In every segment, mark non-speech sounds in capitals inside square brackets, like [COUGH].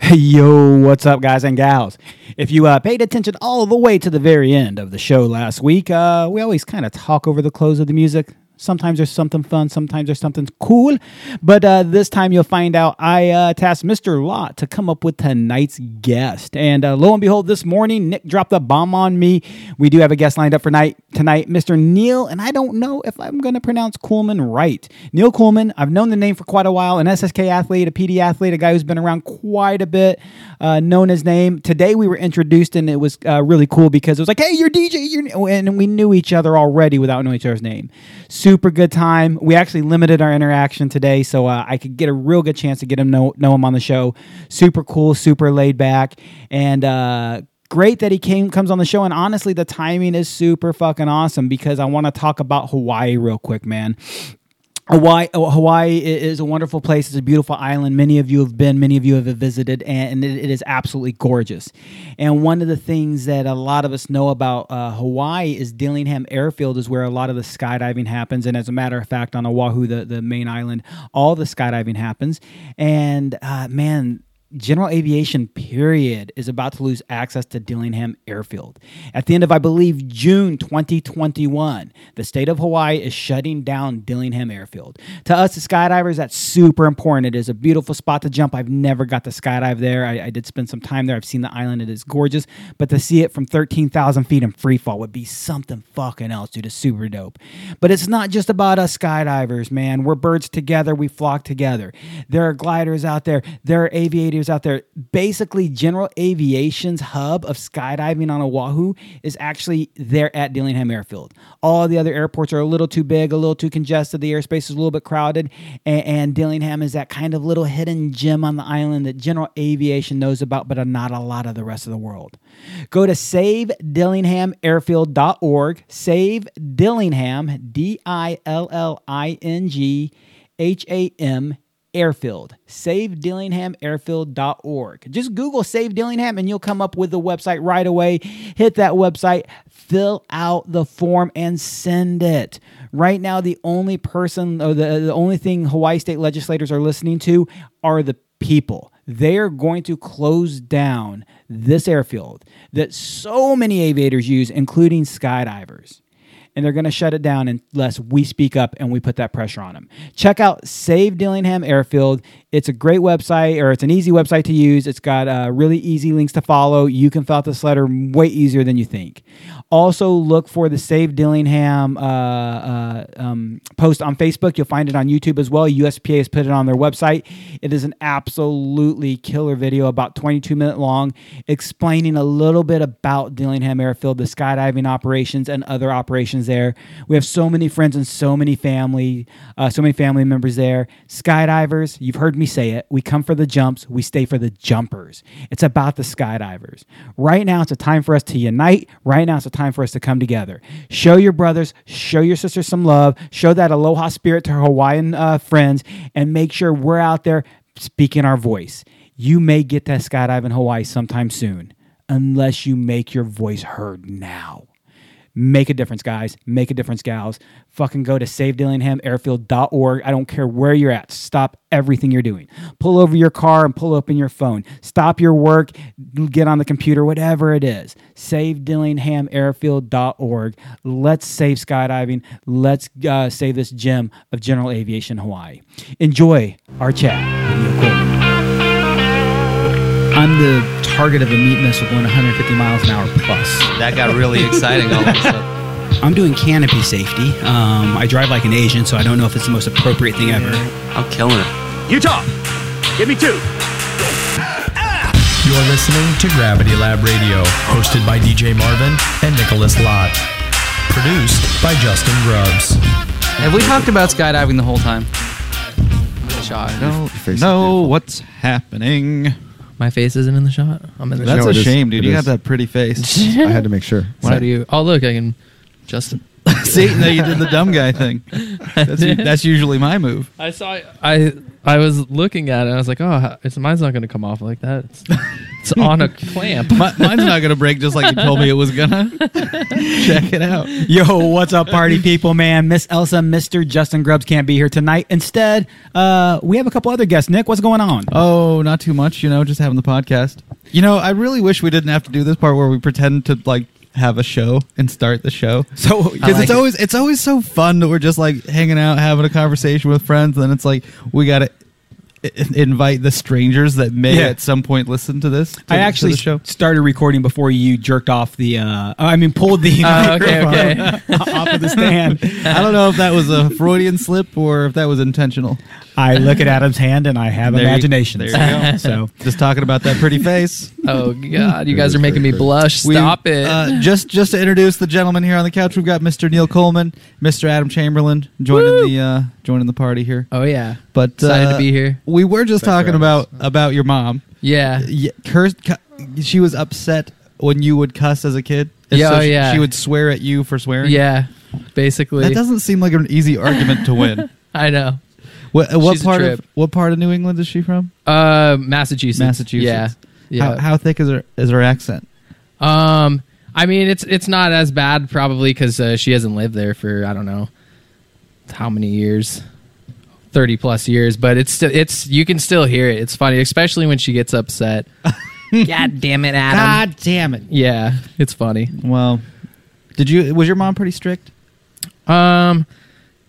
Hey, yo, what's up, guys and gals? If you uh, paid attention all the way to the very end of the show last week, uh, we always kind of talk over the close of the music. Sometimes there's something fun, sometimes there's something cool. But uh, this time you'll find out I uh, tasked Mr. Lott to come up with tonight's guest. And uh, lo and behold, this morning, Nick dropped a bomb on me. We do have a guest lined up for night tonight, Mr. Neil. And I don't know if I'm going to pronounce Coolman right. Neil Coolman, I've known the name for quite a while, an SSK athlete, a PD athlete, a guy who's been around quite a bit, uh, known his name. Today we were introduced, and it was uh, really cool because it was like, hey, you're DJ, you're, and we knew each other already without knowing each other's name. Super good time. We actually limited our interaction today, so uh, I could get a real good chance to get him know, know him on the show. Super cool, super laid back, and uh, great that he came comes on the show and honestly the timing is super fucking awesome because i want to talk about hawaii real quick man Hawaii, oh, Hawaii i- is a wonderful place. It's a beautiful island. Many of you have been, many of you have visited, and it, it is absolutely gorgeous. And one of the things that a lot of us know about uh, Hawaii is Dillingham Airfield is where a lot of the skydiving happens. And as a matter of fact, on Oahu, the, the main island, all the skydiving happens. And uh, man, general aviation period is about to lose access to Dillingham Airfield. At the end of, I believe, June 2021, the state of Hawaii is shutting down Dillingham Airfield. To us, the skydivers, that's super important. It is a beautiful spot to jump. I've never got to skydive there. I, I did spend some time there. I've seen the island. It is gorgeous. But to see it from 13,000 feet in free fall would be something fucking else, dude. It's super dope. But it's not just about us skydivers, man. We're birds together. We flock together. There are gliders out there. There are aviators out there. Basically, general aviation's hub of skydiving on Oahu is actually there at Dillingham Airfield. All the other airports are a little too big, a little too congested. The airspace is a little bit crowded. And, and Dillingham is that kind of little hidden gem on the island that general aviation knows about, but not a lot of the rest of the world. Go to savedillinghamairfield.org, save Dillingham, D I L L I N G H A M Airfield, savedillinghamairfield.org. Just Google Save Dillingham and you'll come up with the website right away. Hit that website, fill out the form, and send it. Right now, the only person or the, the only thing Hawaii state legislators are listening to are the people. They are going to close down this airfield that so many aviators use, including skydivers and they're going to shut it down unless we speak up and we put that pressure on them. Check out Save Dillingham Airfield. It's a great website, or it's an easy website to use. It's got uh, really easy links to follow. You can fill out this letter way easier than you think. Also, look for the Save Dillingham uh, uh, um, post on Facebook. You'll find it on YouTube as well. USPA has put it on their website. It is an absolutely killer video, about 22 minute long, explaining a little bit about Dillingham Airfield, the skydiving operations, and other operations there. We have so many friends and so many family, uh, so many family members there. Skydivers, you've heard me say it. We come for the jumps. We stay for the jumpers. It's about the skydivers. Right now, it's a time for us to unite. Right now, it's a time for us to come together. Show your brothers, show your sisters some love. Show that aloha spirit to Hawaiian uh, friends, and make sure we're out there speaking our voice. You may get that skydive in Hawaii sometime soon, unless you make your voice heard now. Make a difference, guys. Make a difference, gals. Fucking go to savedillinghamairfield.org. I don't care where you're at. Stop everything you're doing. Pull over your car and pull open your phone. Stop your work. Get on the computer, whatever it is. Savedillinghamairfield.org. Let's save skydiving. Let's uh, save this gem of general aviation Hawaii. Enjoy our chat. with Neil Coleman. I'm the target of a meat missile going 150 miles an hour plus. That got really exciting all of a sudden. I'm doing canopy safety. Um, I drive like an Asian, so I don't know if it's the most appropriate thing ever. I'm killing it. Utah, give me two. You're listening to Gravity Lab Radio, hosted by DJ Marvin and Nicholas Lott. Produced by Justin Grubbs. Have we talked about skydiving the whole time? Shot. No, no, what's happening? My face isn't in the shot. I'm in the That's shot. No, a it is- [LAUGHS] shame, dude. it You is. [LAUGHS] got that pretty face. I had to make sure. Why do you? Oh, look, I can. Justin. See, now you did the dumb guy thing. That's, u- that's usually my move. I saw. I I was looking at it. I was like, oh, how- it's mine's not going to come off like that. [LAUGHS] It's, it's on a clamp. Mi- mine's not gonna break just like you told me it was gonna. Check it out. [LAUGHS] Yo, what's up, [LAUGHS] party people, man? Miss Elsa, Mr. Justin Grubbs can't be here tonight. Instead, uh, we have a couple other guests. Nick, what's going on? Oh, not too much, you know, just having the podcast. You know, I really wish we didn't have to do this part where we pretend to like have a show and start the show. [LAUGHS] so, Because it's always it's always so fun that we're just like hanging out, having a conversation with friends, and then it's like we gotta i- i- invite the strangers that may Yeah. at some point listen to this. to- I to actually the show. started recording before you jerked off the. Uh, I mean, pulled [LAUGHS] the Oh, okay, microphone [LAUGHS] off of the stand. I don't know if that was a Freudian slip or if that was intentional. I look at Adam's hand and I have There you- imagination. there you go. [LAUGHS] So Just talking about that pretty face. [LAUGHS] Oh God, you guys are making me blush. We- [LAUGHS] Stop it. Uh, just just to introduce the gentlemen here on the couch, we've got Mr. Neil Coleman, Mr. Adam Chamberlain joining the uh, joining the party here. oh yeah. But excited uh, to be here. We were just Thanks for talking about about your mom. Yeah. Yeah, cursed. cu- She was upset when you would cuss as a kid. And Yeah, so oh, she- yeah. She would swear at you for swearing. Yeah. Basically, that doesn't seem like an easy argument [LAUGHS] to win. I know. What, what She's a part of trip. what part of New England is she from? Uh, Massachusetts. Massachusetts. Yeah. How, Yeah. how thick is her is her accent? um, I mean, it's it's not as bad probably because uh, she hasn't lived there for I don't know how many years, thirty plus years. But it's still it's you can still hear it. It's funny, especially when she gets upset. God damn it, Adam. damn it! Yeah, it's funny. Well, did you? Was your mom pretty strict? Um,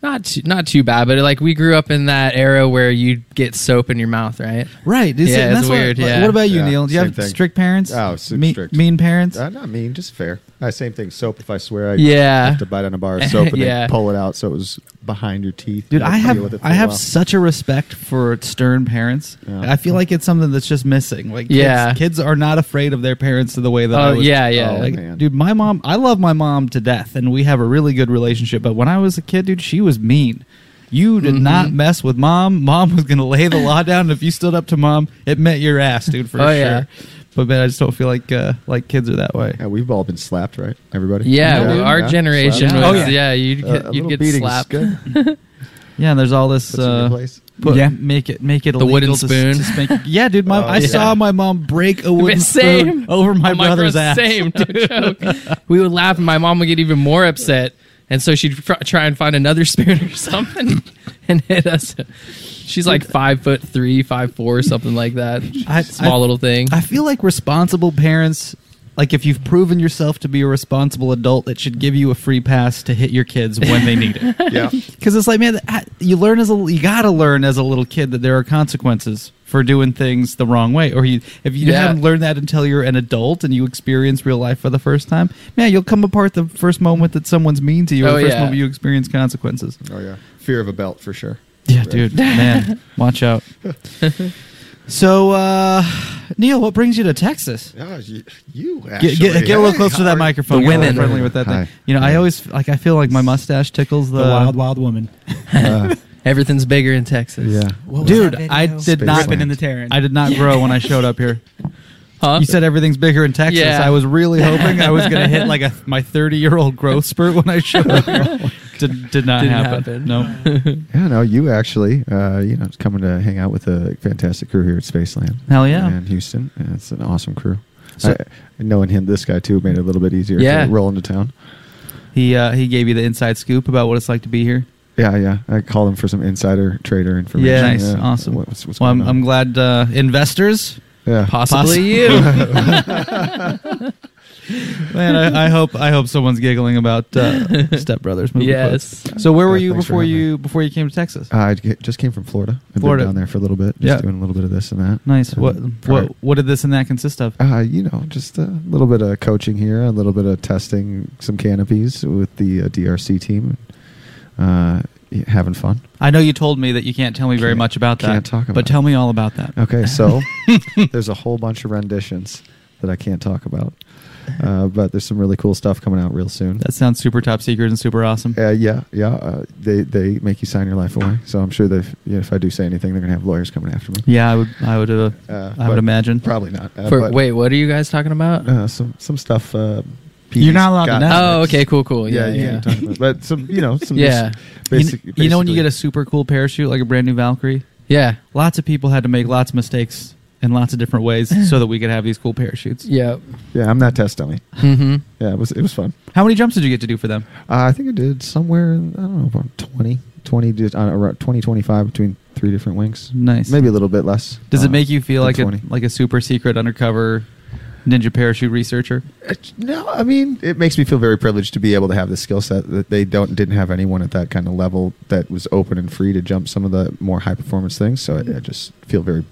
not too, not too bad, but like we grew up in that era where you get soap in your mouth, right? Right. Yeah, and it's that's what- weird, like, yeah. What about you, Yeah, Neil? Do you same have thing. strict parents? Oh, super Me- strict. Mean parents. Uh, not mean, just fair. Uh, same thing. Soap. If I swear, I Yeah. have to bite on [LAUGHS] a bar of soap and Yeah. then pull it out so it was behind your teeth. Dude, You had I to deal with have it for I a have while. such a respect for stern parents. Yeah. I feel like it's something that's just missing. Like, kids- Yeah. kids, are not afraid of their parents to the way that. Oh, I was. yeah, yeah. Like, man. dude, my mom. I love my mom to death, and we have a really good relationship. But when I was a kid, dude, she was mean. You Mm-hmm. did not mess with mom. Mom was gonna lay the law down. And if you stood up to mom, it meant your ass, dude, for Oh, sure. yeah. But man, I just don't feel like uh, like kids are that way. Yeah, we've all been slapped, right? Everybody. Yeah, Yeah, our yeah, generation. slapped. Was, Oh, oh yeah. yeah, you'd get, Uh, you'd a little get beating slapped. is [LAUGHS] good. Yeah, and there's all this. Puts it in your uh, place. Put, Yeah. make it make it The wooden illegal to- spoon. to spank- yeah, dude, my, Oh, I yeah. saw my mom break a wooden Same. spoon over my Oh my brother's God, ass. Same, no [LAUGHS] joke. We would laugh, and my mom would get even more upset, and so she'd fr- try and find another [LAUGHS] spoon or something and hit us. She's like five foot three, five four, or something like that. I- Small I- little thing. I feel like responsible parents, like if you've proven yourself to be a responsible adult, it should give you a free pass to hit your kids when they need it. Yeah. Because it's like, man, I- you learn as a you gotta learn as a little kid that there are consequences for doing things the wrong way, or you if you Yeah. haven't learned that until you're an adult and you experience real life for the first time, man, you'll come apart the first moment that someone's mean to you, or Oh, the first yeah. moment you experience consequences. Oh yeah. Fear of a belt for sure. Yeah, dude, [LAUGHS] man, watch [LAUGHS] out. So, uh, Neil, what brings you to Texas? Yeah, you, you actually Get, get, get a little Hey, closer to how that are- microphone. The Get a little women. friendly with that thing. Hi. You know, I always like I feel like my mustache tickles the, the wild, wild woman. Uh, Everything's bigger in Texas. [LAUGHS] yeah. Dude, I did not. ripping in the Terran. I did not grow when I showed up here. Huh? You said everything's bigger in Texas. Yeah. I was really hoping I was going to hit like a my 30 year old growth spurt when I showed up. [LAUGHS] did, did not Didn't happen. happen. No. Yeah, no, you actually, uh, you know, it's coming to hang out with a fantastic crew here at Spaceland. Hell yeah. In Houston. And it's an awesome crew. So- I- knowing him, this guy too, made it a little bit easier Yeah. to roll into town. He uh, he gave you the inside scoop about what it's like to be here. Yeah, yeah. I called him for some insider trader information. Yeah, nice, awesome. What- What's, what's well, I'm, going on? I'm glad uh, investors. yeah. Possi- [LAUGHS] Possibly you. Man, I, I hope I hope someone's giggling about [LAUGHS] uh, Step Brothers movie. yes. clips. So where were Yeah, you thanks for before having Uh, you before you came to Texas? I j- just came from Florida. I've Florida. been down there for a little bit, just Yeah. doing a little bit of this and that. Nice. What Um, what what did this and that consist of? Uh, you know, just a little bit of coaching here, a little bit of testing some canopies with the uh, DRC team, uh, y- having fun. I know you told me that you can't tell me very Can't- much about that. can't talk But about tell me all about that. [LAUGHS] Okay, so there's a whole bunch of renditions that I can't talk about, uh, but there's some really cool stuff coming out real soon. That sounds super top secret and super awesome. Uh, yeah, yeah. Uh, they they make you sign your life away, so I'm sure they. You know, if I do say anything, they're gonna have lawyers coming after me. Yeah, I would I would uh, Uh, I but would imagine. Probably not. Uh, For, but, wait, what are you guys talking about? uh, some some stuff. Uh, PD's You're not allowed to got know. Oh, next. okay, cool, cool. Yeah, Yeah, you yeah. can't talk about- but some, you know, [LAUGHS] some Yeah. You just kn- basic. you know when you basically- get a super cool parachute like a brand new Valkyrie, Yeah. lots of people had to make lots of mistakes in lots of different [LAUGHS] ways so that we could have these cool parachutes. Yeah. Yeah, I'm not test dummy. Mm-hmm. Yeah, it was it was fun. How many jumps did you get to do for them? Uh, I think I did somewhere, I don't know, about 20, 20, just, uh, around 20, 25 between three different wings. Nice. Maybe a little bit less. Does Uh, it make you feel than like a 20. like a super secret undercover ninja parachute researcher? It- No, I mean, it makes me feel very privileged to be able to have the skill set that they don't didn't have anyone at that kind of level that was open and free to jump some of the more high performance things. So I, I just feel very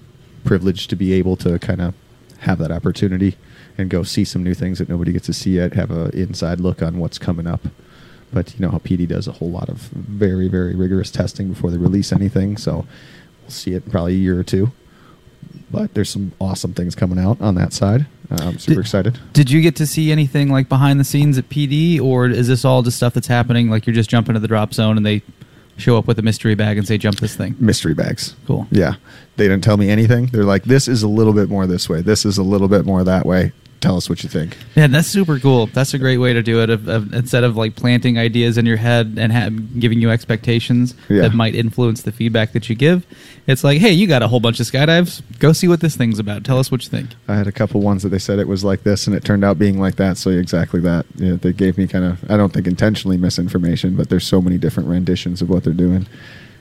privileged to be able to kind of have that opportunity and go see some new things that nobody gets to see yet. Have a inside look on what's coming up. But you know how PD does a whole lot of very very rigorous testing before they release anything. So we'll see it in probably a year or two. But there's some awesome things coming out on that side. Uh, I'm super Did- excited. Did you get to see anything like behind the scenes at PD, or is this all just stuff that's happening? Like you're just jumping to the drop zone and they show up with a mystery bag and say jump this thing. mystery bags. Cool. Yeah. They didn't tell me anything. They're like, this is a little bit more this way. This is a little bit more that way. Tell us what you think. Yeah, that's super cool. That's a great way to do it. Of, of, instead of like planting ideas in your head and ha- giving you expectations Yeah. that might influence the feedback that you give, it's like, hey, you got a whole bunch of skydives. Go see what this thing's about. Tell us what you think. I had a couple ones that they said it was like this, and it turned out being like that. So exactly that. Yeah, they gave me kind of, I don't think intentionally misinformation, but there's so many different renditions of what they're doing.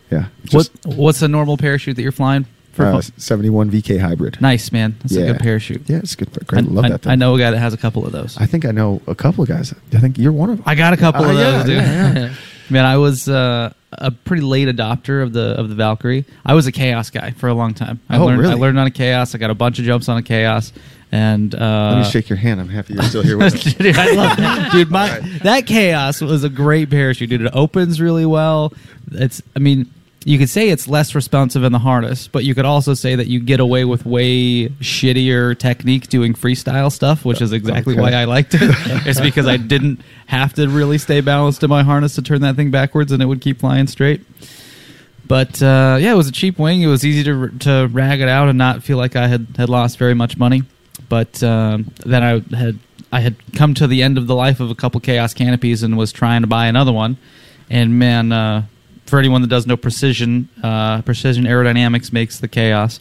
Yeah. Just, what What's a normal parachute that you're flying for? uh, fun? 71 VK hybrid. nice man. That's a good parachute. Yeah, it's a good. Great. I, love I- that thing. I know a guy that has a couple of those. I think I know a couple of guys. I think you're one of them. I got a couple Oh, of yeah, those, dude. yeah, [LAUGHS] Man, I was uh, a pretty late adopter of the of the Valkyrie. I was a chaos guy for a long time. I Oh, learned really? I learned on a chaos. I got a bunch of jumps on a chaos, and uh, [LAUGHS] Let me shake your hand. I'm happy you're still here with us. dude, I love [LAUGHS] that. Dude, my, that chaos was a great parachute, dude. It opens really well. It's, I mean, you could say it's less responsive in the harness, but you could also say that you get away with way shittier technique doing freestyle stuff, which is exactly Okay. why I liked it. it's because I didn't have to really stay balanced in my harness to turn that thing backwards and it would keep flying straight. But uh, yeah, it was a cheap wing. It was easy to to rag it out and not feel like I had, had lost very much money. But um, then I had I had come to the end of the life of a couple chaos canopies and was trying to buy another one. And man, uh, for anyone that does know precision, uh, precision aerodynamics makes the chaos.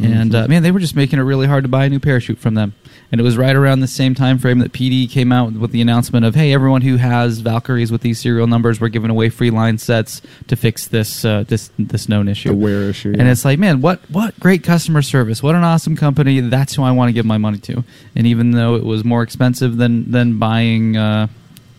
And uh, man, they were just making it really hard to buy a new parachute from them. And it was right around the same time frame that PD came out with the announcement of, "Hey, everyone who has Valkyries with these serial numbers, we're giving away free line sets to fix this uh, this this known issue." The wear issue, And yeah. it's like, man, what what great customer service! What an awesome company! That's who I want to give my money to. And even though it was more expensive than than buying. Uh,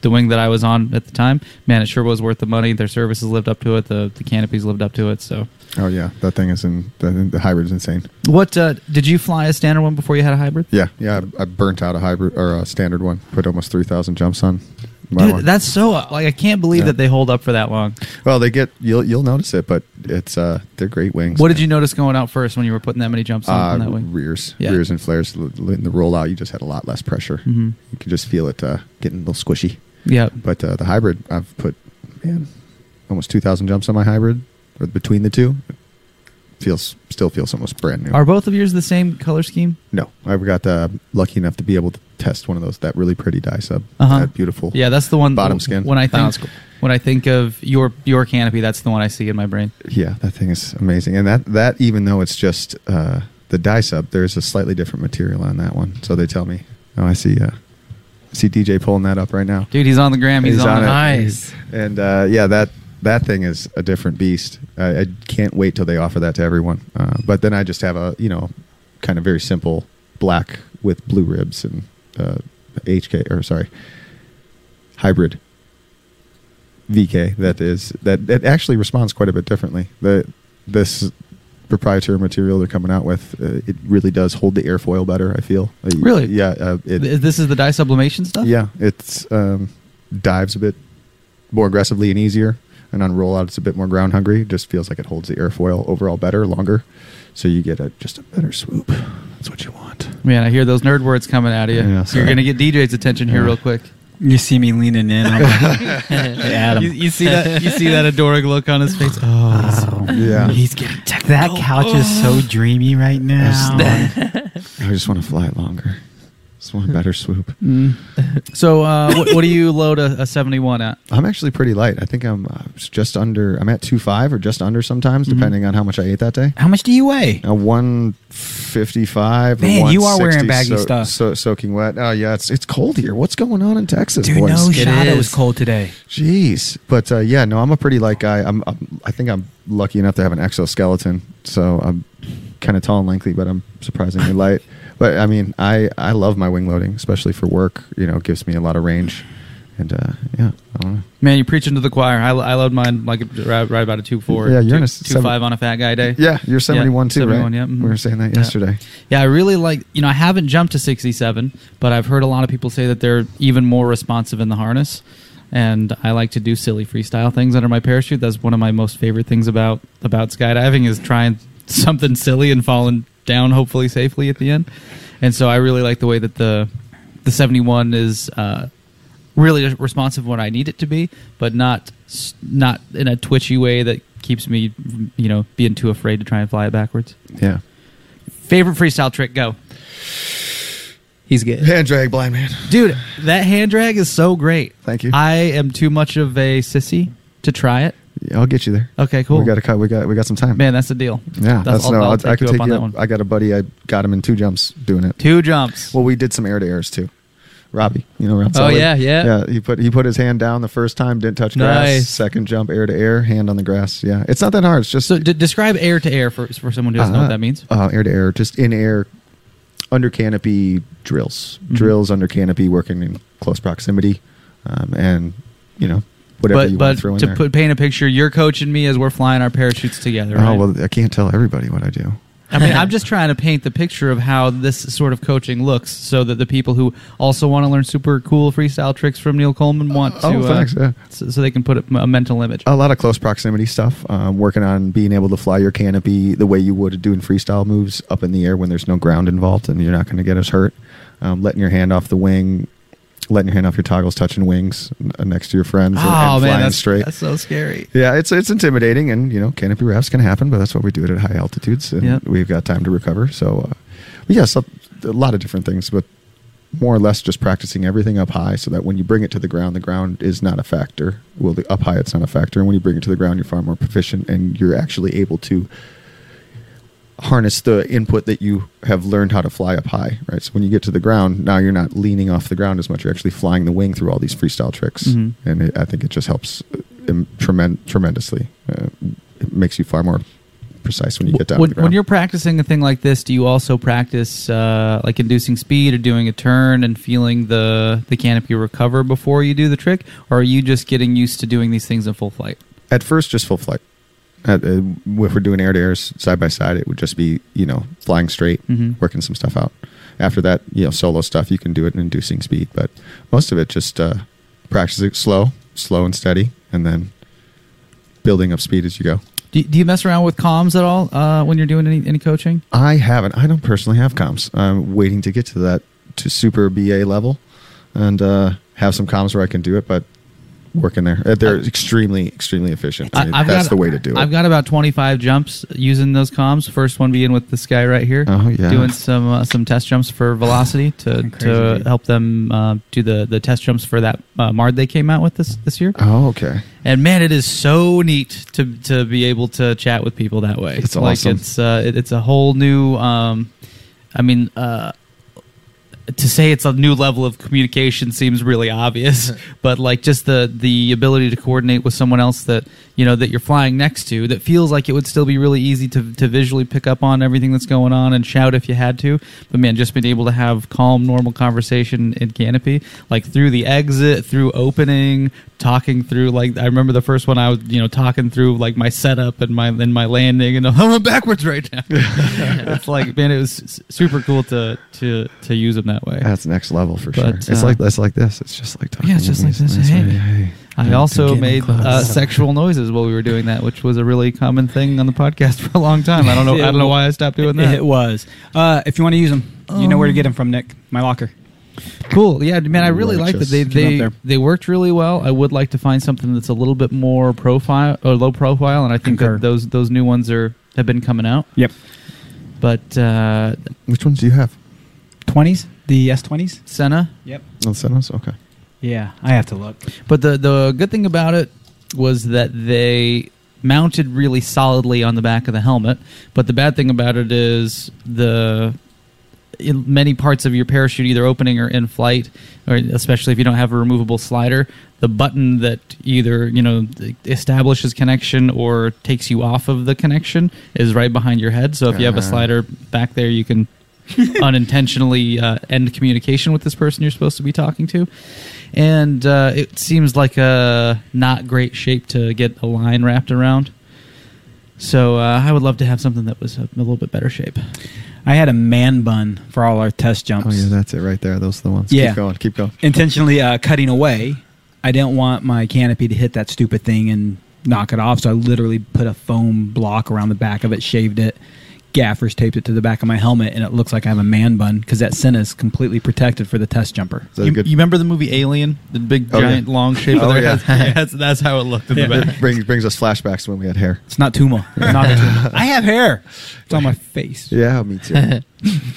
the wing that I was on at the time, man, it sure was worth the money. Their services lived up to it. The the canopies lived up to it. So, Oh yeah, that thing is in. The, the hybrid's insane. what uh, did you fly a standard one before you had a hybrid? Yeah, yeah. I, I burnt out a hybrid or a standard one. Put almost three thousand jumps on. my Dude, one. that's so uh, like I can't believe Yeah. that they hold up for that long. well, they get you'll you'll notice it, but it's uh they're great wings. What did you notice going out first when you were putting that many jumps on, Uh, on that wing? rears, Yeah. rears and flares l- l- in the rollout. You just had a lot less pressure. Mhm. You could just feel it uh, getting a little squishy. Yeah, But uh, the hybrid, I've put man almost two thousand jumps on my hybrid or between the two. Feels still feels almost brand new. are both of yours the same color scheme? no, I got uh, lucky enough to be able to test one of those that really pretty die sub. Uh-huh. That beautiful. Yeah, that's the one. Bottom skin. When I think Sounds cool. when I think of your your canopy, that's the one I see in my brain. Yeah, that thing is amazing, and that that even though it's just uh, the die sub, there's a slightly different material on that one. So they tell me. Oh, I see. Uh, I see DJ pulling that up right now. Dude, he's on the gram. He's, on, it. Nice. And uh, yeah, that that thing is a different beast. I, I can't wait till they offer that to everyone. Uh, but then I just have a you know, kind of very simple black with blue ribs and uh, HK or sorry, hybrid VK. That is that that actually responds quite a bit differently. The this proprietary material they're coming out with, uh, it really does hold the airfoil better. I feel Uh, Really? yeah. Uh, it, Th- This is the dye sublimation stuff. yeah, it's um, dives a bit more aggressively and easier, and on rollout it's a bit more ground hungry. It just feels like it holds the airfoil overall better, longer, so you get a just a better swoop. That's what you want. Man, I hear those nerd words coming out of you. Yeah, You're sorry. gonna get DJ's attention here real quick. You see me leaning in. I'm [LAUGHS] like, hey, Adam. you see that? You see that adoring look on his face. Oh, Um, Yeah. He's getting tech. Oh, That couch is so dreamy right now. I just want to fly it longer. Just want a better swoop. [LAUGHS] So, uh, what, what do you load a, a 71 at? I'm actually pretty light. I think I'm uh, just under. I'm at two five or just under sometimes, depending on how much I ate that day. How much do you weigh? A one fifty five. Man, you are wearing baggy stuff. So, soaking wet. Oh yeah, it's it's cold here. What's going on in Texas, Dude, boys? no shot. It is. was cold today. Jeez, but uh, yeah, no, I'm a pretty light guy. I'm, I'm, I think I'm lucky enough to have an exoskeleton, so I'm kind of tall and lengthy, but I'm surprisingly light. But I mean, I, I love my wing loading, especially for work. You know, it gives me a lot of range, and uh, yeah, I don't know. Man, you're preaching to the choir. I, I load mine like right, right about a two four. Yeah, you're in two, two a seven- five on a fat guy day. yeah, you're 71 too, 71, right? yeah, mhm. We were saying that Yeah. yesterday. Yeah, I really like, you know, I haven't jumped to 67, but I've heard a lot of people say that they're even more responsive in the harness. And I like to do silly freestyle things under my parachute. That's one of my most favorite things about about skydiving is trying [LAUGHS] something silly and falling down hopefully safely at the end. And so I really like the way that the the 71 is uh really responsive when I need it to be, but not s- not in a twitchy way that keeps me, you know, being too afraid to try and fly it backwards. Yeah, Favorite freestyle trick, go. He's good. hand drag, blind man. Dude, that hand drag is so great. Thank you. I am too much of a sissy to try it. Yeah, I'll get you there. Okay, Uh, cool. We got to cut. We got we got some time. Man, that's the deal. yeah, that's, I'll- no. I'll I'll- I can up take you. on that one. I got a buddy. I got him in two jumps doing it. Two jumps. Well, we did some air to airs too. Robbie, you know, Ron Oh, Sully. yeah, yeah. yeah. He put he put his hand down the first time, didn't touch grass. Nice. Second jump, air to air, hand on the grass. Yeah, it's not that hard. It's just so d- describe air to air for, for someone who doesn't know what that means. Uh, air to air, just in air, under canopy drills, Mm-hmm. drills under canopy, working in close proximity, um, and you know whatever But you but want to throw in to there. put paint a picture, you're coaching me as we're flying our parachutes together. Right? oh well, I can't tell everybody what I do. I mean, [LAUGHS] I'm just trying to paint the picture of how this sort of coaching looks, so that the people who also want to learn super cool freestyle tricks from Neil Coleman want to, uh, Oh, thanks, yeah. Oh, so, so they can put a, a mental image. a lot of close proximity stuff. Um, working on being able to fly your canopy the way you would doing freestyle moves up in the air when there's no ground involved and you're not going to get us hurt. Um, letting your hand off the wing, letting your hand off your toggles, touching wings uh, next to your friends, and, and flying Oh, that's straight. That's so scary. yeah, it's it's intimidating, and you know canopy rafts can happen, but that's why we do it at high altitudes, and Yep. we've got time to recover. So, uh, but yeah, so a lot of different things, but more or less just practicing everything up high, so that when you bring it to the ground, the ground is not a factor. Well, the, up high, it's not a factor, and when you bring it to the ground, you're far more proficient, and you're actually able to harness the input that you have learned how to fly up high, right? So when you get to the ground, now you're not leaning off the ground as much. You're actually flying the wing through all these freestyle tricks, Mhm. and it, I think it just helps uh, im- tremen- tremendously. Uh, it makes you far more precise when you get down. when, to the ground. when you're practicing a thing like this, do you also practice uh, like inducing speed or doing a turn and feeling the the canopy recover before you do the trick, or are you just getting used to doing these things in full flight? at first just full flight. At, uh, if we're doing air to airs side by side, it would just be you know flying straight, Mhm. working some stuff out. After that, you know solo stuff you can do it in inducing speed, but most of it just uh, practice it slow, slow and steady, and then building up speed as you go. Do, do you mess around with comms at all uh, when you're doing any, any coaching? I haven't. I don't personally have comms. I'm waiting to get to that to super BA level and uh, have some comms where I can do it, but working there, Uh, they're extremely extremely efficient. I mean, I've got- that's the way to do it. I've got about 25 jumps using those comms. First one being with this guy right here, Oh, yeah. doing some uh, some test jumps for velocity to, to dude. help them uh, do the, the test jumps for that uh, Mard they came out with this this year. oh, okay. And man, it is so neat to to be able to chat with people that way. It's like awesome. it's uh, it, it's a whole new. Um, I mean, uh, to say it's a new level of communication seems really obvious, but like just the the ability to coordinate with someone else that you know that you're flying next to that feels like it would still be really easy to to visually pick up on everything that's going on and shout if you had to. But man, just being able to have calm, normal conversation in canopy, like through the exit, through opening, talking through like I remember the first one I was you know talking through like my setup and my and my landing and [LAUGHS] I'm backwards right [LAUGHS] now. it's like man, it was s- super cool to to to use them that way. That's next level for sure. But, It's uh, like that's like this. It's just like talking. Yeah, it's just to me. like this. nice, Hey. right? hey. I also getting made close. uh, sexual noises while we were doing that, which was a really common thing on the podcast [LAUGHS] for a long time. I don't know. I don't know why I stopped doing that. It was. Uh, if you want to use them, you know where to get them from, Nick. My locker. Cool. Yeah, man, I really like that. They Righteous. Get they up there. they worked really well. I would like to find something that's a little bit more profile or low profile, and I think Concur. that those those new ones are have been coming out. Yep. But uh, Which ones do you have? Twenties. The S20s? Senna. Yep. On Senos? Okay. Yeah, I have to look. But the the good thing about it was that they mounted really solidly on the back of the helmet. But the bad thing about it is the in many parts of your parachute either opening or in flight, or especially if you don't have a removable slider, the button that either you know establishes connection or takes you off of the connection is right behind your head. So if you have a Uh-huh. slider back there, you can [LAUGHS] unintentionally uh, end communication with this person you're supposed to be talking to. And uh, it seems like a not great shape to get a line wrapped around. So uh, I would love to have something that was a, a little bit better shape. I had a man bun for all our test jumps. Oh yeah, that's it right there. Those are the ones. Yeah. Keep going. Keep going. intentionally uh, cutting away. I didn't want my canopy to hit that stupid thing and knock it off, so I literally put a foam block around the back of it, shaved it, gaffers taped it to the back of my helmet, and it looks like I have a man bun because that Senna is completely protected for the test jumper. Is that you, good? you remember the movie Alien? The big, Oh, yeah. giant, long shape of [LAUGHS] Oh, their yeah. head? That's, that's how it looked in the back. brings brings us flashbacks to when we had hair. It's not Tuma. It's not the Tuma. I have hair. It's on my face. Yeah, me [LAUGHS] too.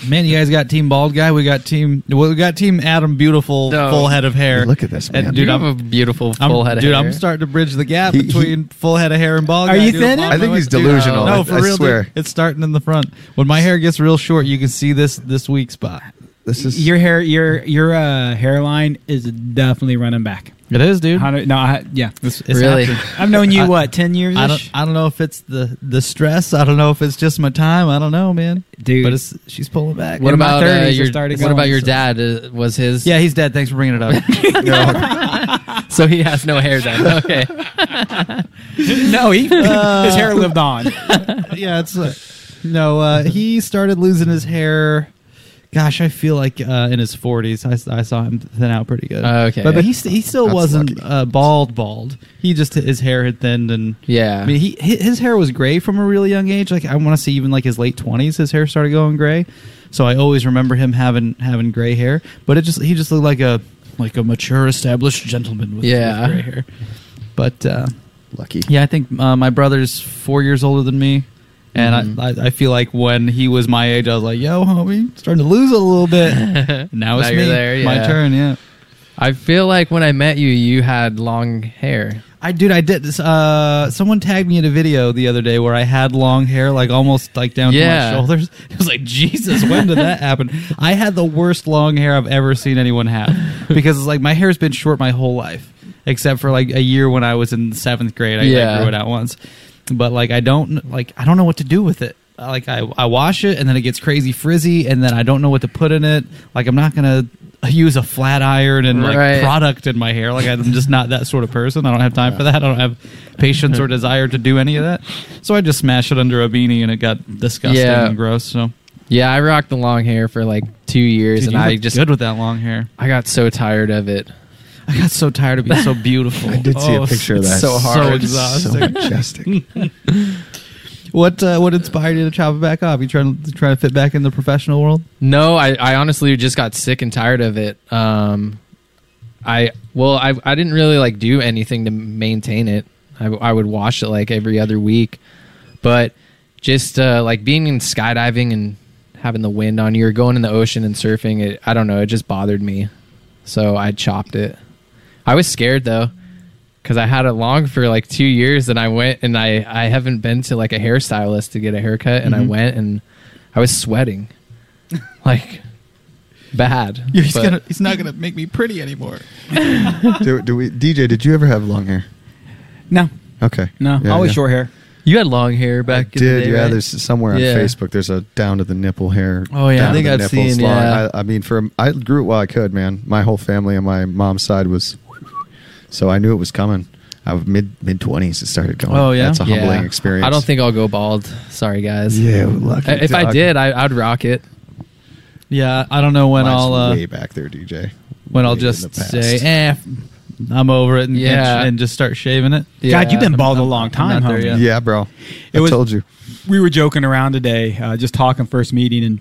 Man, you guys got Team Bald Guy. We got Team well, we got Team Adam Beautiful, No. full head of hair. Look at this And man. Uh, dude, you I'm- have a beautiful I'm, full head of dude, hair. I'm starting to bridge the gap He- he- between full head of hair and bald Are guy. you dude. thin? I'm on I my think way- he's dude, delusional. No, I- for I real, dude. swear. It's starting in the front. When my hair gets real short, you can see this this weak spot. this is [LAUGHS] Your hair, your your uh, hairline is definitely running back. It is, dude. How do- no, I, yeah. It's, it's really. happening. I've known you I- what ten years. I don't, I don't know if it's the, the stress. I don't know if it's just my time. I don't know, man. Dude. but it's, she's pulling back. what in my about uh, 30s, I your? started What about going, your so- dad? Uh, was his? Yeah, he's dead. Thanks for bringing it [LAUGHS] up. [LAUGHS] So he has no hair then. Okay. no, he, [LAUGHS] his hair lived on. yeah, it's uh, no. Uh, he started losing his hair. Gosh, I feel like uh, in his forties, I, I saw him thin out pretty good. Oh, okay. but, but he st- he still That's wasn't lucky. uh, bald. Bald. He just his hair had thinned and Yeah. I mean, he hi- his hair was gray from a really young age. Like I want to say, even like his late twenties, his hair started going gray. So I always remember him having having gray hair. But it just he just looked like a like a mature, established gentleman with, Yeah. with gray hair. But uh, lucky. yeah, I think uh, my brother's four years older than me, and Mm-hmm. I, I, I feel like when he was my age, I was like, "Yo, homie, starting to lose it a [LAUGHS] little bit." now Now it's you're me, there, my yeah. turn. Yeah, I feel like when I met you, you had long hair. I dude, I did. This, uh, someone tagged me in a video the other day where I had long hair, like almost like down Yeah. to my shoulders. [LAUGHS] I was like, "Jesus, when did that happen?" I had the worst long hair I've ever seen [LAUGHS] anyone have because it's like my hair's been short my whole life, except for like a year when I was in seventh grade. I, Yeah. I grew it out once, but like I don't like I don't know what to do with it. Uh, Like I, I wash it and then it gets crazy frizzy and then I don't know what to put in it. Like I'm not gonna use a flat iron and like Right. product in my hair. Like I'm just not that sort of person. I don't have time for that. I don't have patience or desire to do any of that. So I just smashed it under a beanie and it got disgusting Yeah. and gross. So Yeah, I rocked the long hair for like two years, Dude, and you I look just good with that long hair. I got so tired of it. I got so tired of being so beautiful. [LAUGHS] I did see Oh, a picture of it's that. So hard, so So [LAUGHS] exhausting. [LAUGHS] majestic. what uh, what inspired you to chop it back off? You trying to trying to fit back in the professional world? No, I, I honestly just got sick and tired of it. Um, I well, I I didn't really like do anything to maintain it. I, I would wash it like every other week, but just uh, like being in skydiving and having the wind on you, or going in the ocean and surfing, it I don't know, it just bothered me. So I chopped it. I was scared though, because I had it long for like two years, and I went and I I haven't been to like a hairstylist to get a haircut, and I went and I was sweating [LAUGHS] like bad. [LAUGHS] He's, but- gonna, he's not gonna make me pretty anymore. do, do we, DJ? Did you ever have long hair? No, Okay. no, Yeah, always yeah. short hair. You had long hair back in Did the day. yeah? right? There's somewhere on Yeah. Facebook. There's a down to the nipple hair. Oh, yeah. I down to think the I've nipples seen, long. yeah. I, I mean, for I grew it while I could, man. My whole family on my mom's side was, so I knew it was coming. I was mid mid twenties. It started going. Oh, yeah? that's a Yeah. humbling experience. I don't think I'll go bald. Sorry, guys. Yeah, lucky. I- If I dog. did, I, I'd rock it. Yeah, I don't know when Mine's I'll uh, way back there, DJ. when I'll Way in just the past. say, eh, I'm over it and, Yeah. and, and just start shaving it. Yeah. God, you've been bald a long I'm time, not there homie. yet. Yeah, bro. It I was- told you. we were joking around today, uh, just talking first meeting, and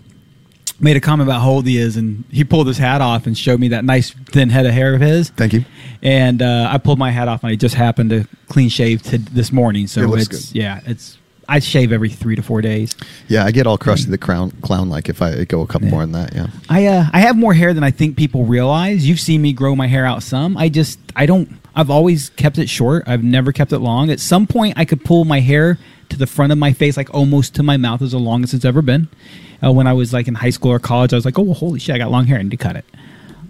made a comment about how old he is, and he pulled his hat off and showed me that nice thin head of hair of his. Thank you. And uh, I pulled my hat off, and I just happened to clean shave to this morning, so It looks it's yeah, it's I shave every three to four days. Yeah, I get all crusty the crown clown like if I go a couple more than that. Yeah. I uh, I have more hair than I think people realize. You've seen me grow my hair out some. I just I don't. I've always kept it short. I've never kept it long. At some point, I could pull my hair to the front of my face, like almost to my mouth, as the longest it's ever been. Uh, when I was like in high school or college, I was like, oh well, holy shit, I got long hair. I need to cut it.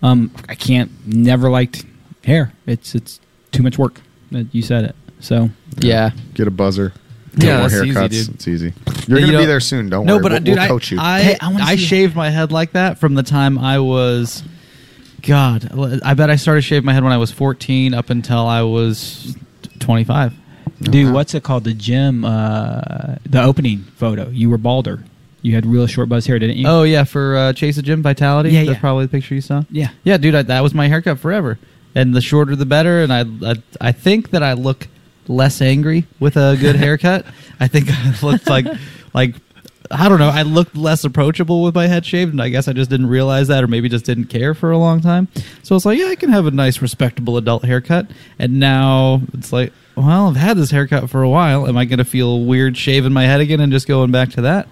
Um, I can't. Never liked hair. It's it's too much work. Uh, You said it. So Yeah. Get a buzzer. Yeah, no more that's easy, haircuts. dude. It's easy. You're You gonna be know- there soon. Don't no, worry. but uh, we'll, dude, we'll I, coach you. I, Hey, I wanna I see- shaved my head like that from the time I was, God, I bet I started shaving my head when I was 14 up until I was 25. Dude, what's it called? The gym, uh, the opening photo. You were balder. You had real short buzz hair, didn't you? Oh yeah, for uh, Chase the Gym Vitality. Yeah, that's yeah. probably the picture you saw. Yeah. yeah, dude, I, that was my haircut forever, and the shorter the better. And I, I, I think that I look less angry with a good haircut. I think I looked like, like. I don't know. I looked less approachable with my head shaved, and I guess I just didn't realize that, or maybe just didn't care for a long time. So it's like, yeah, I can have a nice, respectable adult haircut. And now it's like, well, I've had this haircut for a while. Am I going to feel weird shaving my head again and just going back to that?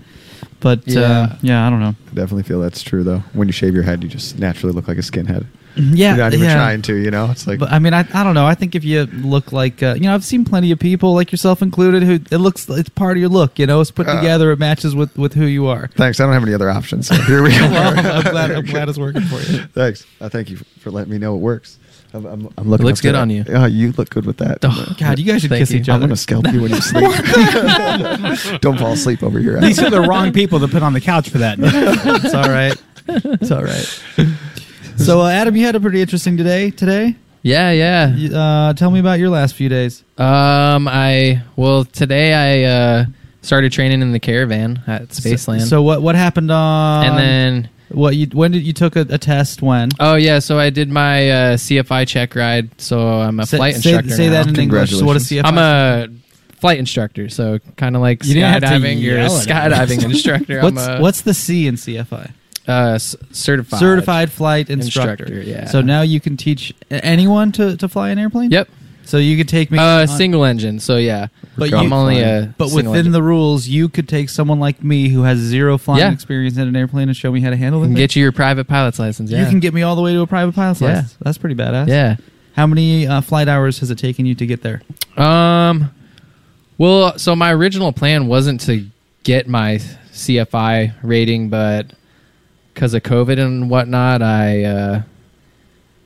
But yeah, Yeah. uh, yeah I don't know. I definitely feel that's true though. When you shave your head, you just naturally look like a skinhead. Yeah, You're not even yeah. trying to. You know, it's like But I mean, I, I don't know. I think if you look like uh, you know, I've seen plenty of people like yourself included who it looks it's part of your look. You know, it's put Uh. together. It matches with with who you are. thanks. I don't have any other options. So here we go. [LAUGHS] Well, [LAUGHS] I'm, I'm glad. I'm glad it's working for you. [LAUGHS] Thanks. I thank you for letting me know it works. I'm, I'm, I'm looking. looks up to good that. on you. Oh, you look good with that. [LAUGHS] God, you guys should Thank kiss you. each I'm other. gonna scalp you when you sleep. [LAUGHS] Don't fall asleep over here. These are the wrong people to put on the couch for that. it's all right. It's [LAUGHS] all right. So, uh, Adam, you had a pretty interesting today. Today, Yeah, [LAUGHS] yeah. You- uh, tell me about your last few days. Um, I well today I uh started training in the caravan at Spaceland. So, um, what what happened on? and then what you when did you took a, a test? When oh yeah, so I did my uh, CFI check ride. So I'm a Say- flight say, instructor. say now. that in English. So what a CFI? I'm a flight instructor, so kind of like You didn't have to skydiving. You're a yell at skydiving [LAUGHS] instructor. What's I'm a, what's the C in CFI? uh, s- certified? Certified flight instructor. Instructor, yeah. So now you can teach a- anyone to, to fly an airplane. Yep. So you could take me. Uh, on- single engine. So yeah, But I'm you- only a But single within engine. the rules, you could take someone like me who has zero flying Yeah. experience in an airplane and show me how to handle You it. can get you your private pilot's license. Yeah. You can get me all the way to a private pilot's Yeah. license. That's pretty badass. yeah. How many uh, flight hours has it taken you to get there? Um, well, so my original plan wasn't to get my CFI rating, but because of COVID and whatnot, I uh,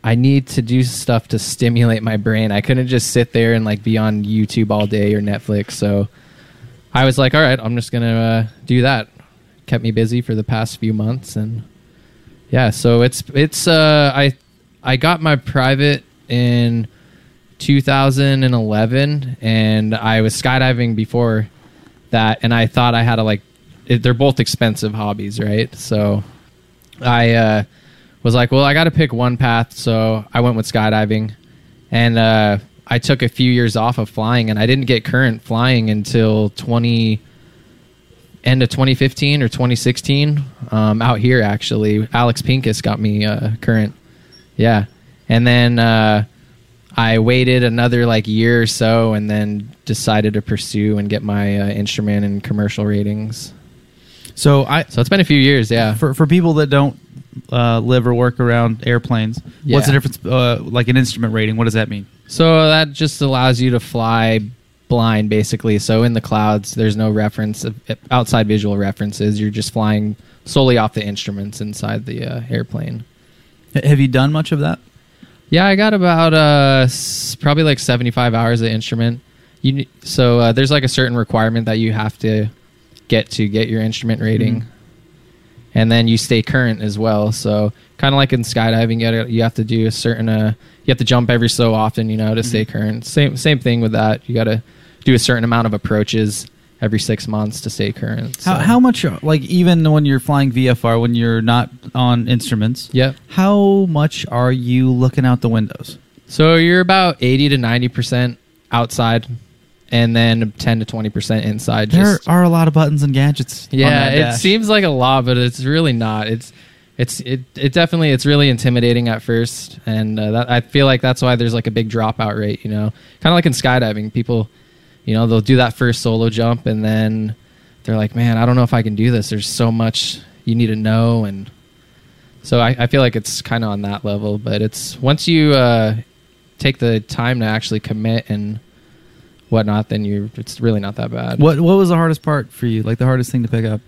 I need to do stuff to stimulate my brain. I couldn't just sit there and like be on YouTube all day or Netflix. So I was like, all right, I'm just gonna uh, do that. Kept me busy for the past few months, and yeah, so it's it's uh, I I got my private in 2011 and I was skydiving before that and I thought I had to like it, they're both expensive hobbies, right? So I uh was like, well, I got to pick one path, so I went with skydiving and uh I took a few years off of flying and I didn't get current flying until 20 end of 2015 or 2016 um out here actually. Alex Pincus got me uh current. Yeah. And then uh I waited another like year or so and then decided to pursue and get my uh, instrument and commercial ratings. So I So it's been a few years, yeah. for for people that don't uh, live or work around airplanes, Yeah. what's the difference? Uh, like an instrument rating, what does that mean? So that just allows you to fly blind basically. So in the clouds, there's no reference eh, outside visual references. You're just flying solely off the instruments inside the uh, airplane. H- Have you done much of that? Yeah, I got about uh s- probably like 75 hours of instrument. You ne- so uh, there's like a certain requirement that you have to get to get your instrument Mm-hmm. rating. And then you stay current as well. So kind of like in skydiving, you, gotta, you have to do a certain uh you have to jump every so often, you know, to Mm-hmm. stay current. Same same thing with that. You got to do a certain amount of approaches every 6 months to stay current. How, so- how much, like even when you're flying VFR, when you're not on instruments, Yep. how much are you looking out the windows? So you're about 80 to 90% outside and then 10 to 20% inside There just are a lot of buttons and gadgets. on Yeah, that it dash. seems like a lot, but it's really not. It's it's it, it definitely it's really intimidating at first, and uh, that, I feel like that's why there's like a big dropout rate. You know, kind of like in skydiving, people, You know, they'll do that first solo jump and then they're like, man, I don't know if I can do this. There's so much you need to know. And so I, I feel like it's kind of on that level. But it's once you uh, take the time to actually commit and whatnot, then you're, it's really not that bad. What What was the hardest part for you? Like the hardest thing to pick up?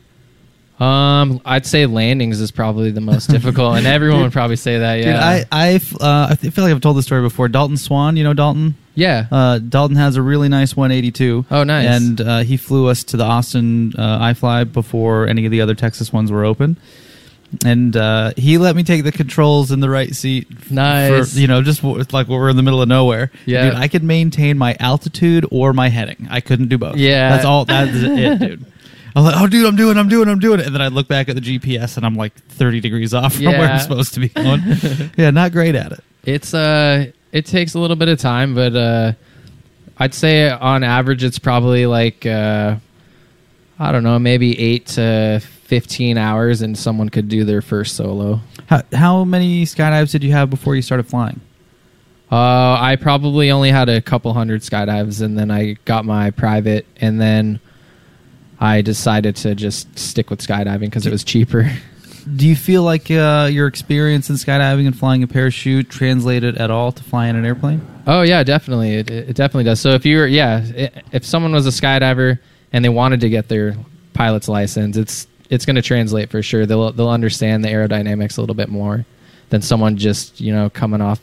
Um, I'd say landings is probably the most difficult, and everyone would probably say that. Yeah, Dude, I I f- uh, I feel like I've told this story before. Dalton Swan, you know Dalton. yeah. Uh, Dalton has a really nice 182. Oh, nice. And uh, he flew us to the Austin uh, iFly before any of the other Texas ones were open. And uh, he let me take the controls in the right seat. f- Nice. For, you know, just w- it's like we're in the middle of nowhere. Yeah. Dude, I could maintain my altitude or my heading. I couldn't do both. Yeah. That's all. That's [LAUGHS] it, dude. I'm like, oh, dude, I'm doing, I'm doing, I'm doing it. And then I look back at the GPS and I'm like 30 degrees off from where Yeah. I'm supposed to [LAUGHS] be going. yeah, not great at it. it's uh, it takes a little bit of time, but uh, I'd say on average it's probably like uh, I don't know, maybe eight to fifteen hours, and someone could do their first solo. How, how many skydives did you have before you started flying? Uh, I probably only had a couple hundred skydives, and then I got my private, and then I decided to just stick with skydiving because it was cheaper. [LAUGHS] Do you feel like uh, your experience in skydiving and flying a parachute translated at all to flying an airplane? Oh yeah, definitely. It, it it definitely does. So if you're yeah, i- if someone was a skydiver and they wanted to get their pilot's license, it's it's going to translate for sure. They'll they'll understand the aerodynamics a little bit more than someone just you know coming off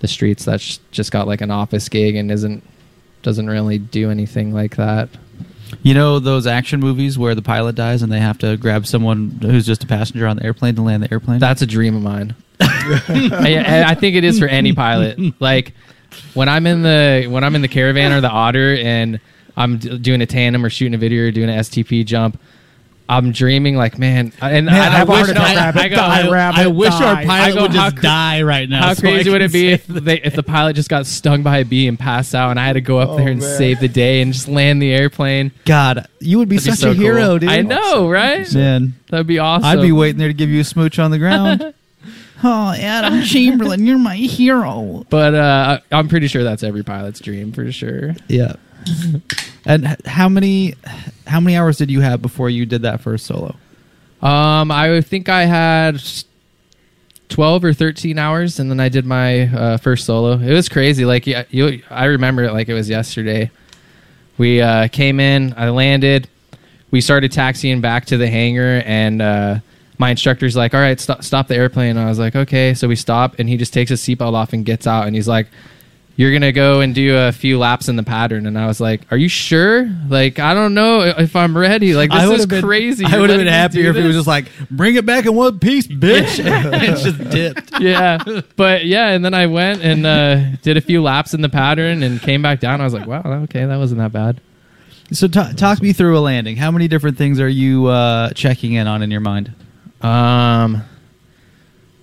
the streets that's just got like an office gig and isn't doesn't really do anything like that. You know those action movies where the pilot dies and they have to grab someone who's just a passenger on the airplane to land the airplane? That's a dream of mine. [LAUGHS] I, I- I think it is for any pilot. Like when I'm in the when I'm in the caravan or the otter, and I'm d- doing a tandem or shooting a video or doing an STP jump. I'm dreaming like man, and I, I have a wish heart attack, rabbit, I go, [LAUGHS] die, I- rabbit, I wish our die. pilot would just die right now. how crazy would it be if, they, if the pilot just got stung by a bee and passed out, and I had to go up there and save the day and just land the airplane? God, you would be That'd be such so a cool. hero, dude. I know, right? Man, That'd be awesome. I'd be waiting there to give you a smooch [LAUGHS] on the ground. oh, Adam Chamberlain, you're my hero. but uh, I- I'm pretty sure that's every pilot's dream for sure. Yeah. and h- how many how many hours did you have before you did that first solo? Um, I would think I had twelve or thirteen hours, and then I did my uh, first solo. It was crazy. Like yeah, you, I remember it like it was yesterday. We uh, came in, I landed, we started taxiing back to the hangar, and uh, my instructor's like, "All right, stop, stop the airplane." And I was like, "Okay." So we stop, and he just takes his seatbelt off and gets out, and he's like. You're gonna go and do a few laps in the pattern, and I was like, "Are you sure? Like, I don't know if I'm ready. Like, this would've is crazy. I You're would have letting been me do happier if it this?" was just like, bring it back in [LAUGHS] one piece, bitch. it's just dipped. yeah but yeah and then i went and uh did a few laps in the pattern and came back down i was like wow okay that wasn't that bad So ta [LAUGHS] talk me through a landing. How many different things are you uh, checking in on in your mind? um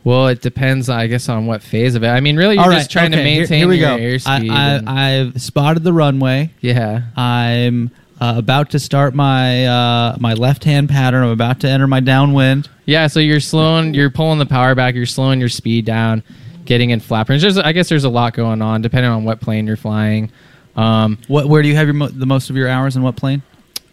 well it depends i guess on what phase of it i mean really you're just trying to okay, here- maintain here, we your go. air speed I, and- I, I've spotted the runway. yeah I'm uh, about to start my uh, my left hand pattern. I'm about to enter my downwind. yeah so you're slowing you're pulling the power back you're slowing your speed down getting in flap range there's i guess there's a lot going on depending on what plane you're flying um What? Where do you have your mo- the most of your hours in what plane?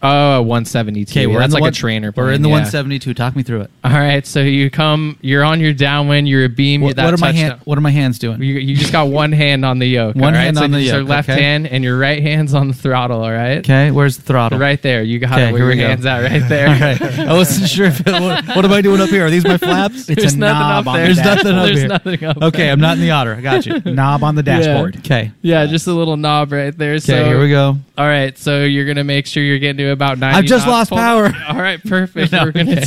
oh 172 Okay, we're in that's the like one- a trainer We're plane, in the yeah. 172. Talk me through it. all right so you come you're on your downwind you're a beam What, that what are my touchdown- hand, What are my hands doing? You, you just got one hand on the yoke. One all right? hand so on the it's Your yoke, left okay. hand and your right hand's on the throttle. All right. okay, where's the throttle? Right there. You got Okay, it. here Where we your go. hands out [LAUGHS] right there. [LAUGHS] All right. [LAUGHS] I wasn't sure if it, what, what am I doing up here? Are these my flaps? It's There's a nothing knob up on the there. There's dash- nothing up There's here. nothing up Okay, I'm not in the otter. I got [LAUGHS] you. knob on the dashboard. Okay. Yeah, just a little knob right there. Okay, so here [LAUGHS] we go. All right. So you're gonna make sure you're getting to about ninety. I've just knots. lost Pull- power. All right. Perfect. [LAUGHS] No, We're gonna.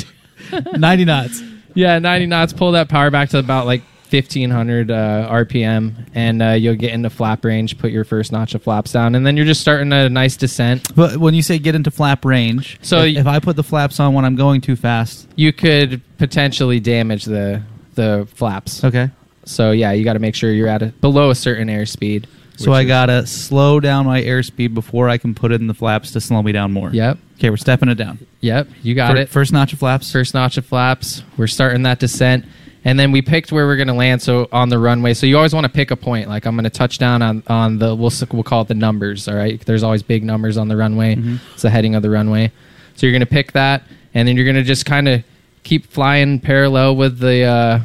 90 knots. Yeah, 90 knots. Pull that power back to about like 1500 uh, RPM, and uh, you'll get into flap range. Put your first notch of flaps down, and then you're just starting a nice descent. But when you say get into flap range, So if, y- if I put the flaps on when I'm going too fast, You could potentially damage the the flaps. okay. So yeah, you got to make sure you're at a, below a certain airspeed. So I gotta slow down my airspeed before I can put it in the flaps to slow me down more. Yep, Okay, we're stepping it down. yep, you got Fir- it. First notch of flaps. First notch of flaps. We're starting that descent, and then we picked where we're going to land. So on the runway, so you always want to pick a point. Like I'm going to touch down on on the we'll s- we'll call it the numbers. All right, there's always big numbers on the runway. It's the heading of the runway. So you're going to pick that, and then you're going to just kind of keep flying parallel with the uh,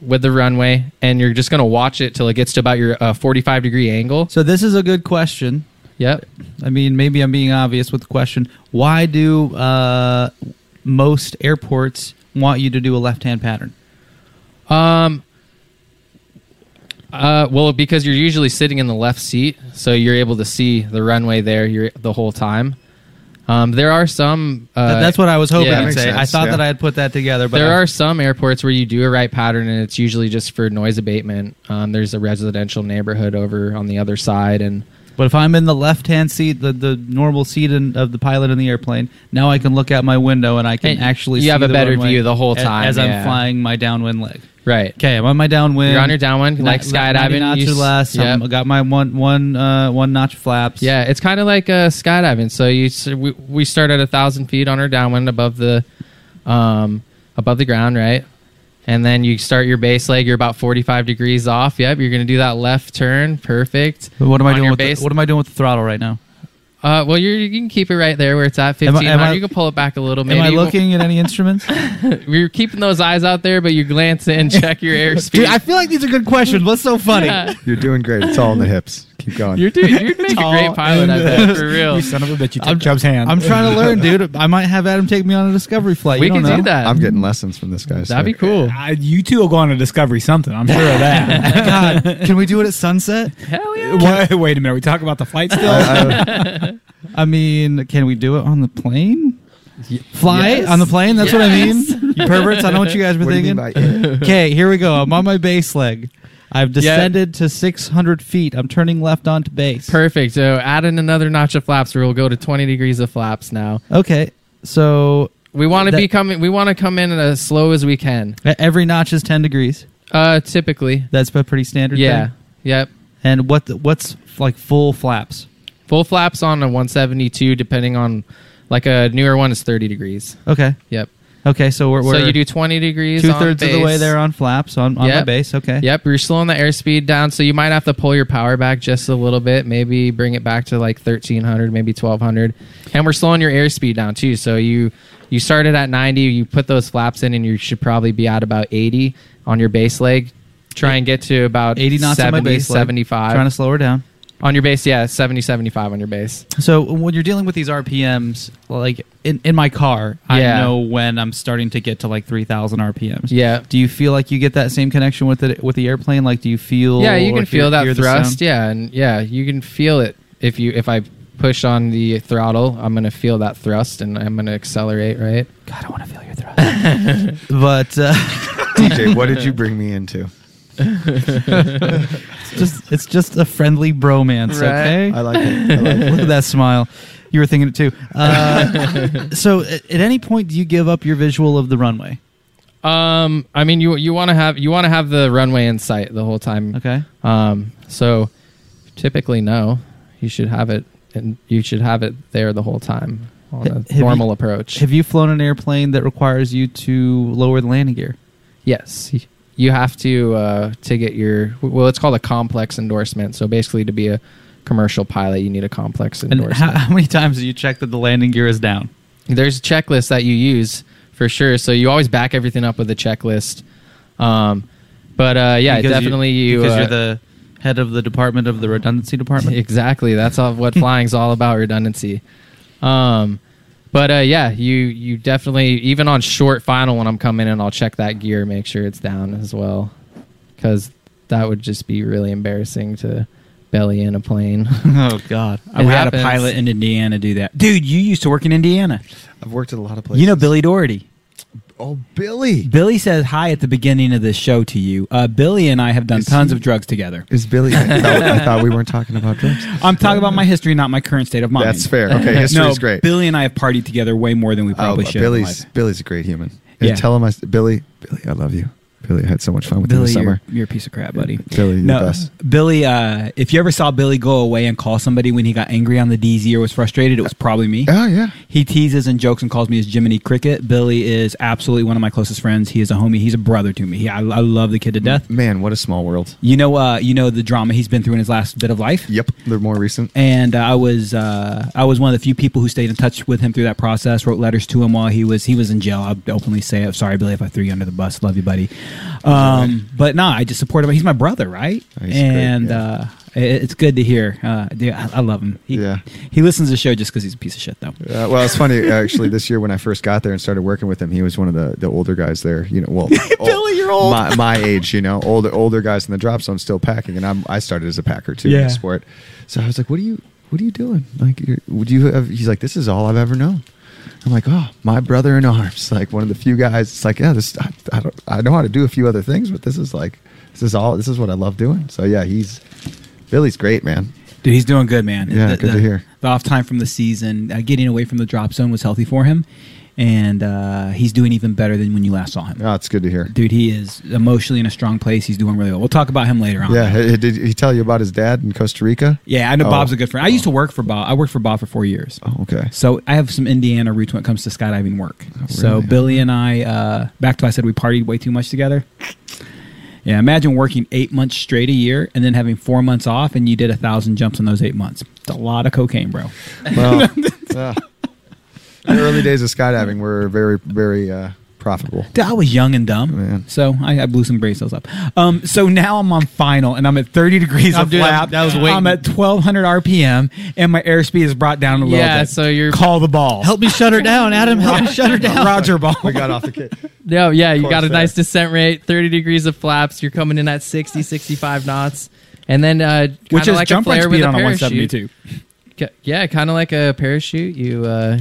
with the runway, and you're just going to watch it till it gets to about your uh, 45 degree angle. So this is a good question. Yep. I mean, maybe I'm being obvious with the question. Why do uh, most airports want you to do a left-hand pattern? Um. Uh, well, because you're usually sitting in the left seat, so you're able to see the runway there you're, the whole time. Um, there are some. Uh, That- That's what I was hoping yeah. to That say. makes I sense, thought yeah. that I had put that together, but there I- are some airports where you do a right pattern, and it's usually just for noise abatement. Um, there's a residential neighborhood over on the other side, and But if I'm in the left-hand seat, the, the normal seat in, of the pilot in the airplane, now I can look out my window and I can And actually you see have a the better runway view the whole a- time, as I'm yeah. flying my downwind leg. right, Okay, I'm on my downwind. You're on your downwind, like Ni- like 90 skydiving, knots you or s- less. I'm- yep. I got my one one uh, one notch flaps. yeah, it's kind of like uh, skydiving. So you s- we, we start at a thousand feet on our downwind above the um, above the ground, right? And then you start your base leg. You're about 45 degrees off. Yep, you're gonna do that left turn. Perfect. But what am I On doing your with base? the, what am I doing with the throttle right now? Uh, well, you're, you can keep it right there where it's at. Am I- am 1500. I- you can pull it back a little. Maybe am I you won't- looking at [LAUGHS] any instruments? We're keeping those eyes out there, but you glance in, check [LAUGHS] your airspeed. Dude, I feel like these are good questions. What's so funny? You're doing great. It's all in the hips. Keep going. you're dude, [LAUGHS] you'd make a great Tall pilot, I and- uh, bet, for real. You son of a bitch! You took Chubb's hand. I'm trying to learn, dude. I might have Adam take me on a discovery flight. We you don't can know. do [LAUGHS] that. I'm getting lessons from this guy. so- That'd be cool. I, you two will go on a discovery something. I'm sure of [LAUGHS] that. God, can we do it at sunset? Hell yeah. wait, wait a minute. We talk about the flight still. [LAUGHS] I- I- I mean, can we do it on the plane? Fly it Yes. on the plane? That's what I mean. You perverts, I know what you guys were what do you mean thinking. by it? Okay, here we go. I'm on my base leg. I've descended to 600 feet. I'm turning left onto base. Perfect. So add in another notch of flaps. We'll go to 20 degrees of flaps now. okay, so We want to That- be coming. We want to come in as slow as we can. e- every notch is 10 degrees. Uh, typically, That's a pretty standard. yeah, thing. yep. And what the, what's like full flaps? Full flaps on a 172, depending on, like a newer one is 30 degrees. Okay. Yep. Okay, so we're, we're so you do 20 degrees. two on thirds of the base. way there on flaps on, on my Yep. base. Okay. Yep, you're slowing the airspeed down, so you might have to pull your power back just a little bit. Maybe bring it back to like 1300, maybe 1200. And we're slowing your airspeed down too. So you you started at 90, you put those flaps in, and you should probably be at about 80 on your base leg. Try and get to about 80 knots 70, on my base. leg. 75 Trying to slow her down. on your base. Yeah, 70, 75 on your base. So when you're dealing with these RPMs, like in, in my car, I Yeah. know when I'm starting to get to like 3,000 RPMs. Yeah. Do you feel like you get that same connection with it with the airplane? Like, do you feel? Yeah, you or can feel hear- that hear the thrust. sound? Yeah, and yeah, you can feel it if you if I push on the throttle, I'm gonna feel that thrust, and I'm gonna accelerate. Right. God, I want to feel your thrust. but uh, [LAUGHS] DJ, what did you bring me into? it's just it's just a friendly bromance. Right. Okay. I like it. I like it. Look at that smile. You were thinking it [LAUGHS] too. Uh, so, at, at any point, do you give up your visual of the runway? Um, I mean, you you want to have you want to have the runway in sight the whole time. Okay. Um, so typically, no, you should have it, and you should have it there the whole time on Ha- a have you- normal approach. Have you flown an airplane that requires you to lower the landing gear? yes, you have to uh, to get your well, it's called a complex endorsement. So basically, to be a commercial pilot, you need a complex And how, [LAUGHS] endorsement. how many times do you check that the landing gear is down? there's checklists that you use for sure. So you always back everything up with a checklist. Um, but uh, yeah, Because definitely you, because uh, you're the head of the department of the redundancy [LAUGHS] department. Exactly. That's all, what flying's all about redundancy. Um, but uh, yeah, you you definitely even on short final when I'm coming in, I'll check that gear, make sure it's down as well, because that would just be really embarrassing to belly in a plane. [LAUGHS] oh God. I had happens. a pilot in Indiana do that. Dude, you used to work in Indiana. I've worked at a lot of places. You know Billy Doherty. oh, Billy. Billy says hi at the beginning of this show to you. Uh, Billy and I have done Is tons he- of drugs together. [LAUGHS] Is Billy? I thought, I thought we weren't talking about drugs. I'm talking about my history, not my current state of mind. [LAUGHS] That's fair. Okay, history's no, great. Billy and I have partied together way more than we Oh, probably but should. in Billy's life. Billy's a great human. And Yeah. tell him I s- Billy Billy I love you. Billy I had so much fun with you Billy, this you're, summer. you're a piece of crap, buddy. Billy, you're no, the best. Billy. Uh, if you ever saw Billy go away and call somebody when he got angry on the DZ or was frustrated, it was probably me. Oh yeah. He teases and jokes and calls me his Jiminy Cricket. Billy is absolutely one of my closest friends. He is a homie. He's a brother to me. He, I, I love the kid to death. Man, what a small world. You know, uh, you know the drama he's been through in his last bit of life. Yep. They're more recent. And uh, I was uh, I was one of the few people who stayed in touch with him through that process. Wrote letters to him while he was he was in jail. I'll openly say it. Sorry, Billy, if I threw you under the bus. Love you, buddy. Um, but nah, I just support him. He's my brother, right? Oh, He's great, and yeah. uh, it, it's good to hear. Uh, dude, I, I love him. He, Yeah. He listens to the show just because he's a piece of shit, though. Uh, well, it's funny actually. This year, when I first got there and started working with him, he was one of the, the older guys there. You know, well, [LAUGHS] Billy, you're old. My, my age, you know, older older guys in the drop zone still packing, and I'm I started as a packer too in Yeah. the sport. So I was like, "What are you What are you doing? Like, you're, would you?" Have, he's like, "This is all I've ever known." I'm like, "Oh, my brother in arms, [LAUGHS] like one of the few guys." It's like, yeah, this I, I don't I know how to do a few other things, but this is like this is all this is what I love doing. So yeah, he's Billy's great, man. Dude, he's doing good, man. Yeah, the, good to the- hear. The off time from the season, uh, getting away from the drop zone was healthy for him, and uh, he's doing even better than when you last saw him. Oh, it's good to hear. Dude, he is emotionally in a strong place. He's doing really well. We'll talk about him later on. Yeah, h- did he tell you about his dad in Costa Rica? Yeah, I know Oh. Bob's a good friend. I used to work for Bob. I worked for Bob for four years. Oh, okay. So I have some Indiana roots when it comes to skydiving work. So Oh, really? Billy and I, uh, back to what I said we partied way too much together. Yeah, imagine working eight months straight a year and then having four months off, and you did a thousand jumps in those eight months. It's a lot of cocaine, bro. [LAUGHS] Well, yeah. the early days of skydiving were very, very uh, profitable. Dude, I was young and dumb, Man. so I, I blew some brain cells up. Um, so now I'm on final, and I'm at 30 degrees Oh, of dude, flap. that was waiting. I'm at 1,200 RPM, and my airspeed is brought down a little Yeah, bit. so you're- call the ball. Help me shut her down, [LAUGHS] Adam. Help me shut her down. [LAUGHS] Roger ball. We got off the kit. No, yeah, you got a course, nice descent rate, 30 degrees of flaps. You're coming in at 60, 65 knots. And then, uh, kinda which is like jump a right flare speed with a on a parachute. 172. Ki- Yeah, kind of like a parachute. You uh,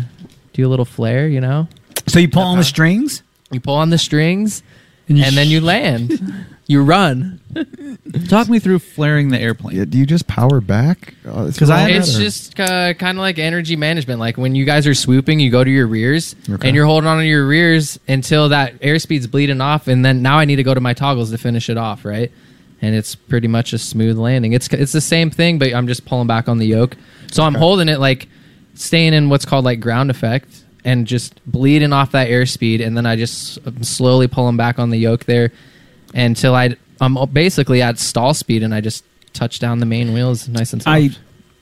do a little flare, you know? So you pull on the strings, You pull on the strings, and then you land. you run. Talk me through flaring the airplane. Yeah, do you just power back? Uh, Because I- It's just uh, kind of like energy management. Like when you guys are swooping, you go to your rears Okay. and you're holding on to your rears until that airspeed's bleeding off, and then now I need to go to my toggles to finish it off, right? And it's pretty much a smooth landing. It's it's the same thing, but I'm just pulling back on the yoke, so I'm holding it like staying in what's called like ground effect and just bleeding off that airspeed, and then I just am slowly pulling back on the yoke there until I I'm basically at stall speed, and I just touch down the main wheels nice and soft. I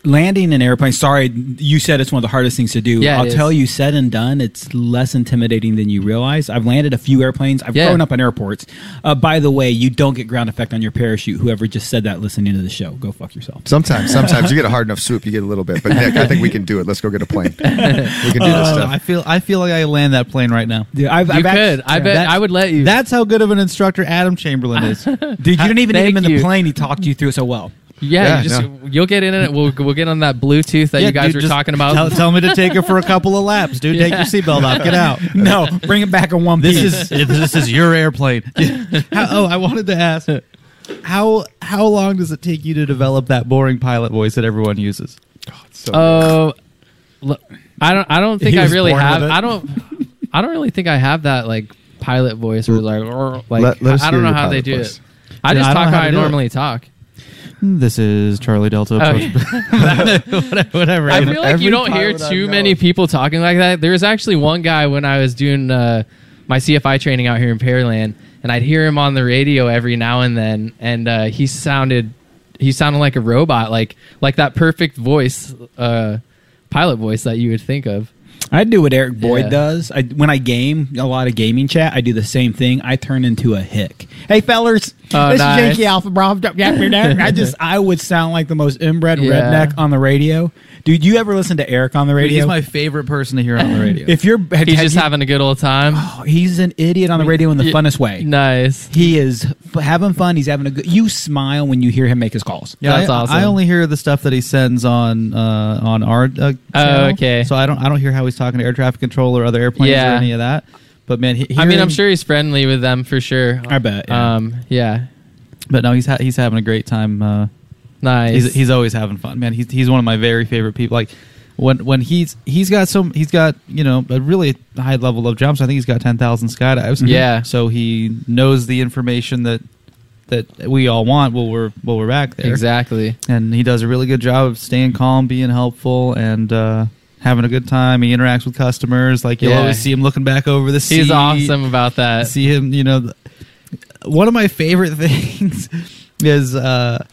landing an airplane. Sorry, you said it's one of the hardest things to do. Yeah, it I'll is. tell you, said and done, it's less intimidating than you realize. I've landed a few airplanes. I've Yeah. grown up in airports. Uh, by the way, you don't get ground effect on your parachute. Whoever just said that listening to the show, go fuck yourself. sometimes, sometimes you get a hard enough swoop, you get a little bit. But Nick, I think we can do it. Let's go get a plane. We can do this Uh, I stuff. feel I feel like I land that plane right now. Dude, I've, You could. I bet I would let you. That's how good of an instructor Adam Chamberlain is. Dude, you didn't even need him in Thank the you. plane. He talked you through it so [LAUGHS] well. yeah, Yeah, you just, no. you'll get in it. We'll, we'll get on that Bluetooth that you guys dude, were just talking about. Tell, tell me to take her for a couple of laps, dude. Take your seatbelt off. Get out. No, bring it back in one This piece. is this is your airplane. How- oh, I wanted to ask how how long does it take you to develop that boring pilot voice that everyone uses? So, oh, look, I don't. I don't think [LAUGHS] He I was really born have. with it. I don't. I don't really think I have that like pilot voice or like. or, like Let- let us I don't hear know your how they pilot do voice. it. I Yeah, just I don't talk know how how to I do it. normally talk. This is Charlie Delta. Oh, yeah. whatever. I feel like Every you don't hear pilot I too know many of. people talking like that. There was actually one guy when I was doing uh, my CFI training out here in Pearland, and I'd hear him on the radio every now and then, and uh, he sounded he sounded like a robot, like like that perfect voice, uh, pilot voice that you would think of. I do what Eric Boyd Yeah. does. I, when I game a lot of gaming chat, I do the same thing. I turn into a hick. Hey fellers, Oh, this nice. is Yankee Alpha Bravo. Dub- Yap, yap, yap. [LAUGHS] I just I would sound like the most inbred Yeah. redneck on the radio. Dude, you ever listen to Eric on the radio? He's my favorite person to hear on the radio. if you're have- He's have just you- having a good old time. Oh, he's an idiot on the radio in the Yeah. funnest way. Nice. He is f- having fun. He's having a good. You smile when you hear him make his calls. Yeah, That's I, awesome. I only hear the stuff that he sends on uh, on our. Uh, channel. Oh, okay. So I don't I don't hear how he's talking to air traffic control or other airplanes Yeah. or any of that. But man, he, I mean, hearing- I'm sure he's friendly with them for sure. I bet, yeah. Um, yeah. But no, he's ha- he's having a great time. Uh, Nice. he's he's always having fun, man. He's he's one of my very favorite people. Like when when he's he's got some he's got you know a really high level of jumps. I think he's got ten thousand skydives. Yeah. so he knows the information that that we all want while we're while we're back there. Exactly. and he does a really good job of staying calm, being helpful, and uh, having a good time. He interacts with customers. Like you'll Yeah. always see him looking back over the seat. He's awesome about that. See him, you know. th- One of my favorite [LAUGHS] things is uh,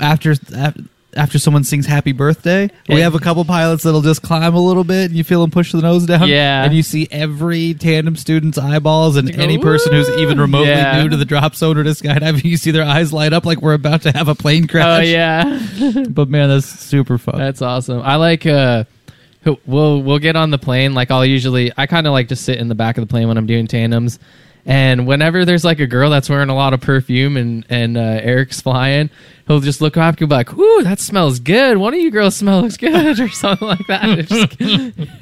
after af- after someone sings "Happy Birthday," we Yeah. have a couple pilots that'll just climb a little bit, and you feel them push the nose down. Yeah. and you see every tandem student's eyeballs, and They go, any person who's even remotely Yeah. new to the drop zone or to skydiving, [LAUGHS] you see their eyes light up like we're about to have a plane Oh crash. yeah. But man, that's super fun. That's awesome. I like uh who- we'll we'll get on the plane like I'll usually I kind of like to sit in the back of the plane when I'm doing tandems. And whenever there's like a girl that's wearing a lot of perfume and and uh, Eric's flying, he'll just look up and be like, "Ooh, that smells good. One of you girls smells [LAUGHS] good," or something like that. It just, [LAUGHS]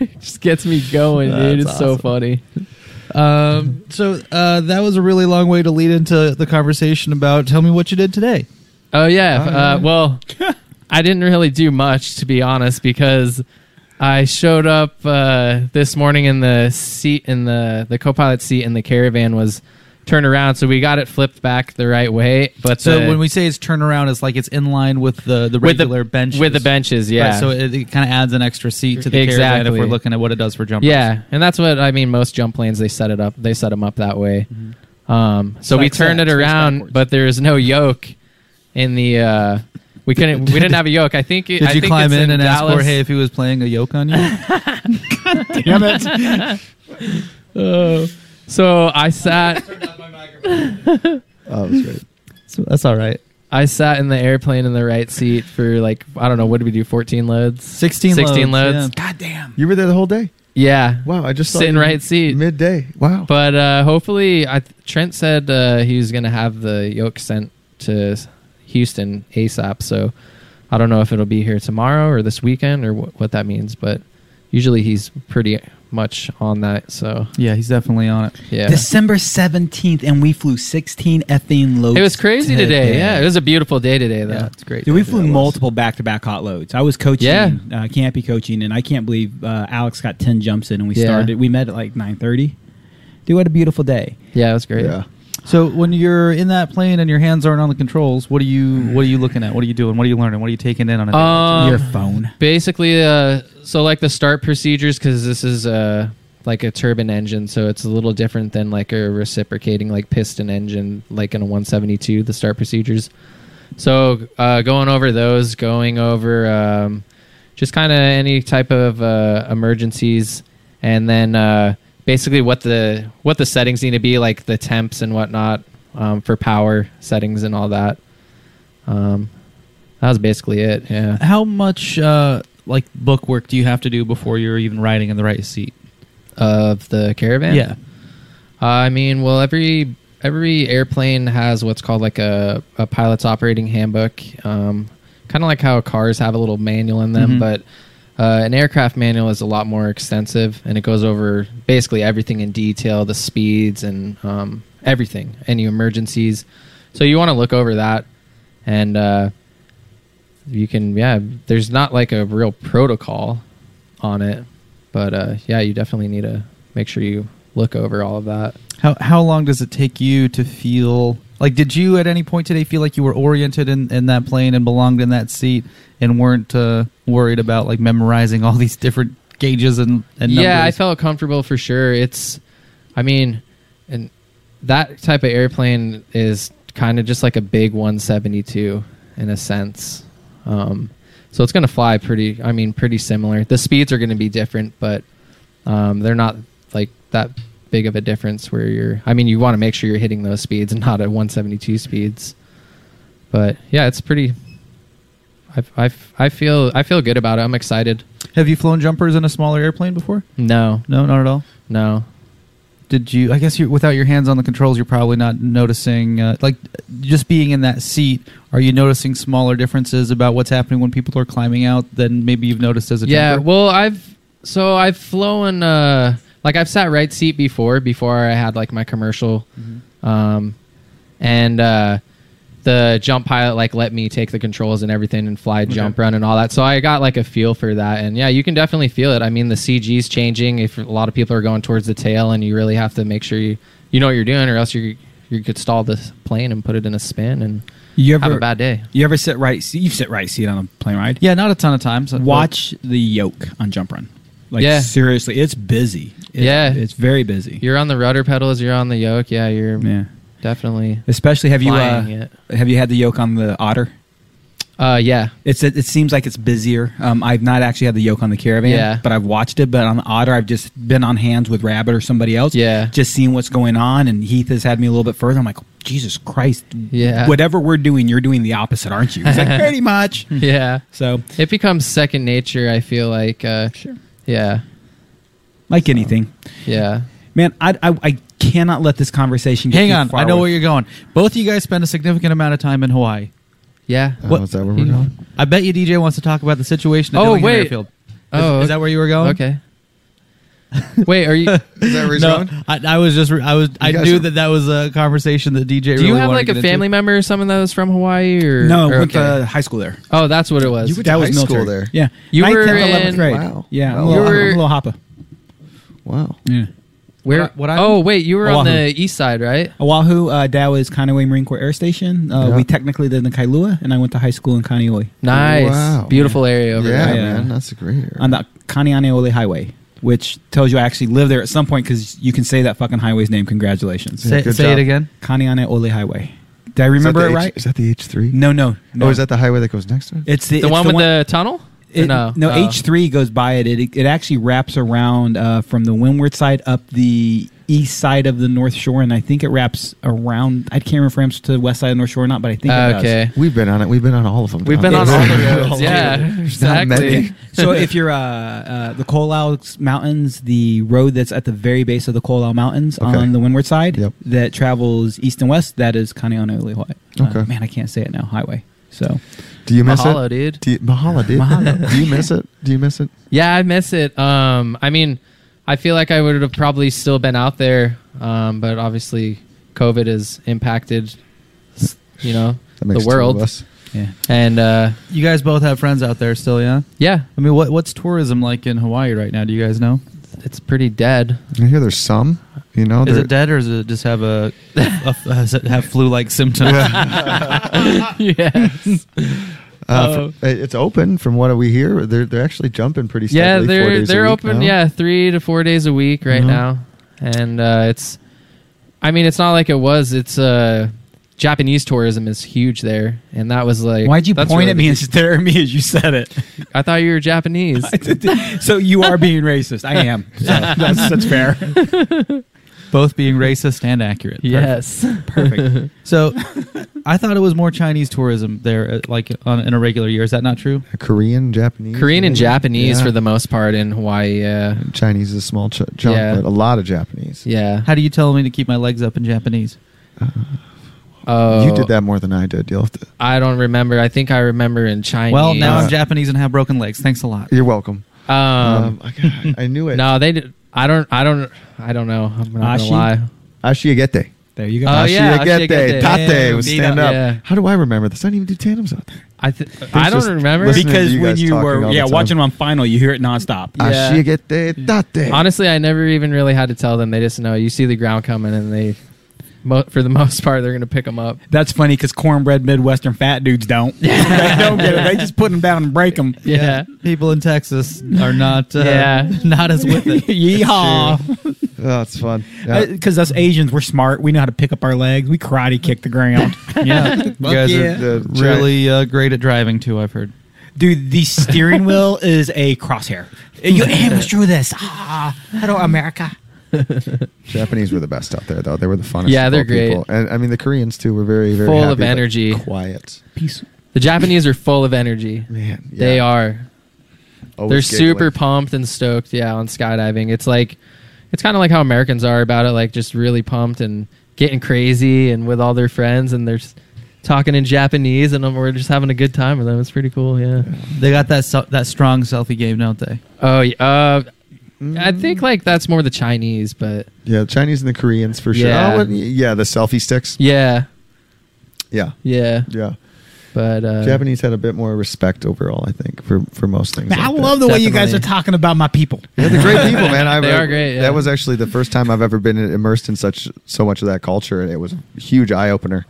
it just gets me going, dude. It's That's so funny. um, so uh, that was a really long way to lead into the conversation about tell me what you [LAUGHS] did today. Oh yeah. uh, well, I didn't really do much to be honest because I showed up uh, this morning in the seat in the the co-pilot seat in the caravan was turned around, so we got it flipped back the right way. But So the- when we say it's turnaround, it's like it's in line with the the with the regular bench with the benches, yeah. so it, it kind of adds an extra seat to the caravan if Exactly. we're looking at what it does for jumpers. yeah, and that's what I mean. Most jump planes they set it up, they set them up that way. Mm-hmm. Um, so we Like turned that, it face around, backwards. but there is no yoke in the. Uh, we couldn't. We didn't have a yoke. I think. Did you climb in, and ask Jorge if he was playing a yoke [LAUGHS] on you? Damn it. So I sat. Oh, that's right. So that's all right. I sat in the airplane in the right seat for like I don't know what did we do 14 loads 16 loads, loads, God damn. You were there the whole day. yeah, Wow, I just saw sitting you right seat midday. Wow. but uh, hopefully I, Trent said uh, he was gonna have the yoke sent to Houston ASAP so I don't know if it'll be here tomorrow or this weekend or wh- what that means but usually he's pretty much on that so Yeah, he's definitely on it. yeah December 17th, and we flew 16 ethane loads. it was crazy today. yeah it was a beautiful day today though Yeah, it's great. Dude, we flew multiple back to back hot loads. I was coaching, Yeah. uh, campy coaching, and I can't believe uh, Alex got 10 jumps in, and we Yeah. started. We met at like 9.30. Dude, what a beautiful day. yeah it was great yeah. So when you're in that plane and your hands aren't on the controls, what are you what are you looking at? What are you doing? What are you learning? What are you taking in on it? Um, Your phone. basically uh so like the start procedures because this is uh like a turbine engine so it's a little different than like a reciprocating like piston engine like in a 172 the start procedures so uh going over those going over um just kind of any type of uh emergencies and then uh basically what the what the settings need to be like the temps and whatnot um, for power settings and all that um that was basically it yeah How much uh, like book work do you have to do before you're even riding in the right seat? of the caravan. I mean, well, every every airplane has what's called like a, a pilot's operating handbook, um, kind of like how cars have a little manual in them, but uh, an aircraft manual is a lot more extensive, and it goes over basically everything in detail, the speeds and um, everything, any emergencies. So you want to look over that, and uh, you can yeah. There's not like a real protocol on it, but uh, yeah, you definitely need to make sure you look over all of that. How how long does it take you to feel like? Did you at any point today feel like you were oriented in, in that plane and belonged in that seat and weren't uh, worried about like memorizing all [LAUGHS] these different gauges and, and numbers? yeah, I felt comfortable for sure. It's, I mean, and that type of airplane is kind of just like a big 172 in a sense. Um, so it's going to fly pretty. I mean, pretty similar. The speeds are going to be different, but um, they're not like that big of a difference. Where you're, I mean, you want to make sure you're hitting those speeds and not at 172 speeds. But yeah, it's pretty. I, I, I feel I feel good about it. I'm excited. Have you flown jumpers in a smaller airplane before? No, No, not at all. no, Did you? I guess you without your hands on the controls, you're probably not noticing. Uh, like just being in that seat, are you noticing smaller differences about what's happening when people are climbing out than maybe you've noticed as a yeah jumper? well i've so i've flown uh like i've sat right seat Mm-hmm. before before i had like my commercial um and uh the jump pilot like let me take the controls and everything and fly jump run and all that. So I got like a feel for that. And yeah, you can definitely feel it. I mean, the CG's changing. If a lot of people are going towards the tail, and you really have to make sure you you know what you're doing, or else you you could stall the plane and put it in a spin and You ever have a bad day. You ever sit right? You sit right seat on a plane ride? Yeah, not a ton of times. Watch the yoke on jump run. Like Yeah. seriously, it's busy. It's- Yeah. it's very busy. You're on the rudder pedals. You're on the yoke. Yeah, you're yeah, definitely. especially have you uh, Flying have you had the yoke on the otter? Uh, yeah. It's it, it seems like it's busier. Um, I've not actually had the yoke on the caravan, Yeah. but I've watched it. But on the otter, I've just been on hands with Rabbit or somebody else, Yeah. just seeing what's going on. And Heath has had me a little bit further. I'm like, Jesus Christ, Yeah. whatever we're doing, you're doing the opposite, aren't you? It's [LAUGHS] like pretty much. Yeah. So, It becomes second nature. I feel like. Uh, sure. Yeah. like anything, Yeah. man, I I, I cannot let this conversation. Get Hang too on, far I know away where you're going. Both of you guys spent a significant amount of time in Hawaii. Yeah. Oh, is that where we're going? I bet you DJ wants to talk about the situation at Oh, Dillingham wait. Airfield. Is, Oh, is that where you were going? Okay. Wait, are you? Is that where he's No, going? I, I was just re- I was I guys knew are- that that was a conversation that DJ. Do you have like a family member or someone that was from Hawaii or No, uh, Or, went okay. to high school there. oh, that's what it was. You went to high school there. Yeah, You Ninth, were 10th, 11th in- grade. Wow. Yeah, I'm a Wow. little, You were- I'm a little hopper. Wow. Yeah. Where? What I- what oh, wait, you were on Oahu. the east side, right? Oahu, uh, Dow is Kaneohe Marine Corps Air Station. Uh, Yeah. We technically live in Kailua, and I went to high school in Kaneohe Nice, Wow. beautiful area over Yeah, there. Yeah. man, that's a great area. on the Kaneaneole Highway, which tells you I actually lived there at some point because you can say that fucking highway's name. Congratulations. Say, Good say job. it again. Kaneaneole Highway. Did I remember is that it the right? H, is that the H three? no, no, no. Oh, is that the highway that goes next to it? It's the, The it's one with the tunnel? It, no, no. Oh. H three goes by it. It it actually wraps around uh, from the windward side up the east side of the North Shore, and I think it wraps around. I can't remember if it wraps to the west side of the North Shore or not, but I think it does. Uh, okay. We've been on it. We've been on all of them. We've been on Tom. all [LAUGHS] the roads. Yeah, not many. exactly. so if you're uh, uh, the Kolau Mountains, the road that's at the very base of the Kolau Mountains Okay. on the windward side Yep. that travels east and west, that is Kaneohe Highway. Okay. man, I can't say it now. Highway. So [LAUGHS] Do you miss Mahalo, it? dude. Do you, Mahalo, dude. Mahalo. [LAUGHS] Do you miss it? Do you miss it? Yeah, I miss it. Um, I mean, I feel like I would have probably still been out there, um, but obviously COVID has impacted, s- you know, That the makes Two of world. us. yeah, And uh, You guys both have friends out there still, yeah? yeah, I mean, what what's tourism like in Hawaii right now? Do you guys know? it's pretty dead. I hear there's some. You know, Is there- it dead or does it just have a, a- does it have flu like [LAUGHS] symptoms? yes. uh, fr- it- it's open from what we hear. They're they're actually jumping pretty steadily. [LAUGHS] Yeah, four they're days a they're week open. now. Yeah, three to four days a week right Mhm. now, and uh, it's. I mean, it's not like it was. It's uh, Japanese tourism is huge there, and that was like. why'd you that's point really at me the- and stare at me as you said it? I thought you were [LAUGHS] Japanese. [LAUGHS] so you are being racist. I am. [LAUGHS] So that's, that's [LAUGHS] fair. both being racist and accurate. yes. Perfect. Perfect. So, I thought it was more Chinese tourism there, uh, like on, in a regular year. Is that not true? Korean, Japanese, Korean and maybe? Japanese Yeah. for the most part in Hawaii. Yeah. Chinese is a small ch- chunk, Yeah. but a lot of Japanese. Yeah. How do you tell me to keep my legs up in Japanese? Oh, You did that more than I did. You'll have to, I don't remember. I think I remember in Chinese. Well, now Uh, I'm Japanese and have broken legs. Thanks a lot. you're welcome. Um, Um, I, I knew [LAUGHS] it. no, they did. I don't. I don't. I don't know. I'm not Ashi? gonna lie. Ashiyagete. There Uh, you go. Oh, yeah, Ashiyagete. Ashiyagete. Tate. Yeah, was beat stand up. up. Yeah. How do I remember this? I didn't even do tandems out there. I th- I don't just remember. listening because to you when guys you talking were all the yeah time. watching them on final, you hear it nonstop. Yeah. Ashiyagete Tate. Honestly, I never even really had to tell them. They just know. You see the ground coming, and they, mo- for the [LAUGHS] most part, they're gonna pick them up. That's funny because cornbread Midwestern fat dudes don't. [LAUGHS] they don't get it. They just put them down and break them. Yeah. People in Texas are not uh, Yeah. [LAUGHS] not as [LAUGHS] with it. Yeehaw! Oh, [LAUGHS] that's fun. Yeah. Because us Asians, we're smart. We know how to pick up our legs. We karate kick the ground, Yeah, you guys [LAUGHS] yeah. are The Chi- really uh, great at driving too. I've heard. dude. The [LAUGHS] steering wheel is a crosshair. You aim us through this. Ah, hello America. Japanese were the best out there, though. They were the funnest. Yeah, of they're all People. And I mean, the Koreans too were very, very Full happy, of but energy. quiet. Peace. The Japanese are full of energy. Man, yeah. They are. They're Always super giggling. pumped and stoked, yeah, on skydiving. It's like it's kind of like how Americans are about it, like just really pumped and getting crazy and with all their friends and they're s- talking in Japanese and um, we're just having a good time with them. It's pretty cool, yeah. They got that se- that strong selfie game, don't they? Oh, yeah, uh I Mm. think like that's more the Chinese, but Yeah, Chinese and the Koreans for sure. Yeah. Oh, and y- yeah, the selfie sticks. yeah. Yeah. Yeah, Yeah. but uh, Japanese had a bit more respect overall, I think, for, for most things. Man, I like that. love the way you guys are Definitely. talking about my people. Yeah, they're great people, [LAUGHS] man. I, They are great, yeah. That was actually the first time I've ever been immersed in such so much of that culture, and it was a huge eye opener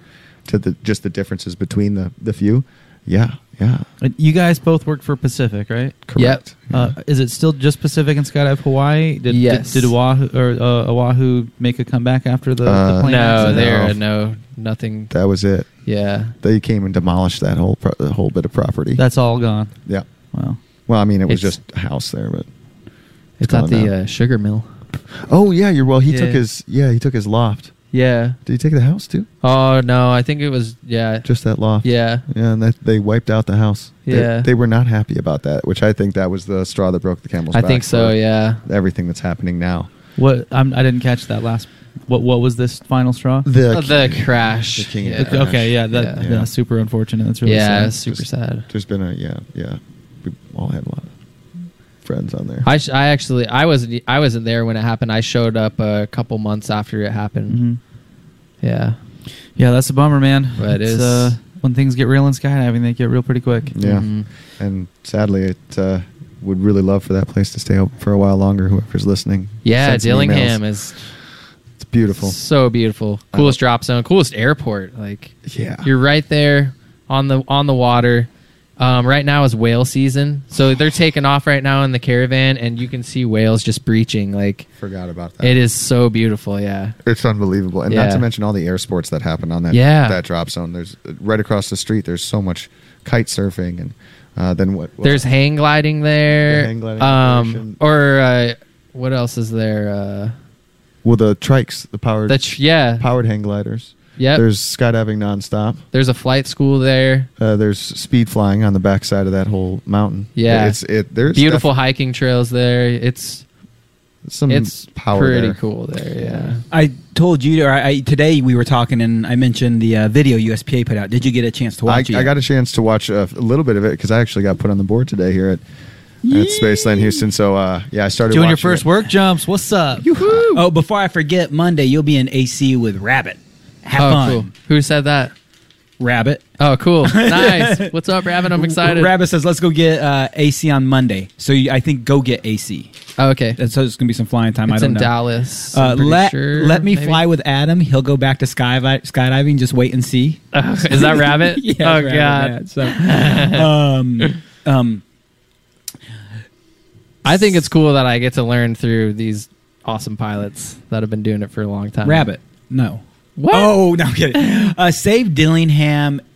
to the just the differences between the the few. Yeah, yeah, And Uh, You guys both work for Pacific, right? Yep. correct. Uh, is it still just Pacific and Skydive Hawaii? Did, Yes. Did, did Oahu, or, uh, Oahu make a comeback after the, Uh, the plane no, accident? there, No. no, nothing. That was it. Yeah, They came and demolished that whole pro- the whole bit of property. That's all gone. yeah. Wow. Well, I mean, it was It's- just a house there, but it's at gone now. the uh, sugar mill. oh yeah, you're well. He took Yeah. his yeah, he took his loft. Yeah. Did he take the house too? Oh no, I think it was yeah, Just that loft. yeah, Yeah, and that, they wiped out the house. They- Yeah. they, were not happy about that, which I think that was the straw that broke the camel's I back. think so. for Yeah, everything that's happening now. What? I'm, I didn't catch that last. What? What was this final straw? The, Oh, the, crash. the king yeah. of the- Okay, yeah, that, Yeah. that's super unfortunate. That's really yeah, sad. it's super Just- sad. There's been a yeah, yeah. We all had a lot of friends on there. I, sh- I actually I wasn't I wasn't there when it happened. I showed up a couple months after it happened. Mm-hmm. Mhm. Yeah, Yeah, that's a bummer, man. But it it's, is- uh, when things get real in skydiving, they get real pretty quick. yeah, Mhm. and sadly, it uh, would really love for that place to stay open for a while longer. Whoever's listening, yeah. Send some Dillingham emails. is it's beautiful. so beautiful. I Coolest drop zone. Coolest airport. Like Yeah, you're right there on the on the water. Um, right now is whale season, so [SIGHS] they're taking off right now in the caravan, and you can see whales just breaching. Like forgot about that. it is so beautiful. Yeah, It's unbelievable, and not Yeah. to mention all the air sports that happen on that Yeah. that drop zone. There's uh, right across the street. There's so much kite surfing, and uh, then what? what there's hang gliding there. Yeah, hang gliding operation. um, or uh, what else is there? Uh, well the trikes, the powered the tr- yeah, powered hang gliders. Yep. There's skydiving nonstop. There's a flight school there. Uh, there's speed flying on the backside of that whole mountain. Yeah. it's it. There's Beautiful def- hiking trails there. It's some it's Hmm, power pretty there. cool there. Yeah. I told you, or I, I, today we were talking, and I mentioned the uh, video USPA put out. Did you get a chance to I, watch it? I yet? got a chance to watch a, a little bit of it because I actually got put on the board today here at at Spaceland Houston. So uh, yeah, I started Doing your watching first it. work jumps. What's up? Oh, before I forget, Monday you'll be in AC with Rabbit. Have oh, fun, cool. Who said that? Rabbit. Oh, [LAUGHS] cool. Nice. What's up, Rabbit? I'm excited. Rabbit says, "Let's go get uh, AC on Monday." So you, I think go get AC. Oh, okay. And so it's gonna be some flying time. I It's don't in know. Dallas. Uh, I'm pretty let sure, let me maybe. fly with Adam. He'll go back to skyvi- skydiving. Just wait and [LAUGHS] see. Is that Rabbit? [LAUGHS] Yeah, oh Rabbit, God. yeah, so, um, um, I think it's cool that I get to learn through these awesome pilots that have been doing it for a long time. Rabbit. No. What? Oh, no, I'm kidding. Uh,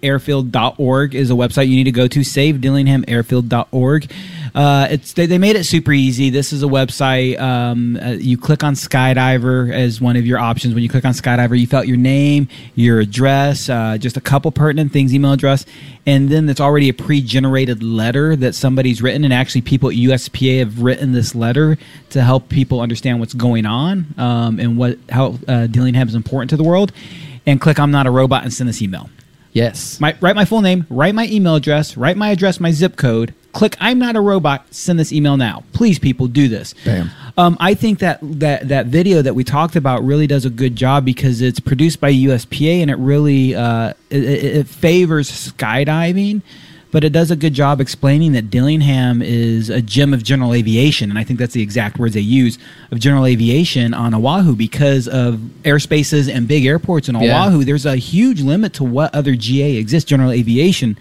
SaveDillinghamAirfield.org is a website you need to go to. SaveDillinghamAirfield.org. Uh, it's they, they made it super easy. This is a website. Um, uh, you click on Skydiver as one of your options. When you click on Skydiver, you fill out your name, your address, uh, just a couple pertinent things, email address, and then it's already a pre-generated letter that somebody's written. And actually, people at USPA have written this letter to help people understand what's going on um, and what how uh, Dillingham is important to the world. And click "I'm not a robot" and send this email. Yes. My, write my full name, write my email address, write my address, my zip code. Click "I'm not a robot." Send this email now, please, people. Do this. Bam. Um, I think that, that that video that we talked about really does a good job because it's produced by USPA and it really uh, it, it it favors skydiving, but it does a good job explaining that Dillingham is a gem of general aviation, and I think that's the exact words they use of general aviation on Oahu because of airspaces and big airports in Yeah. Oahu. There's a huge limit to what other GA exists, general aviation.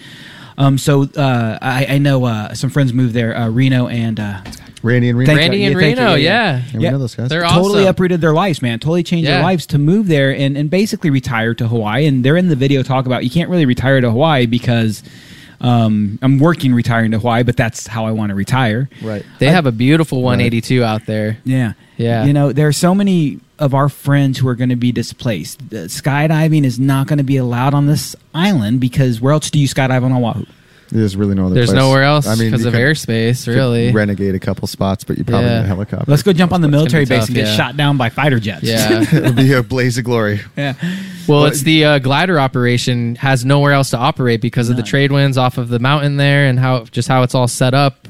Um, so uh, I, I know uh, some friends moved there, uh, Reno and uh, Randy and Randy. Thank Randy you, and yeah, thank you, Reno. yeah, Yeah. Yeah, we know those guys. They're totally awesome. uprooted their lives, man. Totally changed their Yeah. lives to move there and, and basically retire to Hawaii. And they're in the video talk about you can't really retire to Hawaii because um, I'm working retiring to Hawaii, but that's how I want to retire. Right. They have a beautiful 182 out there. Yeah. Yeah. You know, there are so many of our friends who are going to be displaced. The skydiving is not going to be allowed on this island because where else do you skydive on Oahu? There's really no other. There's place. nowhere else I because mean, you of could- airspace, could really. renegade a couple spots, but you probably Yeah. need a helicopter. [LAUGHS] Let's go jump on the military be base tough, and get yeah. shot down by fighter jets. [LAUGHS] yeah. It'll be a blaze of glory. yeah. Well, it's the uh, glider operation has nowhere else to operate because of the trade winds off of the mountain there and how just how it's all set up.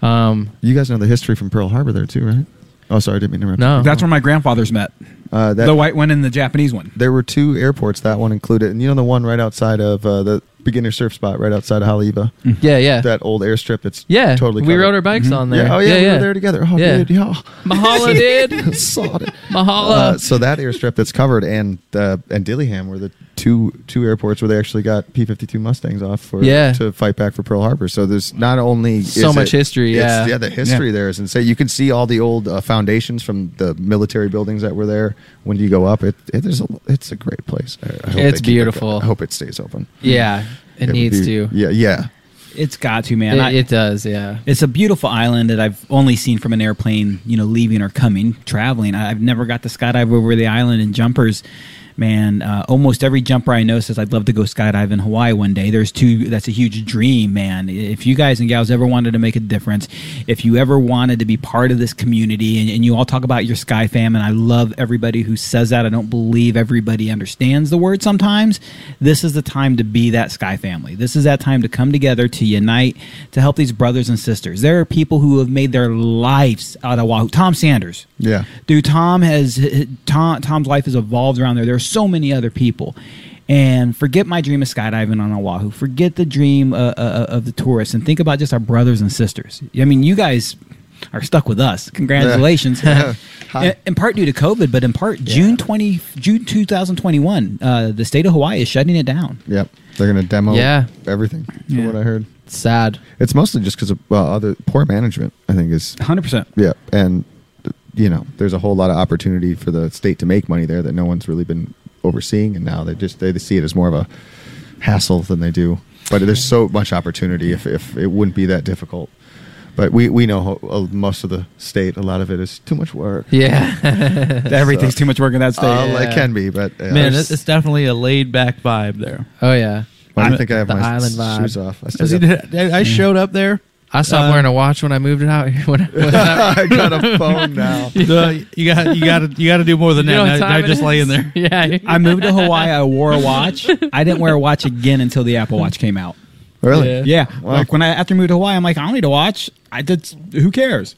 Um, You guys know the history from Pearl Harbor there too, right? Oh, sorry, I didn't mean to interrupt. no, That's where my grandfathers met. Uh, that the white one and the Japanese one. there were two airports that one included, and you know the one right outside of uh, the beginner surf spot, right outside of Haleiwa, Yeah, yeah. that old airstrip. That's Mm-hmm. yeah, totally. we covered. rode our bikes on there. Yeah, oh yeah, we were there together. Oh Yeah. dude, yeah. [LAUGHS] Mahalo did. [LAUGHS] Saw it. Mahalo. Uh, so that airstrip that's covered and uh, and Dillingham were the two two airports where they actually got P fifty two Mustangs off for Yeah. to fight back for Pearl Harbor. So there's not only So is much history, it's- yeah. yeah, the history there is insane. You can see all the old uh, foundations from the military buildings that were there when you go up. It, it is a it's a great place. I, I hope they It's keep it beautiful. going. I hope it stays open. yeah, it, would needs be- to. Yeah, yeah. It's got to, man. It, I- it does. Yeah. It's a beautiful island that I've only seen from an airplane, you know, leaving or coming, traveling. I- I've never got to skydive over the island in jumpers. Man, uh, almost every jumper I know says I'd love to go skydive in Hawaii one day. There's two. That's a huge dream, man. If you guys and gals ever wanted to make a difference, if you ever wanted to be part of this community, and, and you all talk about your sky fam, and I love everybody who says that. I don't believe everybody understands the word sometimes. This is the time to be that sky family. This is that time to come together to unite to help these brothers and sisters. There are people who have made their lives out of Wahoo. Tom Sanders. Yeah. Dude, Tom has Tom, Tom's life has evolved around there. There are so many other people. And forget my dream of skydiving on Oahu. Forget the dream uh, uh, of the tourists and think about just our brothers and sisters. I mean, you guys are stuck with us. Congratulations. [LAUGHS] in, in part due to COVID, but in part June 20 June 2021, uh, the state of Hawaii is shutting it down. Yep. They're gonna demo Yeah. everything. From Yeah. what I heard, It's sad. it's mostly just because of uh, other poor management. I think is 100%. Yeah, and you know, there's a whole lot of opportunity for the state to make money there that no one's really been overseeing, and now they just they see it as more of a hassle than they do. But there's so much opportunity if, if it wouldn't be that difficult. But we we know ho- uh, most of the state, a lot of it is too much work. Yeah. [LAUGHS] Everything's too much work in that state. Uh, Yeah. It can be, but uh, Man, there's- it's it's definitely a laid back vibe there. oh yeah. I think I have the my island s- vibe. shoes off. I, Does still he- got, Mm. I showed up there. I stopped Uh, wearing a watch when I moved it out here. [LAUGHS] When I, when I, I got a phone now. [LAUGHS] The- you got you got to you got to do more than You know what that. Now, time now it just lay in is? there. [LAUGHS] yeah. I moved to Hawaii. I wore a watch. I didn't wear a watch again until the Apple Watch came out. Really? [LAUGHS] Yeah, Wow. like when I after I moved to Hawaii, I'm like, I don't need a watch. I did. Who cares?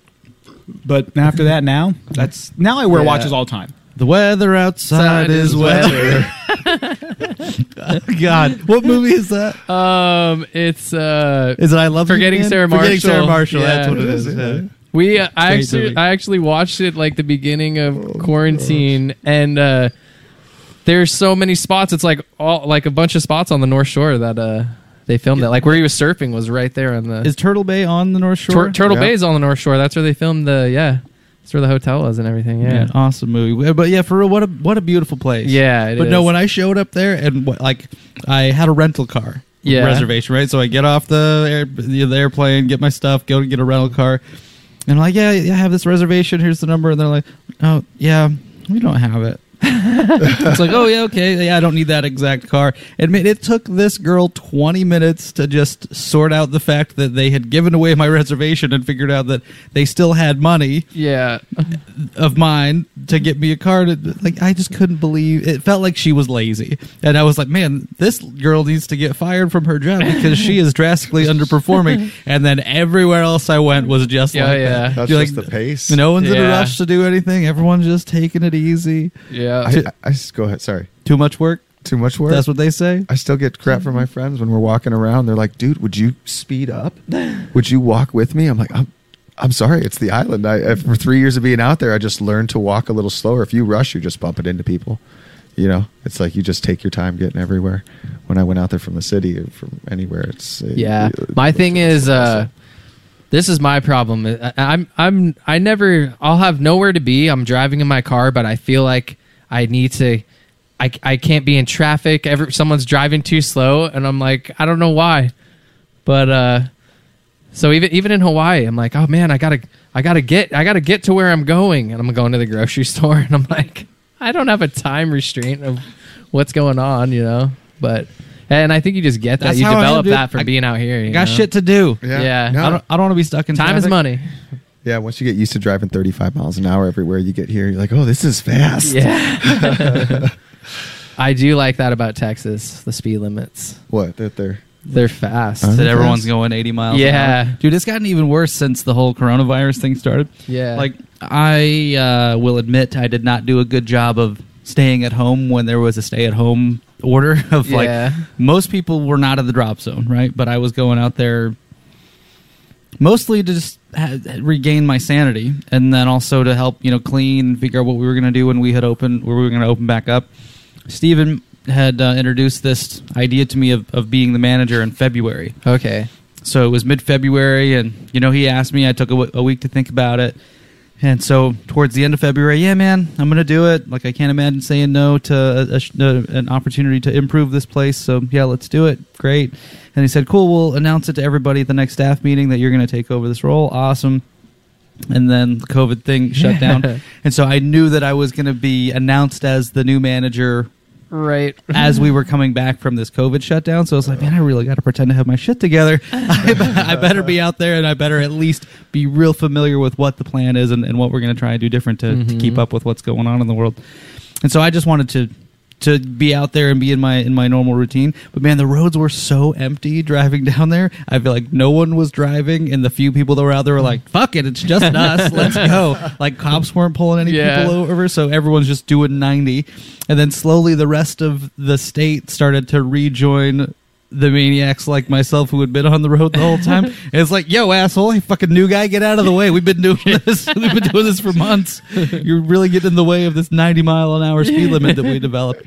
But after that, now that's now I wear Yeah. watches all the time. The weather outside Outside is is weather. [LAUGHS] God, what movie is that? Um, it's uh, Is it I love You Forgetting Man? Sarah Forgetting Sarah Marshall. Marshall. That's Yeah. what it is. yeah. we. Uh, I Great actually, movie. I actually watched it like the beginning of quarantine, and uh, there's so many spots. It's like all like a bunch of spots on the North Shore that uh they filmed it. Like where he was surfing was right there on the Is Turtle Bay on the North Shore? Tur- Turtle Yeah. Bay's on the North Shore. That's where they filmed the yeah. That's where the hotel was and everything. Yeah, Yeah. awesome movie. But yeah, for real, what a what a beautiful place. Yeah, it but no, is. when I showed up there and what, like I had a rental car Yeah. reservation, right? So I get off the air, the the airplane, get my stuff, go to get a rental car, and I'm like, yeah, yeah, I have this reservation. Here's the number, and they're like, oh yeah, we don't have it. [LAUGHS] it's like, oh yeah, okay, yeah, I don't need that exact car. And man, it took this girl 20 minutes to just sort out the fact that they had given away my [LAUGHS] reservation and figured out that they still had money Yeah. of mine to get me a car. To, like I just couldn't believe it. Felt like she was lazy, and I was like, "Man, this girl needs to get fired from her job because she is drastically [LAUGHS] underperforming." And then everywhere else I went was just Yeah, like, yeah. that. That's You're just the pace. No one's in a Yeah. rush to do anything. Everyone's just taking it easy. Yeah. [LAUGHS] I, I, I just go ahead. Sorry, Too much work. too much work. That's what they say. I still get crap from my friends when we're walking around. They're like, "Dude, would you speed up? Would you walk with me?" I'm like, "I'm, I'm sorry, it's the island. I, I- for three years of being out there, I just learned to walk a little slower. If you rush, you just bump it into people. You know, it's like you just take your time getting everywhere. When I went out there from the city or from anywhere, it's Yeah. it- My thing is uh this is my problem. I, I'm I'm I never I'll have nowhere to be. I'm driving in my car, but I feel like I need to I, I can't be in traffic. Every, someone's driving too slow and I'm like, I don't know why. But uh so even even in Hawaii, I'm like, oh man, I gotta I gotta get I gotta get to where I'm going, and I'm going to the grocery [LAUGHS] store, and I'm like, I don't have a time restraint of what's going on, you know. But and I think you just get that That's you how I am, develop dude. that from I- being out here. You I got know? shit to do. yeah, yeah. no. I don't. I don't want to be stuck in Time is traffic. money. yeah. Once you get used to driving 35 miles an hour everywhere you get here, you're like, "Oh, this is fast." Yeah. [LAUGHS] [LAUGHS] I do like that about Texas. The speed limits, What that there? they're fast. Huh? That everyone's going 80 miles. an Yeah. hour. dude, it's gotten even worse since the whole coronavirus thing started. Yeah. Like I uh, will admit I did not do a good job of staying at home when there was a stay at home order [LAUGHS] of Yeah. like most people were not in the drop zone, right? But I was going out there mostly to just ha- regain my sanity and then also to help, you know, clean, figure out what we were going to do when we had opened, where we were going to open back up. Steven had uh, introduced this idea to me of, of being the manager in February. Okay. So it was mid February, and you know he asked me. I took a, w- a week to think about it, and so towards the end of February, yeah, man, I'm gonna do it. Like I can't imagine saying no to a, a sh- uh, an opportunity to improve this place. So yeah, let's do it. Great. And he said, cool. We'll announce it to everybody at the next staff meeting that you're gonna take over this role. Awesome. And then the COVID thing shut down, and so I knew that I was gonna be announced as the new manager Right. as we were coming back from this COVID shutdown. So I was like, man, I really got to pretend to have my shit together. [LAUGHS] I, be- I better be out there and I better at least be real familiar with what the plan is and, and what we're going to try and do different to, to keep up with what's going on in the world. And so I just wanted to to be out there and be in my in my normal routine. But man, the roads were so empty driving [LAUGHS] down there. I feel like no one was driving, and the few people that were out there were like, "Fuck it, it's just us. Let's go." Like cops weren't pulling any Yeah. people over, so everyone's just doing ninety. And then slowly, the rest of the state started to rejoin. The maniacs like myself who had been on the road the whole time. And it's like, yo, asshole, hey, fucking new guy, get out of the way. We've been doing this. We've been doing this for months. You're really getting in the way of this 90 mile an hour speed limit that we developed.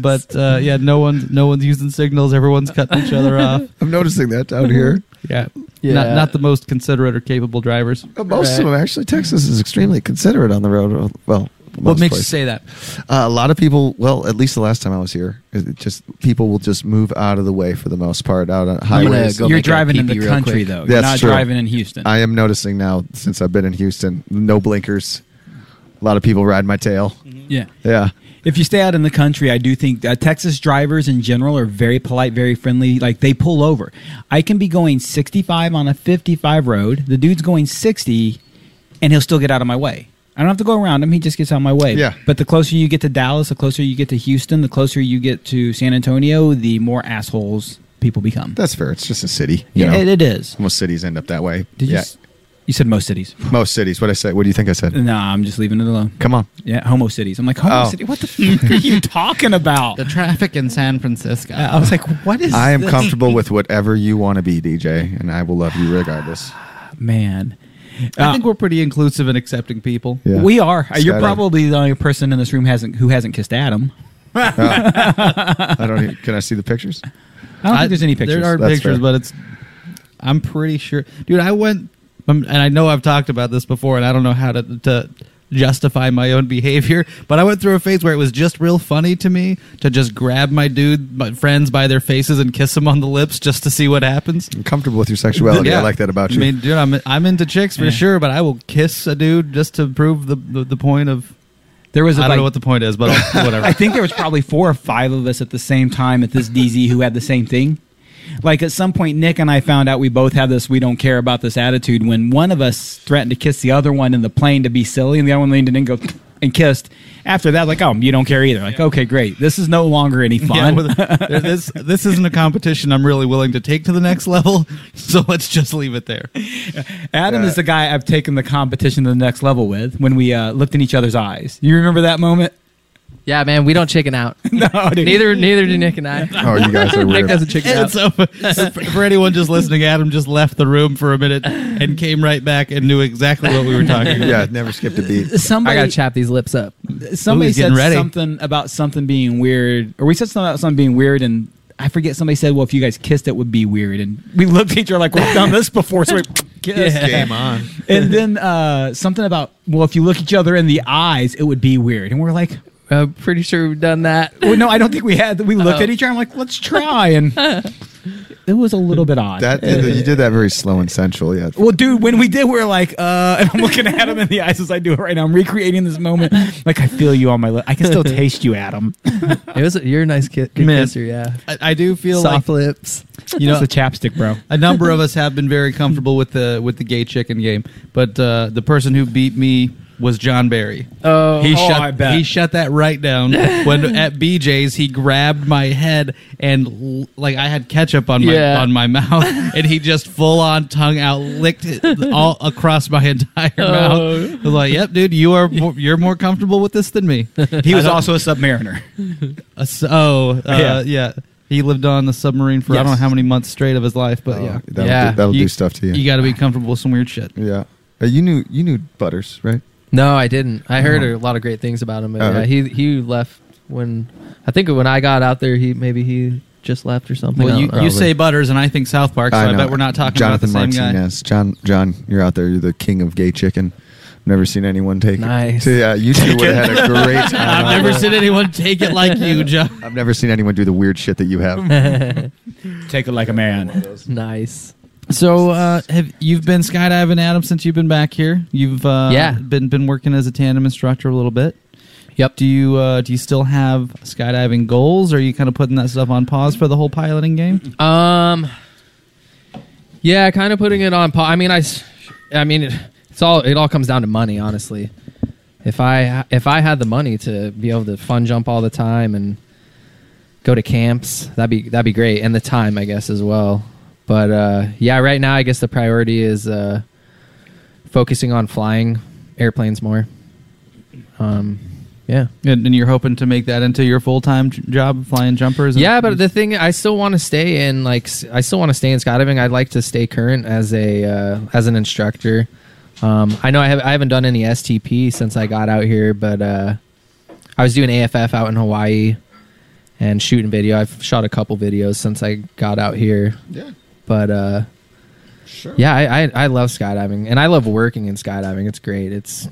But uh, yeah, no one, no one's using signals. Everyone's cutting each other off. I'm noticing that down here. Yeah, Yeah. Not, not the most considerate or capable drivers. Uh, Most of them, actually, Texas is extremely considerate on the road. uh, Well, What most makes you places. say that? Uh, a lot of people, well, at least the last time I was here, is it just people will just move out of the way for the most part out on highways. go You're make a driving in pee-pee the real country quick. though. You're That's not true. driving in Houston. I am noticing now since I've been in Houston, no blinkers. A lot of people ride my tail. yeah. Yeah. If you stay out in the country, I do think uh, Texas drivers in general are very polite, very friendly. Like they pull over. I can be going 65 on a 55 road. The dude's going 60, and he'll still get out of my way. I don't have to go around him. He just gets out of my way. Yeah. But the closer you get to Dallas, the closer you get to Houston, the closer you get to San Antonio, the more assholes people become. That's fair. It's just a city. You Yeah, know? it, it is. Most cities end up that way. Did you? yeah. s- You said most cities. Most cities. What I say? What do you think I said? Nah, I'm just leaving it alone. Come on. Yeah, Homo Cities. I'm like, Homo Oh. City? What the fuck are you talking about? The traffic in San Francisco. I was like, what is [LAUGHS] I am this? comfortable with whatever you want to be, DJ, and I will love you regardless. Man. I Uh, think we're pretty inclusive and accepting people. Yeah. We are. Uh, You're Skydive. probably the only person in this room hasn't who hasn't kissed Adam. I don't. Even, can I see the pictures? I don't think there's any pictures. There are That's pictures, fair. but it's. I'm pretty sure, dude. I went, um, and I know I've talked about this before, and I don't know how to to justify my own behavior, but I went through a phase where it was just real funny to me to just grab my dude, my friends by their faces and kiss them on the lips just to see what happens. I'm comfortable with your sexuality. I like that about you. I mean, dude, I'm I'm into chicks for Yeah. sure, but I will kiss a dude just to prove the the, the point of. there was I don't like- know what the point is, but I'll- whatever. I think there was probably four or five of us at the same time at this DZ who had the same thing. Like at some point, Nick and I found out we both have this "we don't care about this" attitude. When one of us threatened to kiss the other one in the plane to be silly, and the other one leaned in and go and kissed. After that, like, oh, you don't care either. Like, okay, great. This is no longer any fun. Yeah, with- there- this this isn't a competition I'm really willing to take to the next level, [LAUGHS] so let's just leave it there. Adam is the guy I've taken the competition to the next level with when we uh, looked in each other's eyes. You remember that moment? [LAUGHS] Yeah, man, we don't chicken [LAUGHS] out. No, dude. neither neither do Nick and I. oh, you guys are Nick weird. doesn't chicken out. So for, for anyone just listening, Adam just left the room for a minute and came right back and knew exactly what we were talking about. yeah, [LAUGHS] never skipped a beat. I Somebody, gotta chap these lips up. somebody Ooh, he's getting said ready. something about something being weird, or we said something about something being weird, and I forget. Somebody said, "Well, if you guys kissed, it would be weird." And we looked at each other like, "We've done this before," so we [LAUGHS] kissed. Game on. And then uh, something about, "Well, if you look each other in the eyes, it would be weird." And we're like, I'm pretty sure we've done that. well, "No, I don't think we had." We looked at each other. I'm like, "Let's try," [LAUGHS] and it was a little bit odd. That you did that very slow and sensual. Yeah. Well, dude, when we did, we were like, uh, [LAUGHS] and I'm looking at him in the eyes as I do it right now. I'm recreating this moment. Like, I feel you on my lip. I can still taste you, Adam. It was you're a nice ki- good Man. kisser, yeah. I, I do feel Soft like lips. you know it's the chapstick, bro. a number of us have been very comfortable with the with the gay chicken game, but uh, the person who beat me was John Barry. Oh. he Oh, shut I bet. he shut that right down when at BJ's he grabbed my head and l- like I had ketchup on my Yeah. on my mouth and he just full on tongue out licked it all across my entire Oh. mouth. I was like, "Yep, dude, you are more, you're more comfortable with this than me." He was also a submariner. Uh, so, oh, uh, Yeah. yeah. He lived on the submarine for I don't know Yes. how many months straight of his life, but Oh, yeah. that'll, Yeah. do, that'll You- do stuff to you. You got to be comfortable with some weird shit. yeah, Uh, you knew you knew Butters, right? No, I didn't. I heard Uh-huh. a lot of great things about him. But Oh. yeah, he he left when I think when I got out there. He maybe he just left or something. Well, I you, don't know, you but- say Butters, and I think South Park, so I, know. bet we're not talking Jonathan about the same guy. Martinez. John, John, you're out there. You're the king of gay chicken. I've never seen anyone take Nice. it. So, yeah, you two would have [LAUGHS] had a great time. I've never seen anyone take it like you, Joe. I've never seen anyone do the weird shit that you have. Take it like a man. nice. [LAUGHS] So, uh, have you've been skydiving, Adam, since you've been back here? You've uh, Yeah. been been working as a tandem instructor a little bit. Yep. Do you uh, do you still have skydiving goals? Or are you kind of putting that stuff on pause for the whole piloting game? Um. Yeah, kind of putting it on. Pa- I mean, I, s- I mean, it, it's all. It all comes down to money, honestly. If I if I had the money to be able to fun jump all the time and go to camps, that'd be that'd be great, and the time, I guess, as well. But uh, yeah, right now, I guess the priority is uh, focusing on flying airplanes more. Um, yeah. And, and you're hoping to make that into your full time job, flying jumpers. and- Yeah, but the thing I still want to stay in like s- I still want to stay in skydiving. I'd like to stay current as a uh, as an instructor. Um, I know I have I haven't done any STP since I got out here, but uh, I was doing AFF out in Hawaii and shooting video. I've shot a couple videos since I got out here, yeah, but uh, sure. yeah, I, I I love skydiving and I love working in skydiving. It's great. It's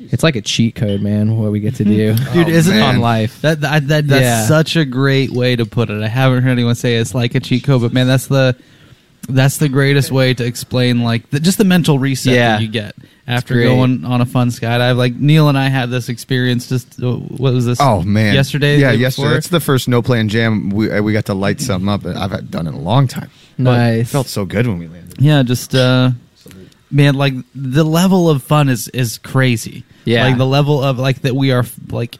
it's like a cheat code, man. What we get to [LAUGHS] do, Oh, Dude, isn't it- on life? That, that, that that's Yeah. such a great way to put it. I haven't heard anyone say it's like a cheat code, but man, that's the that's the greatest way to explain like the, just the mental reset Yeah. that you get after great. going on a fun skydive. Like Neil and I had this experience. Just uh, what was this? Oh man, yesterday. the Yeah, day yesterday. before? That's the first no plan jam. We uh, we got to light something up. I've had- done it in a long time. It Nice. felt so good when we landed. Yeah, just uh man, like the level of fun is is crazy. Yeah. like the level of like that we are like.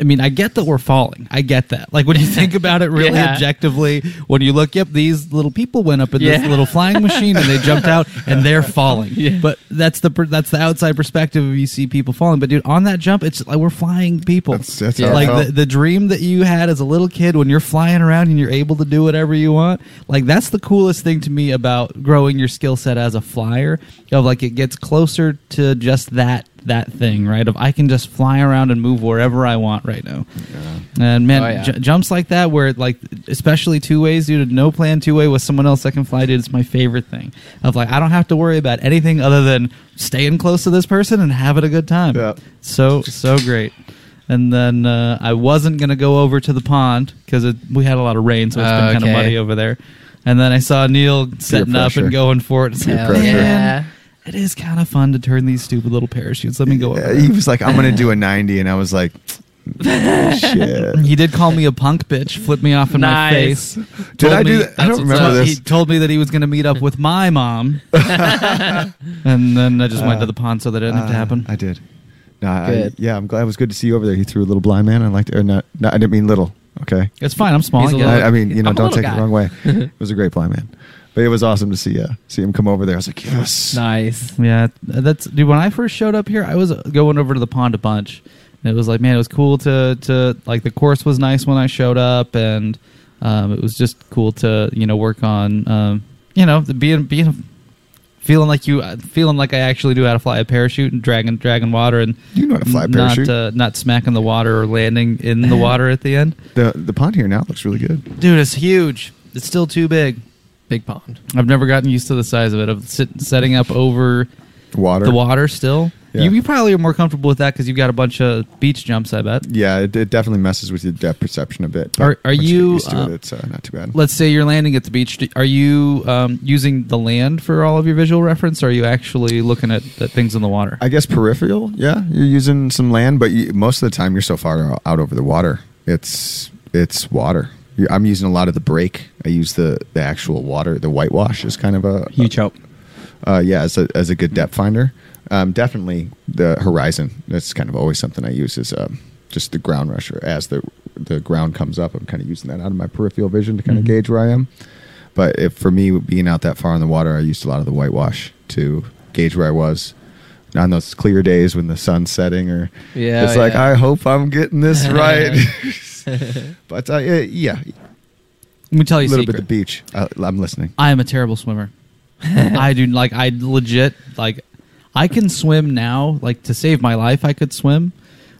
I mean, I get that we're falling. I get that. Like [LAUGHS] when you think about it really Yeah. objectively, when you look, yep, these little people went up in Yeah. this little flying machine and they jumped out [LAUGHS] and they're falling. But that's the per- that's the outside perspective of you see people falling. But dude, on that jump, it's like we're flying people. That's, that's Yeah. how it Like felt. the, the dream that you had as a little kid when you're flying around and you're able to do whatever you want. Like that's the coolest thing to me about growing your skill set as a flyer. Of like it gets closer to just that that thing, right? Of I can just fly around and move wherever I want right now. And man, Oh, yeah. ju- jumps like that where it like especially two ways, dude, no plan two way with someone else that can fly, dude, it's my favorite thing. Of like I don't have to worry about anything other than staying close to this person and having a good time. Yeah. So so great. And then uh, I wasn't gonna go over to the pond because we had a lot of rain, so it's been Oh, kind of okay. muddy over there. And then I saw Neil setting up pressure. and going for it. It's like, Hell pressure. man, it is kind of fun to turn these stupid little parachutes. Let me go over. Uh, there. he was like, "I'm gonna do a 90," and I was like, [LAUGHS] "Shit." He did call me a punk bitch, flip me off in my Nice. face. Did I do that? I don't remember told- this. He told me that he was going to meet up with [LAUGHS] my mom, and then I just went to the pond so that it didn't have to Uh, happen. I did. No, I, Good. yeah, I'm glad. It was good to see you over there. He threw a little blind man. I liked, or not, no, I didn't mean little. Okay. it's fine. I'm small. He's I a get I, it. I mean, you know, I'm a don't little take it guy. the [LAUGHS] wrong way. it was a great blind man, but it was awesome to see uh, see him come over there. I was like, yes. nice. Yeah, that's dude. When I first showed up here, I was going over to the pond a bunch, and it was like, man, it was cool to to like the course was nice when I showed up, and um, it was just cool to you know work on um, you know the being being feeling like you uh, feeling like I actually do how to fly a parachute and dragging dragging water and You know how to fly a not parachute. uh, not smacking the water or landing in [LAUGHS] the water at the end. The the pond here now looks really good. Dude, it's huge. It's still too big. Big pond. I've never gotten used to the size of it. Of sit, setting up over Water. the water still. Yeah. You, you probably are more comfortable with that because you've got a bunch of beach jumps. I bet. Yeah, it, it definitely messes with your depth perception a bit. but Are- are once get you, used to uh, it, it's uh, not too bad. Let's say you're landing at the beach. Do- Are you um, using the land for all of your visual reference? Or are you actually looking at, at things in the water? I guess peripheral. Yeah, you're using some land, but you, most of the time you're so far out over the water. It's it's water. You- I'm using a lot of the break. I use the the actual water. The whitewash is kind of a Huge help. Uh, yeah, as a as a good depth finder. Um, definitely the horizon. That's kind of always something I use is um, just the ground rusher as the the ground comes up. I'm kind of using that out of my peripheral vision to kind Mm-hmm. of gauge where I am. But if for me being out that far in the water, I used a lot of the whitewash to gauge where I was. On those clear days when the sun's setting, or Yeah, it's like yeah. I hope I'm [LAUGHS] getting this right. but uh, yeah, Let me tell a you a little secret. bit of the beach. I, I'm listening. I am a terrible swimmer. [LAUGHS] I do like I legit like I can swim now. Like to save my life, I could swim,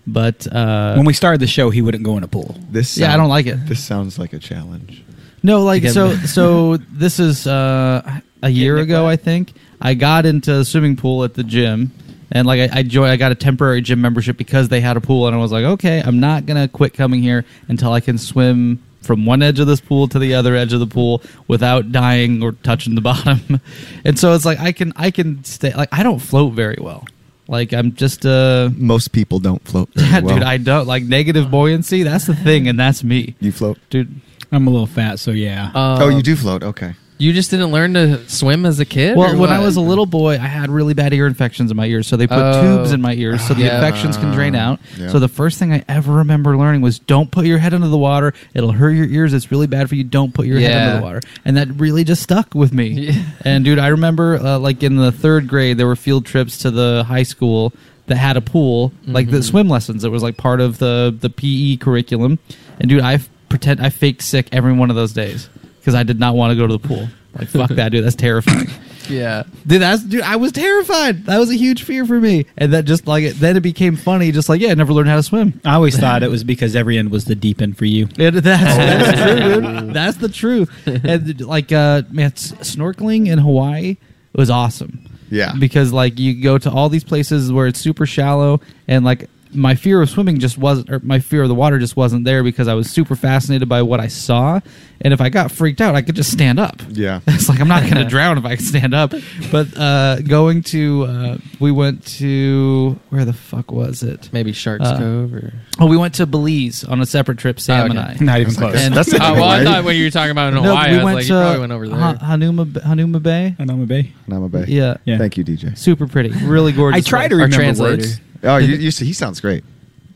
but uh, when we started the show, he wouldn't go in a pool. This yeah, I sound- don't like it. This sounds like a challenge. No, like Again. so. So this is uh, a year ago, I think. I got into the swimming pool at the gym, and like I, I joined. I got a temporary gym membership because they had a pool, and I was like, okay, I'm not gonna quit coming here until I can swim from one edge of this pool to the other edge of the pool without dying or touching the [LAUGHS] bottom. and so it's like I can I can stay. Like I don't float very well. Like I'm just uh. [LAUGHS] Most people don't float. very Yeah, well. dude, I don't like negative buoyancy. That's the thing, and that's me, you float. dude. I'm a little fat, so yeah. Uh, oh, Um, you do float. Okay. You just didn't learn to swim as a kid? Well, or when I what? was a little boy, I had really bad ear infections in my ears, so they put Oh. tubes in my ears so the Yeah. infections can drain out. Yeah. So the first thing I ever remember learning was don't put your head under the water; it'll hurt your ears. It's really bad for you. Don't put your head under Yeah. the water, and that really just stuck with me. Yeah. And dude, I remember uh, like in the third grade, there were field trips to the high school that had a pool, like Mm-hmm. the swim lessons. It was like part of the the PE curriculum. And dude, I f- pretend I faked sick every one of those days because I did not want to go to the pool. Like fuck that, dude. That's terrifying. yeah. Dude, that's dude. I was terrified. That was a huge fear for me, and that just like it, then it became funny. Just like yeah, I never learned how to swim. I always thought it was because every end was the deep end for you. And [LAUGHS] that's, that's true, dude. That's the truth. And like uh, man, s- snorkeling in Hawaii was awesome. Yeah. because like you go to all these places where it's super shallow, and like my fear of swimming just wasn't, or my fear of the water just wasn't there because I was super fascinated by what I saw, and if I got freaked out, I could just stand up. Yeah. [LAUGHS] It's like I'm not [LAUGHS] going to drown if I can stand up. But uh, going to, uh, we went to where the fuck was it? Maybe Sharks Uh, Cove or. Oh, we went to Belize on a separate trip, Sam Oh, okay. and [LAUGHS] I. Not even close. And- uh, That's Oh, a well, I Hawaii. thought when you were talking about in Hawaii, I was like, you probably went over there. Ha- Hanuma, Hanuma Bay. Hanama Bay. Nama Bay. Yeah. Yeah. Thank you, DJ. super pretty, really gorgeous. I try to place. Our remember translator. words. Oh, you, you see, he [LAUGHS] sounds great.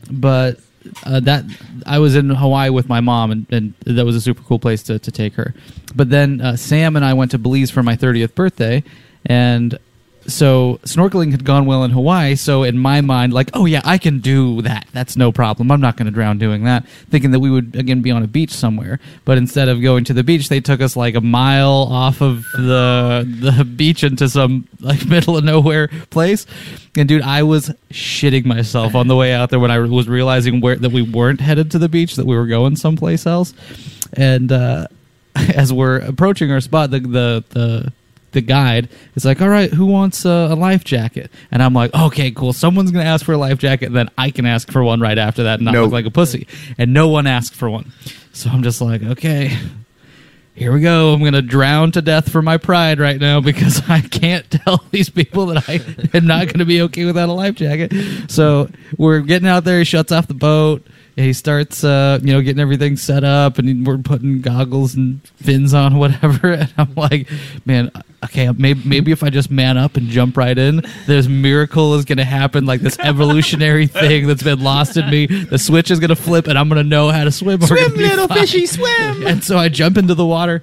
but uh, that I was in Hawaii with my mom, and, and that was a super cool place to, to take her. But then uh, Sam and I went to Belize for my 30th birthday, and so snorkeling had gone well in Hawaii. So in my mind, like, oh yeah, I can do that. That's no problem. I'm not going to drown doing that. Thinking that we would again be on a beach somewhere, but instead of going to the beach, they took us like a mile off of the the beach into some like [LAUGHS] middle of nowhere place. And dude, I was shitting myself on the way out there when I was realizing where that we weren't headed to the beach, that we were going someplace else. And uh, [LAUGHS] as we're approaching our spot, the the the the guide is like, "All right, who wants a, a life jacket?" And I'm like, "Okay, cool. Someone's gonna ask for a life jacket, and then I can ask for one right after that, and not No. look like a pussy." And no one asked for one, so I'm just like, "Okay, here we go. I'm going to drown to death for my pride right now because [LAUGHS] I can't tell these people that I am not going to be okay without a life jacket. So we're getting out there. He shuts off the boat. And he starts, uh, you know, getting everything set up, and we're putting goggles and fins on, [LAUGHS] whatever. And I'm like, man, okay, maybe, maybe if I just man up and jump right in, this miracle is going to happen. Like this evolutionary thing that's been lost in me, the switch is going to flip, and I'm going to know how to swim. We're gonna be fine. swim. [LAUGHS] And so I jump into the water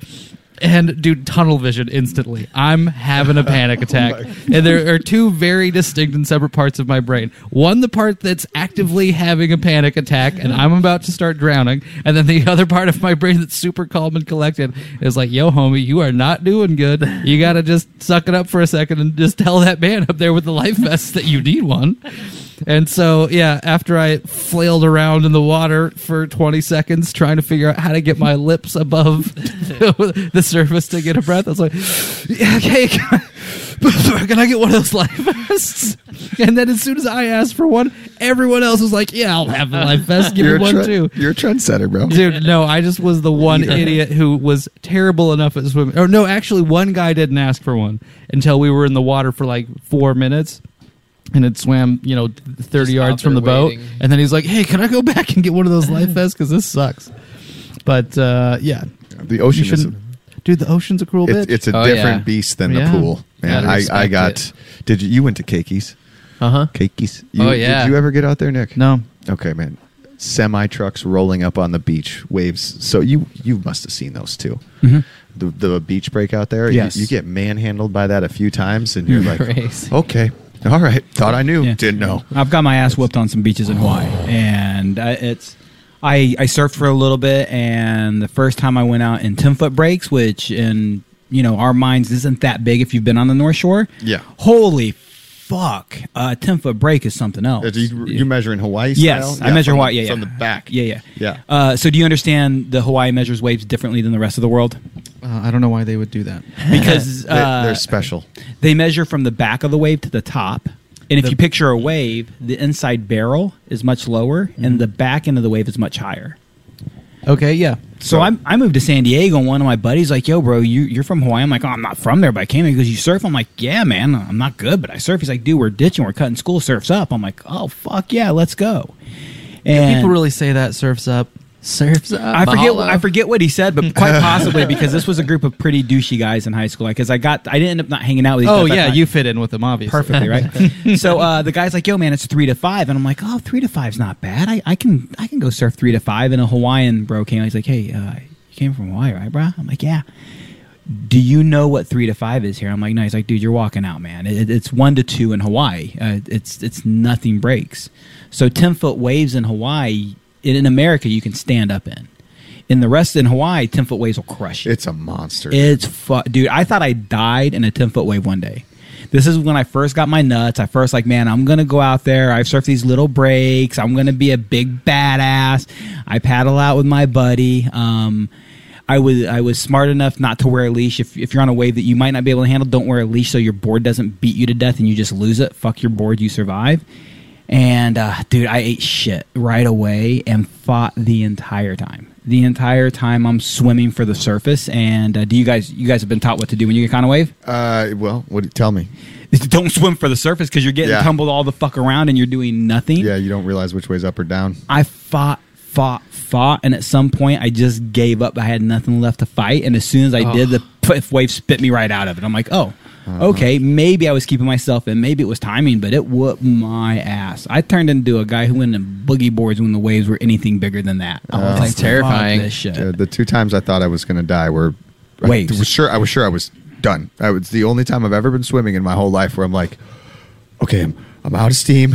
and dude tunnel vision instantly i'm having a panic attack and there are two very distinct and separate parts of my brain one the part that's actively having a panic attack and i'm about to start drowning and then the [LAUGHS] other part of my brain that's super calm and collected is like yo homie you are not doing good you gotta just suck it up for a second and just tell that man up there with the life vest that you need one and so, yeah, after I flailed around in the water for 20 seconds trying to figure out how to get my lips above [LAUGHS] the surface to get a breath, I was like, "Yeah, okay, [LAUGHS] can I, can I get one of those life vests? And then as soon as I asked for one, everyone else was like, yeah, I'll have a life vest. Give me a one tre- too. You're a trendsetter, bro. Dude, no, I just was the one idiot who was terrible enough at swimming. Or no, actually, one guy didn't ask for one until we were in the water for like four minutes. And it swam, you know, thirty Just yards out from the there boat, waiting. and then he's like, "Hey, can I go back and get one of [LAUGHS] those life vests? Because this sucks." But uh, yeah, The ocean you is. shouldn't. Dude, the ocean's a cruel bitch. It's, it's a Oh, different yeah. beast than Yeah. the pool. Man, Gotta I, I respect got. it. Did you? You went to Keikis? Uh huh. Keikis. Oh, yeah. Did you ever get out there, Nick? No. Okay, man. Semi trucks rolling up on the beach, waves. So you you must have seen those too. The the beach break out there. you- Mm-hmm. Yes. You, get manhandled by that a few times, and you're like, Crazy. okay, all right. Thought I knew, Yeah. didn't know. I've got my ass whooped on some beaches in Hawaii, and I, it's I I surfed for a little bit, and the first time I went out in ten foot breaks, which in you know our minds isn't that big if you've been on the North Shore. Yeah. Holy fuck! A ten foot break is something else. Uh, do You, you measure in Hawaii style? Yes, I Yeah, measure from- Hawaii. Yeah, yeah. from the back. Yeah, yeah, yeah. Uh, so, do you understand the Hawaii measures waves differently than the rest of the [LAUGHS] world? Uh, I don't know why they would do that. Because They, uh, they're special. They measure from the back of the wave to the top. And if you picture a wave, the inside barrel is much lower Mm-hmm. and the back end of the wave is much higher. Okay, yeah. So I'm, I moved to San Diego and one of my buddies like, yo, bro, you, you're from Hawaii. I'm like, oh, I'm not from there, but I came here because you surf. I'm like, yeah, man, I'm not good, but I surf. He's like, dude, we're ditching. We're cutting school. Surf's up. I'm like, oh, fuck yeah, let's go. And People really say that surfs up. Surfs up. I forget. Mahalo. I forget what he said, but [LAUGHS] quite possibly because this was a group of pretty douchey guys in high school. Because I got, I didn't end up not hanging out with. These Oh guys. I yeah, thought- you fit in with them obviously. perfectly right. so uh, the guy's like, "Yo, man, it's three to five. and I'm like, "Oh, three to five's not bad. I, I can I can go surf three to five. And a Hawaiian bro came. He's like, "Hey, uh, you came from Hawaii, right, bro?" I'm like, "Yeah." Do you know what three to five is here? I'm like, "No." He's like, "Dude, you're walking out, man. It, it's one to two in Hawaii. Uh, it's it's nothing breaks. So ten foot waves in Hawaii, in, in America, you can stand up in. In the rest in Hawaii, ten foot waves will crush you. It's a monster. It's fu- dude. I thought I died in a ten foot wave one day. This is when I first got my nuts. I first like, man, I'm gonna go out there. I've surfed these little breaks. I'm gonna be a big badass. I paddle out with my buddy. Um, I was I was smart enough not to wear a leash. If, if you're on a wave that you might not be able to handle, don't wear a leash so your board doesn't beat you to death and you just lose it. Fuck your board, you survive. And uh, dude, I ate shit right away and fought the entire time. The entire time I'm swimming for the surface. And uh, do you guys you guys have been taught what to do when you get caught in a wave? uh, well, what do you- tell me? Don't swim for the surface because you're getting Yeah. tumbled all the fuck around and you're doing nothing. Yeah, you don't realize which way's up or down. I fought, fought, fought, and at some point I just gave up. I had nothing left to fight, and as soon as I did, the pff wave spit me right out of it. I'm like, oh, Uh-huh. okay, maybe I was keeping myself in, maybe it was timing, but it whooped my ass. I turned into a guy who went in boogie boards when the waves were anything bigger than that. I was That's like, terrifying. Oh, terrifying. This shit. Uh, the two times I thought I was going to die were I Waves. was sure I was sure I was done. I was the only time I've ever been swimming in my whole life where I'm like, okay, I'm, I'm out of steam.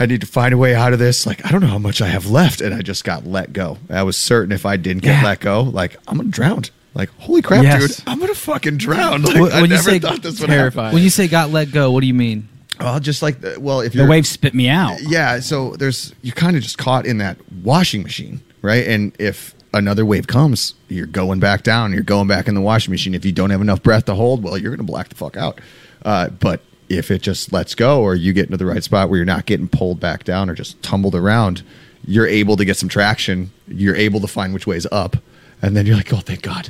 I need to find a way out of this. Like I don't know how much I have left, and I just got let go. I was certain if I didn't get Yeah. let go, like I'm gonna drown. Like holy crap, Yes. dude, I'm gonna fucking drown. Like, When- I when you never say thought this would happen. terrified. When you say got let go, what do you mean? Well, just like the- well, if the you're, wave spit me out. yeah so there's you're kind of just caught in that washing machine right and if another wave comes you're going back down you're going back in the washing machine if you don't have enough breath to hold well you're gonna black the fuck out uh, but if it just lets go or you get into the right spot where you're not getting pulled back down or just tumbled around you're able to get some traction you're able to find which way's up and then you're like oh thank god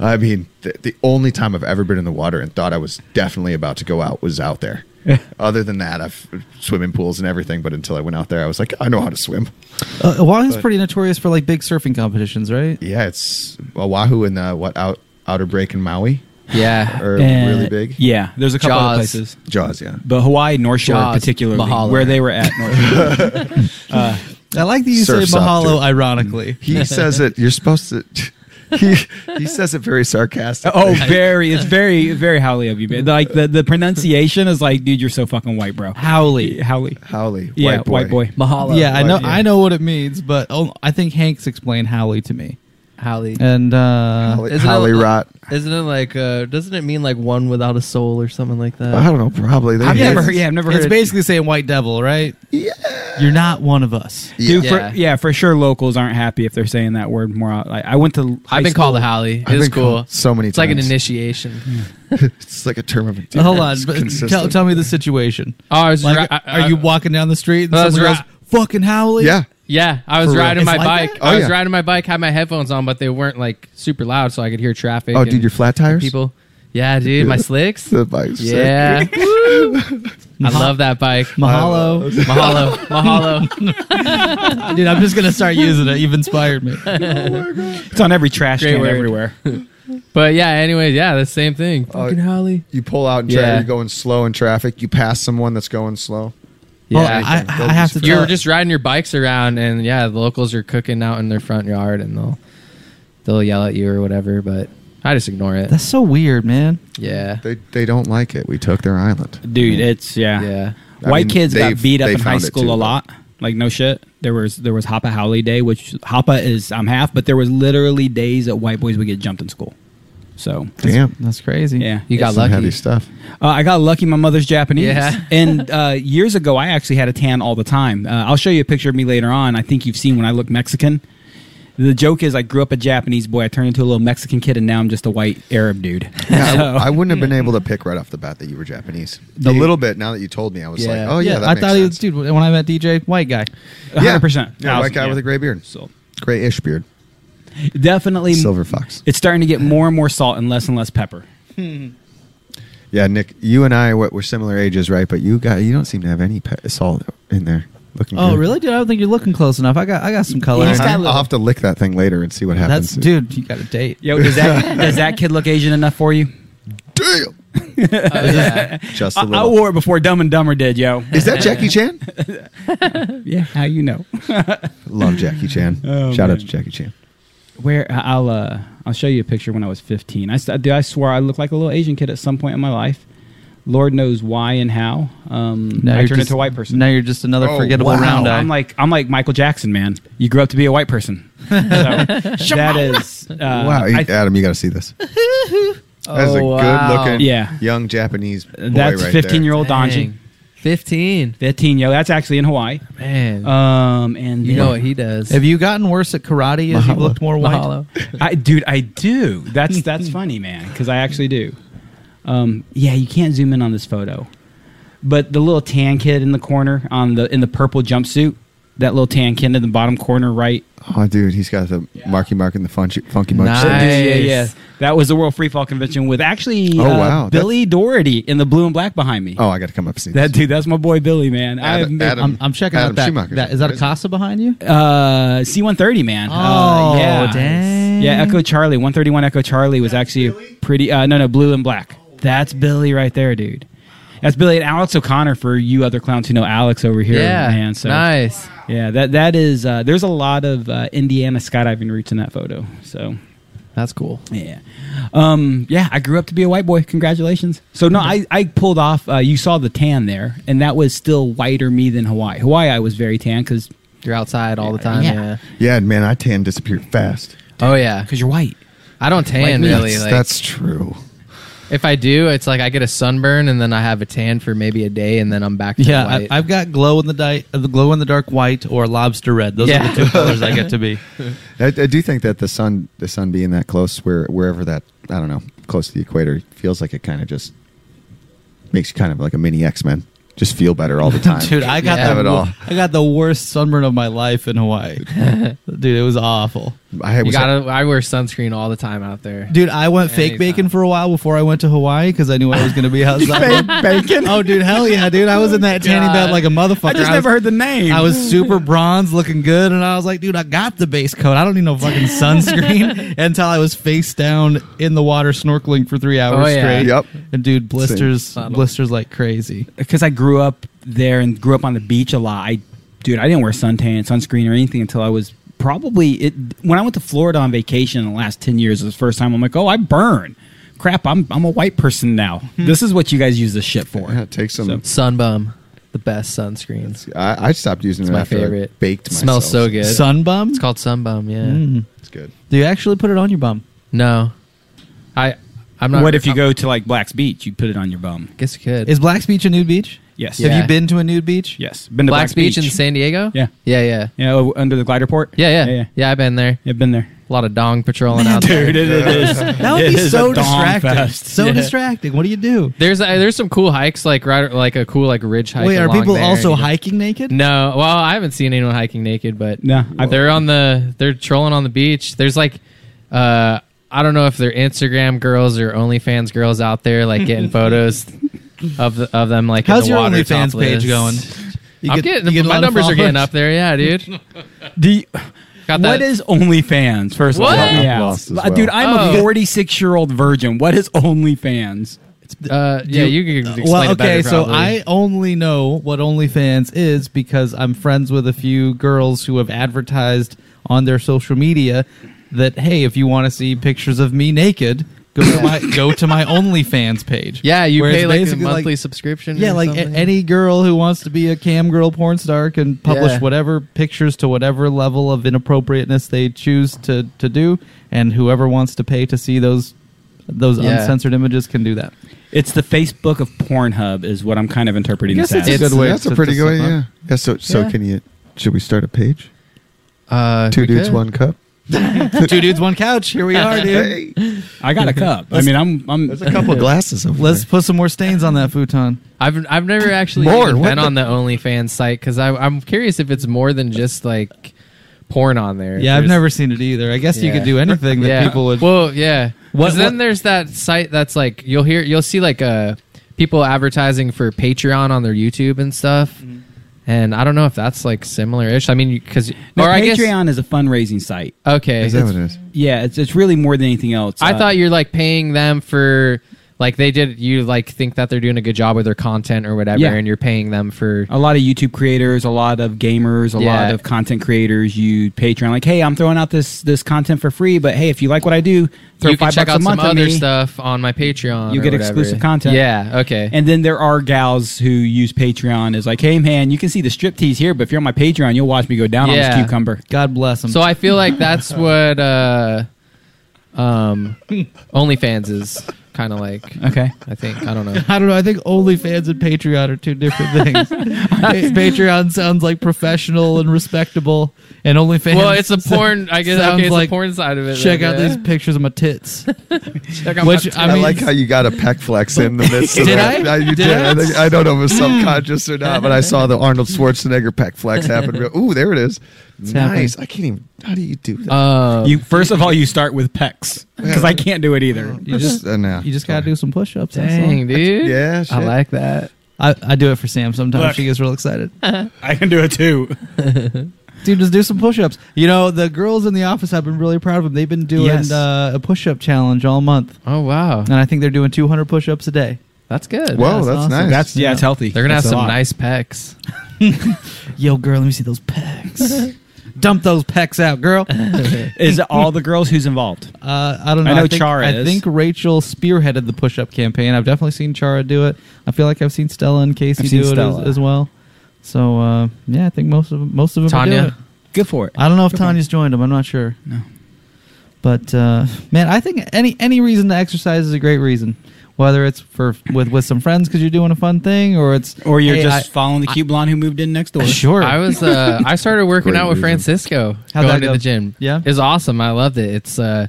i mean th- the only time i've ever been in the water and thought i was definitely about to go out was out there other than that, I've swim in pools and everything. But until I went out there, I was like, I know how to swim. Uh, Oahu's pretty notorious for like big surfing competitions, right? Yeah, it's Oahu and uh, what out outer break in Maui Yeah. are And- really big. Uh, Yeah, there's a couple of Jaws. places. Jaws, yeah. But Hawaii, North Shore Jaws, particularly, Mahalo. where they were at. North [LAUGHS] Shore. I like that you Surfs say up, mahalo dude. ironically. [LAUGHS] He says it. You're supposed to. [LAUGHS] He he says it very sarcastically. Oh, very. It's very, very howly of you, man. Like the, the pronunciation is like, dude, you're so fucking white, bro. Howley, howley. Howley, Yeah, white boy. Mahalo. yeah, I know. yeah. I know what it means, but oh, I think Hank's explained howly to me, Howley. and uh, Howley, Isn't it Howley like- rot. Isn't it like, uh, doesn't it mean like one without a soul or something like that? I don't know. Probably. They- I've it's- never heard. Yeah, I've never it's heard. basically saying white devil, right? Yeah, you're not one of us. it. Dude, Yeah. For, yeah, for sure. Locals aren't happy if they're saying that word more. out- Like, I went to. high I've been school- called a Holly. I've It's been cool. called so many It's like an times. initiation. It's like a term of. Uh, Hold on, It's but consistent. tell, tell me the situation. Oh, I was. Like, ri- I- I- are you walking down the street and I was someone ri- goes, "Fucking howly"? Yeah. Yeah, I was For real. riding It's my like bike. that? I Oh, was yeah. riding my bike, had my headphones on, but they weren't like super loud, so I could hear traffic. Oh, and dude, your flat tires. people. Yeah, dude, my slicks. The bikes. [LAUGHS] Yeah, I love that bike. [LAUGHS] Mahalo, [LAUGHS] Mahalo, mahalo. dude. I'm just gonna start using it. You've inspired [LAUGHS] me. It's on every trash Great can word. everywhere. [LAUGHS] But yeah, anyways, yeah, the Oh, same thing. Fucking Holly. You pull out in traffic. Yeah. You're going slow in traffic. You pass someone that's going slow. Well, Yeah. I, I have to. You're tell- just riding your bikes around, and yeah, the locals are cooking out in their front yard, and they'll they'll yell at you or whatever. But I just ignore it. That's so weird, man. yeah, They, they don't like it. We took their island. dude. It's yeah. yeah. I White mean, kids got they've- beat up they in high found it school too, a but- lot. Like no shit. There was there was Hoppa Howley Day, which Hoppa is I'm half, but there was literally days that white boys would get jumped in school. So Damn. That's crazy. yeah, You got Some heavy lucky. [LAUGHS] stuff. Uh, I got lucky. My mother's Japanese. Yeah. [LAUGHS] and uh, years ago, I actually had a tan all the time. Uh, I'll show you a picture of me later on. I think you've seen when I look Mexican. The joke is, I grew up a Japanese boy. I turned into a little Mexican kid, and now I'm just a white Arab dude. [LAUGHS] Yeah, I- So- I, wouldn't have been able to pick right off the bat that you were Japanese. A Dude. little bit now that you told me, I was like, Yeah. oh yeah, that I makes thought he was, sense. dude. When I met DJ, white guy. yeah, 100%. Yeah, white guy Yeah. with a gray beard, so gray ish beard, definitely, silver fox. it's starting to get more and more salt and less and less pepper. Yeah, Nick, you and I were, were similar ages, right? But you got you don't seem to have any pe- salt in there. Looking Oh, good. really, dude? I don't think you're looking close enough. I got, I got some color. He's got- I'll have to lick that thing later and see what happens. That's, dude. You got a date. Yo, does that does that kid look Asian enough for you? Damn. yeah. Just a I, I little. wore it before Dumb and Dumber did, yo. [LAUGHS] Is that Jackie Chan? yeah, how you know? [LAUGHS] Love Jackie Chan. Oh, Shout man. out to Jackie Chan. Where I- I'll uh, I'll show you a picture when I was 15. I st- do I swear I looked like a little Asian kid at some point in my life. Lord knows why and how. Um, Now I turned you're just- into a white person. Now you're just another Oh, forgettable wow. round eye. I'm like I'm like Michael Jackson, man. You grew up to be a white person. So that is uh, wow, you- I- Adam, you got to see [LAUGHS] this. That's a Oh, good looking, Yeah. young Japanese. Boy that's right 15 year there. old Donji. Dang. Fifteen. 15 yo, that's actually in Hawaii. Man, Um, and you know what he does. Have you gotten worse at karate as you've Mahalo. looked more white? Mahalo. I, dude, I do. That's that's funny, man, because I actually do. Um, yeah, you can't zoom in on this photo, but the little tan kid in the corner on the in the purple jumpsuit, that little tan kid in the bottom corner, right? Oh, dude, he's got the Marky Mark and the Funky, funky Munch. Nice. shirt. Yeah, yeah, yeah. That was the World Free Fall Convention with actually Oh, uh, wow. Billy Doherty in the blue and black behind me. Oh, I got to come up and see That this. dude, that's my boy Billy, man. I have Adam- met- Adam- I'm, I'm checking Adam out that- Schumacher. that. Is that a casa behind you? uh, C130, man. uh, Oh, yeah. dang. Yeah, Echo Charlie. 131 Echo Charlie was actually a pretty, uh, no, no, blue and black. That's Billy right there, dude. That's Billy and Alex O'Connor for you other clowns who know Alex over here, yeah. man. So, Nice. yeah, that that is. Uh, there's a lot of uh, Indiana skydiving routes in that photo. So, That's cool. yeah, um, yeah. I grew up to be a white boy. Congratulations. So no, I I pulled off. Uh, you saw the tan there, and that was still whiter me than Hawaii. Hawaii, I was very tan because You're outside all the time. Yeah. Yeah. yeah, man, I tan disappeared fast. Oh yeah. because you're white. I don't tan me. really. that's, like, that's true. if I do, it's like I get a sunburn and then I have a tan for maybe a day and then I'm back to Yeah, white. I, I've got glow in the di- uh, the glow in the dark white or lobster red. Those Yeah. are the two colors I get to [LAUGHS] be. I, I do think that the sun, the sun being that close, where wherever that I don't know, close to the equator, feels like it kind of just makes you kind of like a mini X Men. Just feel better all the time, Dude, I got Yeah. the, Have it all. I got the worst sunburn of my life in [LAUGHS] Hawaii. Dude, it was awful. I you was gotta. I wear sunscreen all the time out there. Dude, I went Yeah, fake he's bacon not. for a while before I went to Hawaii because I knew I was going to be [LAUGHS] outside. Bacon. oh, dude, hell yeah, dude! I was [LAUGHS] in that tanning God. bed like a motherfucker. I just was- never heard the name. I was super bronze, looking good, and I was like, dude, I got the base coat. I don't need no fucking [LAUGHS] sunscreen until I was face down in the water snorkeling for three hours Oh, yeah. straight. Yep. And dude, blisters, Subtle. blisters like crazy. because I grew up there and grew up on the beach a lot. I, dude, I didn't wear suntan, sunscreen, or anything until I was probably it. When I went to Florida on vacation in the last ten years, it was the first time I'm like, oh, I burn. Crap, I'm I'm a white person now. this is what you guys use this shit Yeah, for. take some. Sunbum, the best sunscreen. I, I stopped using it my after I favorite. baked. Smells so myself. good. Sun bum? It's called sunbum. Yeah. Mm. It's good. Do you actually put it on your bum? No, I. I'm not. what if you I go to like Black's Beach? You put it on your bum. Guess you could. Is Black's Beach a nude beach? Yes. Yeah. Have you been to a nude beach? Yes. Been to Black's Beach in San Diego? Yeah. Yeah. Yeah. You know, under the glider port. Yeah. Yeah. Yeah. Yeah. I've been there. I've been there. A lot of dong patrolling out [LAUGHS] there. Dude, it, it is. That would it be is so a dong distracting. fest. So Yeah. distracting. What do you do? There's uh, there's some cool hikes like right like a cool like ridge hike. Wait, are along people there. also You just- hiking naked? No, well, I haven't seen anyone hiking naked, but No, I've- they're on the they're trolling on the beach. There's like, uh, I don't know if they're Instagram girls or OnlyFans girls out there like [LAUGHS] getting photos of the, of them like in How's the your water OnlyFans page topless. going? You I'm get- getting you get a my lot of numbers are getting followers? up there. [LAUGHS] Yeah, dude. The, Got that. what is OnlyFans? First What? of all, I'm yeah. lost as Uh, dude, well. I'm Oh. a 46 year old virgin. What is OnlyFans? It's Uh, yeah, you, can explain well, it better. okay, so probably. I only know what OnlyFans is because I'm friends with a few girls who have advertised on their social media that hey, if you want to see pictures of me naked, go [LAUGHS] to my go to my OnlyFans page. yeah, you Where it's pay like a basically, monthly subscription. yeah, or like a- something. any girl who wants to be a cam girl porn star can publish Yeah. whatever pictures to whatever level of inappropriateness they choose to to do, and whoever wants to pay to see those those Yeah. uncensored images can [LAUGHS] do that. It's the Facebook of Pornhub, is what I'm kind of interpreting guess this as. it's a good way. That's a to- pretty to good sum up. idea. Yeah. So so Yeah. can you? Should we start a page? uh, Two we dudes, could. one cup. Two dudes, one couch. Here we are, dude. Hey, I got a cup. I mean, I'm I'm there's a couple glasses of. Let's put some more stains on that futon. I've I've never actually More, even what been the- on the OnlyFans site because I'm curious if it's more than just like porn on there. Yeah, I've There's- never seen it either. I guess you Yeah. could do anything that yeah. people would. Well, yeah. What- Because then what- there's that site that's like you'll hear you'll see like uh people advertising for Patreon on their YouTube and stuff. Mm-hmm. And I don't know if that's like similar-ish. I mean, because No, or I guess Patreon is a fundraising site. okay. Is that what it is? Yeah, it's it's really more than anything else. I Uh, thought you're like paying them for like they did. You like think that they're doing a good job with their content or whatever, Yeah. and you're paying them for a lot of YouTube creators, a lot of gamers, a Yeah. lot of content creators. You Patreon, like, hey, I'm throwing out this this content for free, but hey, if you like what I do, throw you can five check bucks out a some month at other me. stuff on my Patreon. You or get whatever. exclusive content. Yeah. Okay. And then there are gals who use Patreon is like, hey man, you can see the strip tease here, but if you're on my Patreon, you'll watch me go down on Yeah. this cucumber. God bless them. so I feel like that's [LAUGHS] what uh, um, OnlyFans is kind of like. Okay. I think I don't know. I don't know. I think OnlyFans and Patreon are two different things. Pa- Patreon sounds like professional and respectable, and [LAUGHS] OnlyFans. Well, [LAUGHS] it's a porn. I guess sounds okay, it's like, the porn side of it. Check then, out yeah. these pictures of my tits. Check out Which my- I I, mean, like how you got a pec flex in the midst of Did that. Uh, I? Hmm. you Did did. I, think, I don't know if it was subconscious or not, but I saw the Arnold Schwarzenegger pec flex happen. [LAUGHS] real- Ooh, there it is. nice. I can't even. How do you do that? Uh, You first of all, you start with pecs because I can't do it either. you just Uh, nah. you just gotta do some push-ups. that's all. dang, dude. Yeah, shit. I like that. I, I do it for Sam sometimes. Look. She gets real excited. I can do it too. Dude, just do some push-ups. You know, the girls in the office have been really proud of them. They've been doing Yes. uh, a push-up challenge all month, Oh wow, and I think they're doing 200 push-ups a day. that's good. Whoa, that's that's, awesome. nice. That's yeah, it's healthy. They're gonna That's have a some lot. nice pecs. Yo, girl, let me see [LAUGHS] those pecs. Dump those pecs out, girl. Is it all the girls who's involved? Uh, I don't know. I know think, Chara I is. think Rachel spearheaded the push-up campaign. I've definitely seen Chara do it. I feel like I've seen Stella and Casey I've seen do it as, Stella. as well. So uh, yeah, I think most of most of them. Are doing Tanya. it. Good for it. I don't know if Tanya's joined them. I'm not sure. No. But uh, man, I think any any reason to exercise is a great reason. Whether it's for with with some friends because you're doing a fun thing, or it's Or you're hey, just I- following the cute blonde who moved in next [LAUGHS] door. sure. I was uh I started working Great out with reason. Francisco How'd that going to go? the gym. Yeah? It was awesome. I loved it. It's uh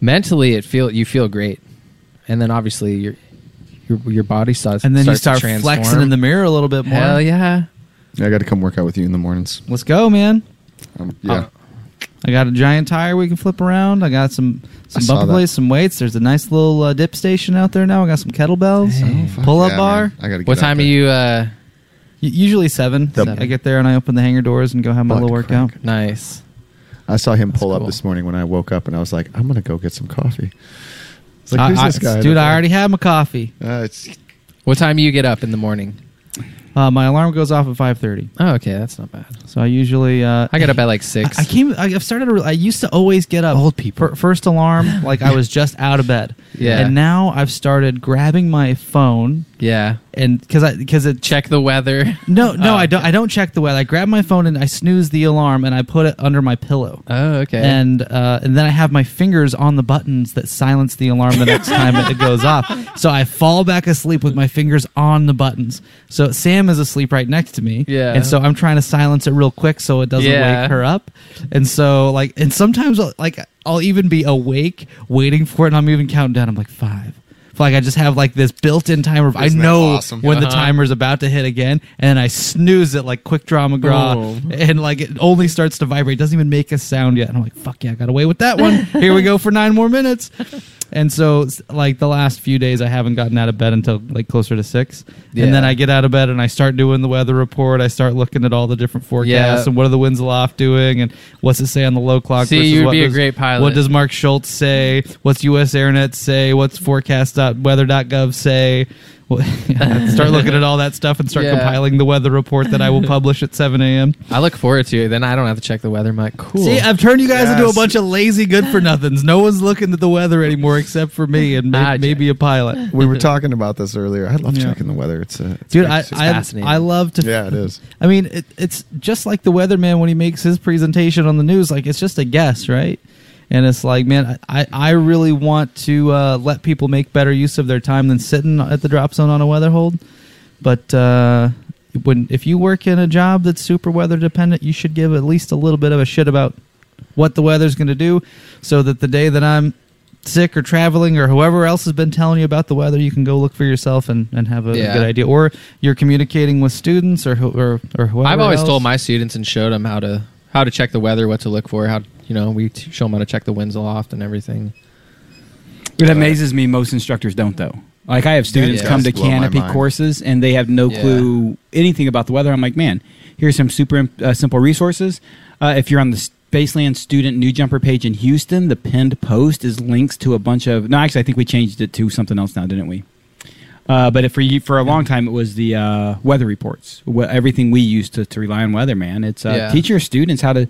mentally it feel you feel great. And then obviously your your your body starts and then you starts start to transform. flexing in the mirror a little bit more. Hell yeah. I got to come work out with you in the mornings. Let's go, man. Um, yeah. Uh, I got a giant tire we can flip around. I got some some I saw bumper that. plates, some weights. There's a nice little uh, dip station out there now. I got some kettlebells, pull up Yeah, bar. man. I got to. What time are you uh U- Usually seven. The- I get there and I open the hangar doors and go have my Buck little workout. crack. nice. I saw him pull cool. up this morning when I woke up, and I was like, I'm gonna go get some coffee. It's like, I- who's I- this guy? dude, I already had my coffee. Uh, it's, What time do you get up in the morning? Uh, my alarm goes off at five thirty, Oh, okay, that's not bad. so I usually uh, I get [LAUGHS] up at like I, six. I came. I- I've started. to re- I used to always get up. Old people. first alarm, [LAUGHS] like I was just out of bed. Yeah. And now I've started grabbing my phone yeah. and because I because it Check the [LAUGHS] weather. No, no, Oh, I don't. I don't check the weather. I grab my phone and I snooze the alarm, and I put it under my pillow. Oh, okay. And uh, and then I have my fingers on the buttons that silence the alarm the next time it goes off. [LAUGHS] So I fall back asleep with my fingers on the buttons. So Sam is asleep right next to me. Yeah. And so I'm trying to silence it real quick so it doesn't Yeah. wake her up. And so like and sometimes I'll, like I'll even be awake waiting for it, and I'm even counting down. I'm like five. Like I just have like this built-in timer. of- I Isn't that know awesome? when the Uh-huh. timer's about to hit again, and I snooze it like quick draw McGraw, Boom. [LAUGHS] and like it only starts to vibrate, doesn't even make a sound yet. And I'm like, fuck yeah, I got away with that one. Here we go for nine more minutes. And so, s- like the last few days, I haven't gotten out of bed until like closer to six. Yeah. And then I get out of bed and I start doing the weather report. I start looking at all the different forecasts Yeah. and what are the winds aloft doing and what's it say on the low clock. See, versus you'd what be a does- great pilot. What does Mark Schultz say? What's U.S. AirNet say? What's forecast.weather.gov say? [LAUGHS] What- start looking at all that stuff and start Yeah. compiling the weather report that I will publish at 7 a.m. I look forward to it. Then I don't have to check the weather. I'm like, cool. See, I've turned you guys into a Yes. bunch of lazy good for nothings. No one's looking at the weather anymore except for me and may- Magic. maybe a pilot. We were talking about this earlier. I [LAUGHS] love Yeah. checking the weather. It's a Dude, I, It's just I, fascinating. I love to. yeah, it is. I mean, it, it's just like the weatherman when he makes his presentation on the news. Like, it's just a guess, right? And it's like, man, I, I really want to uh, let people make better use of their time than sitting at the drop zone on a weather hold. But uh, when if you work in a job that's super weather dependent, you should give at least a little bit of a shit about what the weather's going to do, so that the day that I'm sick or traveling or whoever else has been telling you about the weather, you can go look for yourself and, and have a Yeah. good idea. Or you're communicating with students or who- or, or whoever. I've always else. told my students and showed them how to how to check the weather, what to look for, how you know we t- show them how to check the winds aloft and everything. It amazes me most instructors don't though. Like I have students Yeah. come to Does blow my canopy mind. courses and they have no Yeah. clue anything about the weather. I'm like, man, here's some super um, uh, simple resources. Uh, if you're on the Spaceland student new jumper page in Houston, the pinned post is links to a bunch of. No, actually, I think we changed it to something else now, didn't we? Uh, but if for you- for a long time it was the uh, weather reports, Wh- everything we used to, to rely on weather. Man, it's uh, Yeah. teach your students how to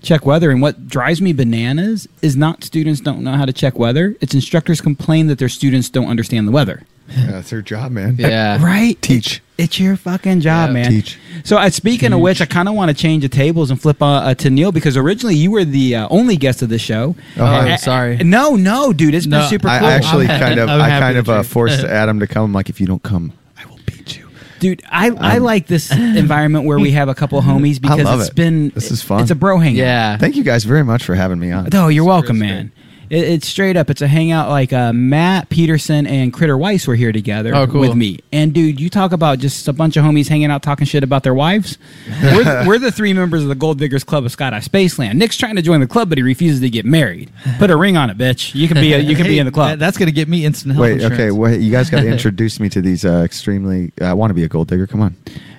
check weather. And what drives me bananas is not students don't know how to check weather. It's instructors complain that their students don't understand the weather. Yeah, it's her job, man. Yeah, Right? Teach. It's your fucking job, Yeah. man. Teach. So, uh, speaking of which, I kind of want to change the tables and flip uh, uh, to Neil because originally you were the uh, only guest of the show. Oh, Uh, I'm uh, sorry. No, no, dude, it's been No, super I cool, actually kind of I'm I happy kind to of uh, change. forced Adam to come. I'm like, if you don't come, I will beat you. dude. I, I like this environment where we have a [LAUGHS] couple homies because love it's it. been This is fun. It's a bro hangout. yeah. Thank you guys very much for having me on. No, you're welcome, man. It, it's straight up. It's a hangout. Like uh, Matt Peterson and Critter Weiss were here together Oh, cool. with me. And dude, you talk about just a bunch of homies hanging out talking shit about their wives. we're, the, [LAUGHS] we're the three members of the Gold Diggers Club of Skydive Spaceland. Nick's trying to join the club, but he refuses to get married. Put a ring on it, bitch. You can be a, you can be in the [LAUGHS] That- club. that's going to get me instant health Wait, insurance. okay, wait, you guys got to introduce me to these uh, extremely. I want to be a gold digger. Come on,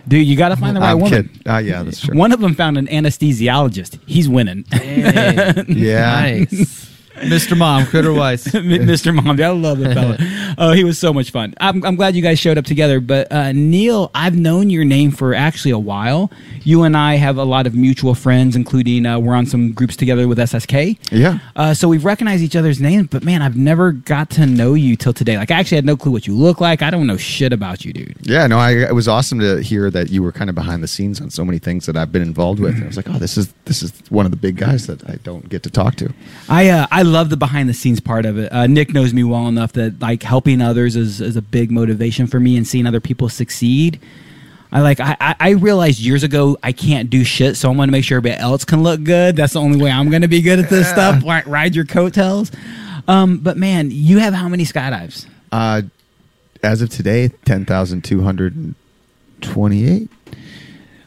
dude, you got to find the right I'm woman. kidding. Ah, yeah, that's true. One of them found an anesthesiologist. He's winning, yeah, [LAUGHS] nice. Mr. Mom, [LAUGHS] Critter Weiss. [LAUGHS] Mr. Mom. I love that fella. Oh, he was so much fun. I'm, I'm glad you guys showed up together. But uh, Neil, I've known your name for actually a while. You and I have a lot of mutual friends, including uh, we're on some groups together with SSK. yeah. Uh, so we've recognized each other's names, but man, I've never got to know you till today. Like, I actually had no clue what you look like. I don't know shit about you, dude. Yeah, no, I, it was awesome to hear that you were kind of behind the scenes on so many things that I've been involved with. And I was like, oh, this is this is one of the big guys that I don't get to talk to. I uh, I love the behind the scenes part of it. Uh, Nick knows me well enough that like helping others is, is a big motivation for me, and seeing other people succeed. I like I, I- I realized years ago I can't do shit, so I'm gonna make sure everybody else can look good. That's the only way I'm gonna be good at this stuff. Ri- Ride your coattails. Um, but man, you have how many skydives? Uh, as of today, ten thousand two hundred twenty-eight.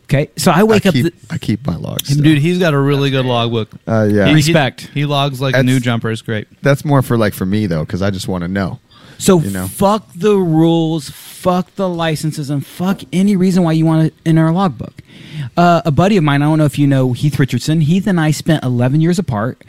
Okay, so I I wake up. keep the, I keep my logs. still. Dude, he's got a really good logbook. Uh, yeah, He- Respect. He, logs like That's- new jumper is great. that's more for like for me though, because I just want to know. So you know. fuck the rules, fuck the licenses, and fuck any reason why you want to enter a logbook. Uh, a buddy of mine, I don't know if you know Heath Richardson. Heath and I spent 11 years apart.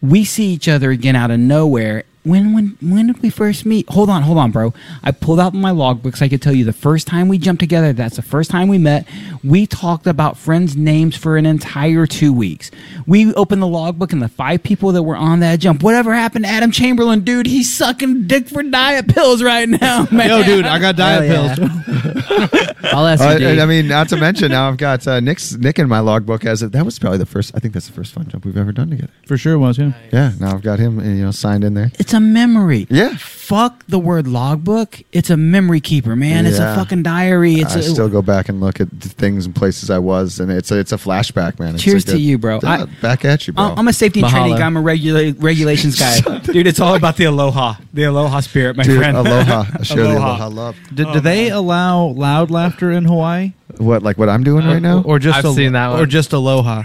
We see each other again out of nowhere. When when when did we first meet? Hold on, hold on, bro. I pulled out my logbooks. I could tell you the first time we jumped together. That's the first time we met. We talked about friends' names for an entire two weeks. We opened the logbook and the five people that were on that jump. Whatever happened to Adam Chamberlain, dude? He's sucking dick for diet pills right [LAUGHS] now, man. Yo, dude, I got diet Oh, yeah. pills. [LAUGHS] I'll ask Uh, you. and I mean, not to mention now I've got uh, Nick's Nick in my logbook as of, that was probably the first. I think that's the first fun jump we've ever done together. For sure was, yeah. Yeah, now I've got him uh, you know signed in there. It's a memory. Yeah. Fuck the word logbook. It's a memory keeper, man. It's a Yeah. fucking diary. It's I a, still go back and look at the things and places I was, and it's a, it's a flashback, man. It's Cheers like a- to you, bro. Yeah, I- back at you, bro. I'm I'm a safety and training Mahalo. guy. I'm a regula- [LAUGHS] regulations guy. Dude, it's all about the aloha. The aloha spirit, my Dude, friend. [LAUGHS] aloha. I share the Aloha. aloha love. Do, Oh, do they allow loud laughter in Hawaii, What like what I'm doing Uh, right now? or just I've al- seen that one. or just aloha?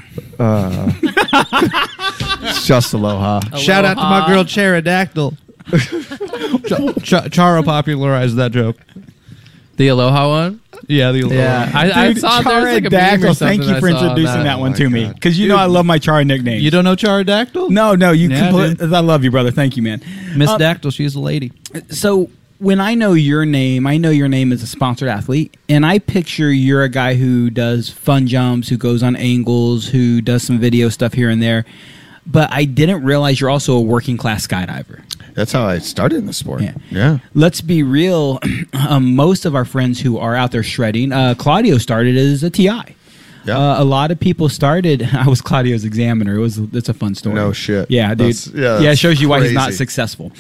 Just aloha. Shout out to my girl Charadactyl. [LAUGHS] Ch- Charo popularized that joke. The Aloha one. Yeah, the Yeah, I, I Dude, saw there was like a meme or Charodactyl, something thank you I for saw on Oh introducing that, one to me because you know I love my char nicknames. You don't know Charodactyl? No, no, you. Yeah, compl- I love you, brother. Thank you, man. Miss Uh, Dactyl, she's a lady. so when I know your name, I know your name is a sponsored athlete, and I picture you're a guy who does fun jumps, who goes on angles, who does some video stuff here and there. But I didn't realize you're also a working class skydiver. That's how I started in the sport. Yeah. Let's be real. [CLEARS THROAT] um, most of our friends who are out there shredding, uh, Claudio started as a TI. Yeah. Uh, a lot of people started. [LAUGHS] I was Claudio's examiner. It was. It's a fun story. No shit. Yeah, dude. That's- yeah, yeah. It that's shows you why he's not crazy. successful.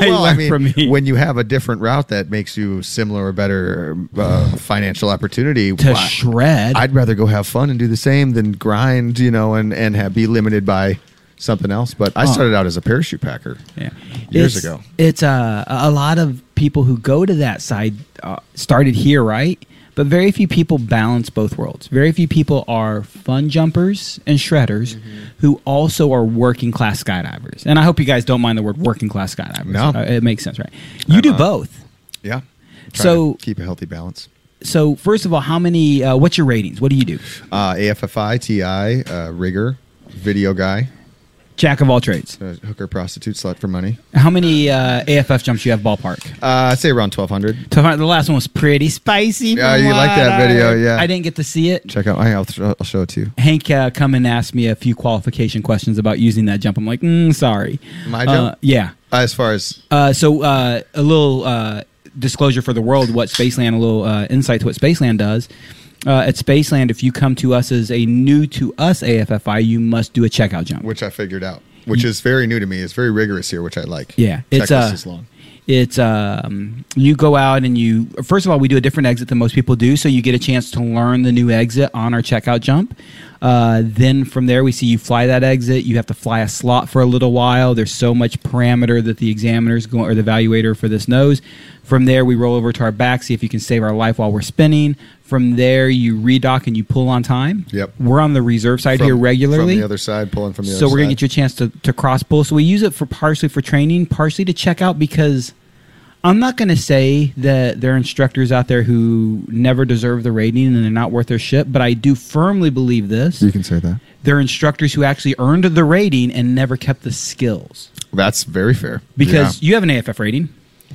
[LAUGHS] He well, I learned mean, from me. when you have a different route that makes you similar or better uh, financial opportunity, to why- shred. I'd rather go have fun and do the same than grind, you know, and and have, be limited by something else. But I started out as a parachute packer. Yeah. It's- Years ago. It's uh, a lot of people who go to that side uh, started here, right? But very few people balance both worlds. Very few people are fun jumpers and shredders who also are working class skydivers. And I hope you guys don't mind the word working class skydivers. No. Uh, it makes sense, right? You do both. Yeah. Try So- to keep a healthy balance. So first of all, how many? Uh, what's your ratings? What do you do? Uh, AFFI, TI, uh, rigger, video guy, Jack of all trades. uh, hooker, prostitute, slut for money. How many uh, AFF jumps you have ballpark? Uh, I'd say around twelve hundred. So far, the last one was pretty spicy. Yeah, from you what like that I- video, yeah. I didn't get to see it. Check out. I'll, th- I'll show it to you. Hank uh, come and asked me a few qualification questions about using that jump. I'm like, mm, sorry. My Uh, jump? yeah. As far as Uh, so uh, a little uh, disclosure for the world: what Spaceland, a little uh, insight to what Spaceland does. Uh, at Spaceland, if you come to us as a new to us AFFI, you must do a checkout jump. which I figured out, which is very new to me, it's very rigorous here, which I like. Yeah, it's it's uh, is long. it's um, you go out and you first of all we do a different exit than most people do, so you get a chance to learn the new exit on our checkout jump. Uh, then from there we see you fly that exit. You have to fly a slot for a little while. There's so much parameter that the examiner's going or the evaluator for this knows. From there we roll over to our back, see if you can save our life while we're spinning. From there you redock and you pull on time. Yep. We're on the reserve side here regularly from the other side, pulling from the so other. we're gonna side. get you a chance to, to cross pull so we use it for partially for training partially to check out because i'm not gonna say that there are instructors out there who never deserve the rating and they're not worth their shit but i do firmly believe this You can say that. there are instructors who actually earned the rating and never kept the skills That's very fair because Yeah. you have an aff rating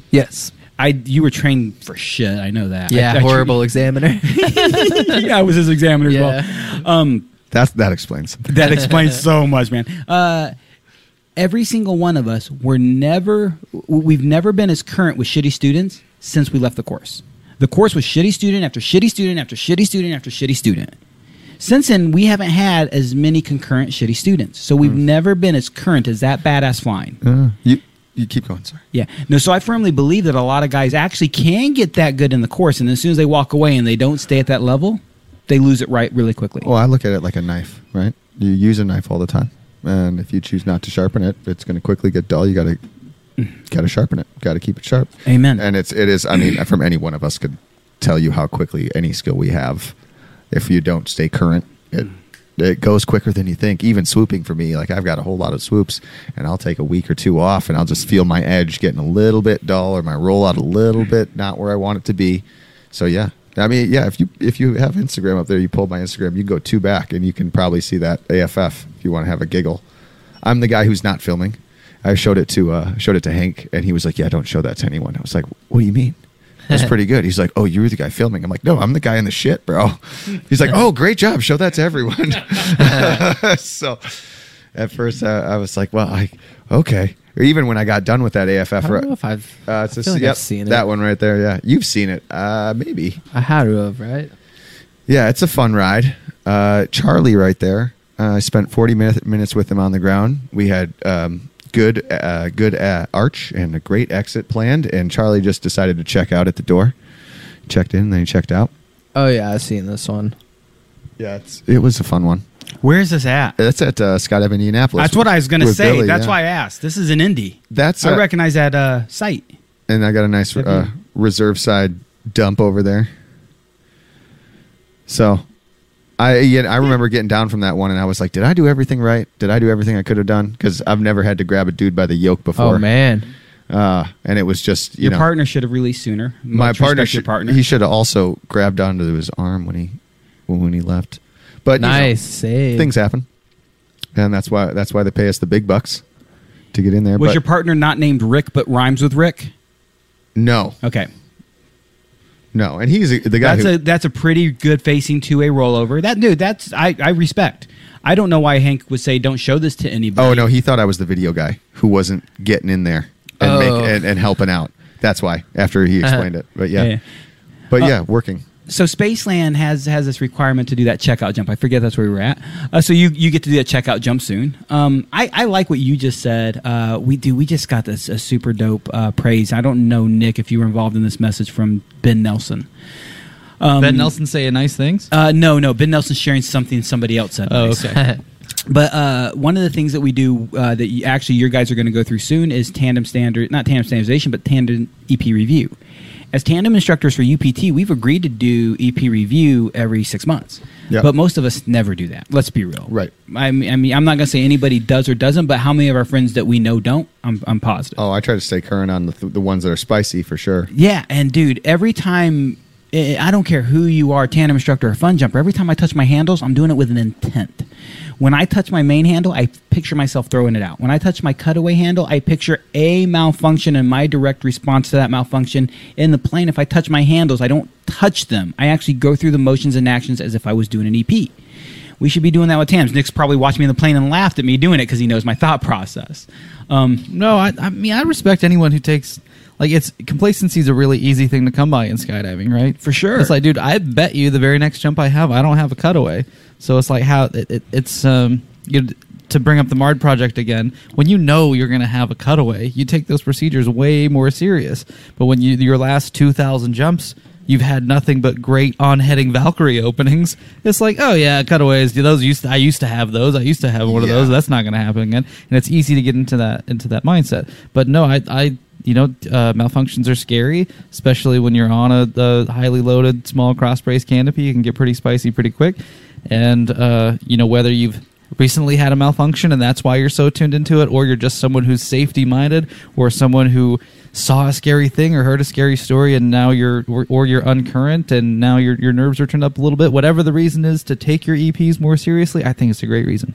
Yes. I you were trained for shit. I know that. Yeah, I, I tra- horrible examiner. [LAUGHS] yeah, I was his examiner as Yeah. well. Um, that's that explains. that explains so much, man. Uh, every single one of us were never, w- we've never been as current with shitty students since we left the course. The course was shitty student after shitty student after shitty student after shitty student. Since then, we haven't had as many concurrent shitty students, so we've never been as current as that badass flying. Uh, you you keep going, sorry. Yeah. No, so I firmly believe that a lot of guys actually can get that good in the course, and as soon as they walk away and they don't stay at that level, they lose it right really quickly. Well, I look at it like a knife, right? You use a knife all the time, and if you choose not to sharpen it, it's going to quickly get dull. You got to got to sharpen it. Got to keep it sharp. Amen. And it's it is. I mean, from any one of us could tell you how quickly any skill we have, if you don't stay current, it it goes quicker than you think. Even swooping for me, like I've got a whole lot of swoops, and I'll take a week or two off, and I'll just feel my edge getting a little bit dull, or my rollout a little bit not where I want it to be. So yeah. I mean, yeah. If you if you have Instagram up there, you pull my Instagram. You can go two back, and you can probably see that AFF if you want to have a giggle. I'm the guy who's not filming. I showed it to uh, showed it to Hank, and he was like, "Yeah, don't show that to anyone." I was like, "What do you mean?" [LAUGHS] That's pretty good. He's like, "Oh, you were the guy filming." I'm like, "No, I'm the guy in the shit, bro." [LAUGHS] He's like, "Oh, great job. Show that to everyone." [LAUGHS] so, at first, uh, I was like, "Well, I okay." Or even when I got done with that AFF, I don't know if I've. uh, I it's feel just, like yep, I've seen it. that one right there. Yeah, you've seen it, uh, maybe. I had to have, right? Yeah, it's a fun ride. Uh, Charlie, right there. Uh, I spent 40 minute, minutes with him on the ground. We had um, good, uh, good uh, arch and a great exit planned, and Charlie just decided to check out at the door. Checked in, then he checked out. Oh yeah, I've seen this one. Yeah, it's, it was a fun one. Where's this at? That's at uh, Skydive Indianapolis. That's what I was going to with say. Billy, That's yeah. why I asked. This is an indie. That's I uh, recognize that uh, site. and I got a nice uh, reserve side dump over there. So, I yeah, I remember getting down from that one, and I was like, "Did I do everything right? Did I do everything I could have done?" Because I've never had to grab a dude by the yoke before. Oh man, Uh, and it was just you Your know partner should have released sooner. my Much respect partner, to should- your partner. he should have also grabbed onto his arm when he when he left. But you know, Nice save. things happen, and that's why that's why they pay us the big bucks to get in there. was but your partner not named Rick but rhymes with Rick? no, Okay, no, and he's a- the guy. that's who, a that's a pretty good facing two a rollover. That dude, that's I I respect. I don't know why Hank would say don't show this to anybody. oh no, he thought I was the video guy who wasn't getting in there and make, Oh. and, and helping out. That's why after he explained it. But yeah, Uh-huh. Yeah. Uh, but yeah, working. so Spaceland has has this requirement to do that checkout jump. I forget that's where we were at. Uh, so you you get to do that checkout jump soon. Um, I I like what you just said. Uh, we do. We just got this a super dope uh, praise. I don't know Nick if you were involved in this message from Ben Nelson. Um, Ben Nelson saying nice things. Uh, no, no. Ben Nelson's sharing something somebody else said. Oh, Nice. okay. [LAUGHS] But uh, one of the things that we do uh, that you, actually your guys are going to go through soon is tandem standard, not tandem standardization, but tandem EP review. As tandem instructors for UPT, we've agreed to do EP review every six months. Yeah. But most of us never do that. Let's be real. Right. I mean, I mean I'm not going to say anybody does or doesn't, but how many of our friends that we know don't? I'm, I'm positive. Oh, I try to stay current on the th- the ones that are spicy for sure. Yeah, and dude, every time eh, I I don't care who you are, tandem instructor or fun jumper, every time I touch my handles, I'm doing it with an intent. When I touch my main handle, I picture myself throwing it out. When I touch my cutaway handle, I picture a malfunction and my direct response to that malfunction in the plane. If I touch my handles, I don't touch them. I actually go through the motions and actions as if I was doing an EP. We should be doing that with TAMS. Nick's probably watched me in the plane and laughed at me doing it because he knows my thought process. Um, No, I, I mean I respect anyone who takes like it's complacency is a really easy thing to come by in skydiving, right? For sure. It's like, dude, I bet you the very next jump I have, I don't have a cutaway. So it's like how it, it, it's um you to bring up the Mard project again. When you know you're going to have a cutaway, you take those procedures way more serious. But when you your last two thousand jumps. You've had nothing but great on-heading Valkyrie openings. It's like, oh yeah, cutaways. Those used I used to have those. I used to have one of Yeah. those. That's that's not going to happen again. And it's easy to get into that into that mindset. But no, I, I you know, uh, malfunctions are scary, especially when you're on a, a highly loaded small cross brace canopy. You can get pretty spicy pretty quick. And uh, you know whether you've recently had a malfunction and that's why you're so tuned into it, or you're just someone who's safety minded, or someone who saw a scary thing or heard a scary story and now you're or, or you're uncurrent and now your your nerves are turned up a little bit whatever the reason is to take your EPs more seriously I think it's a great reason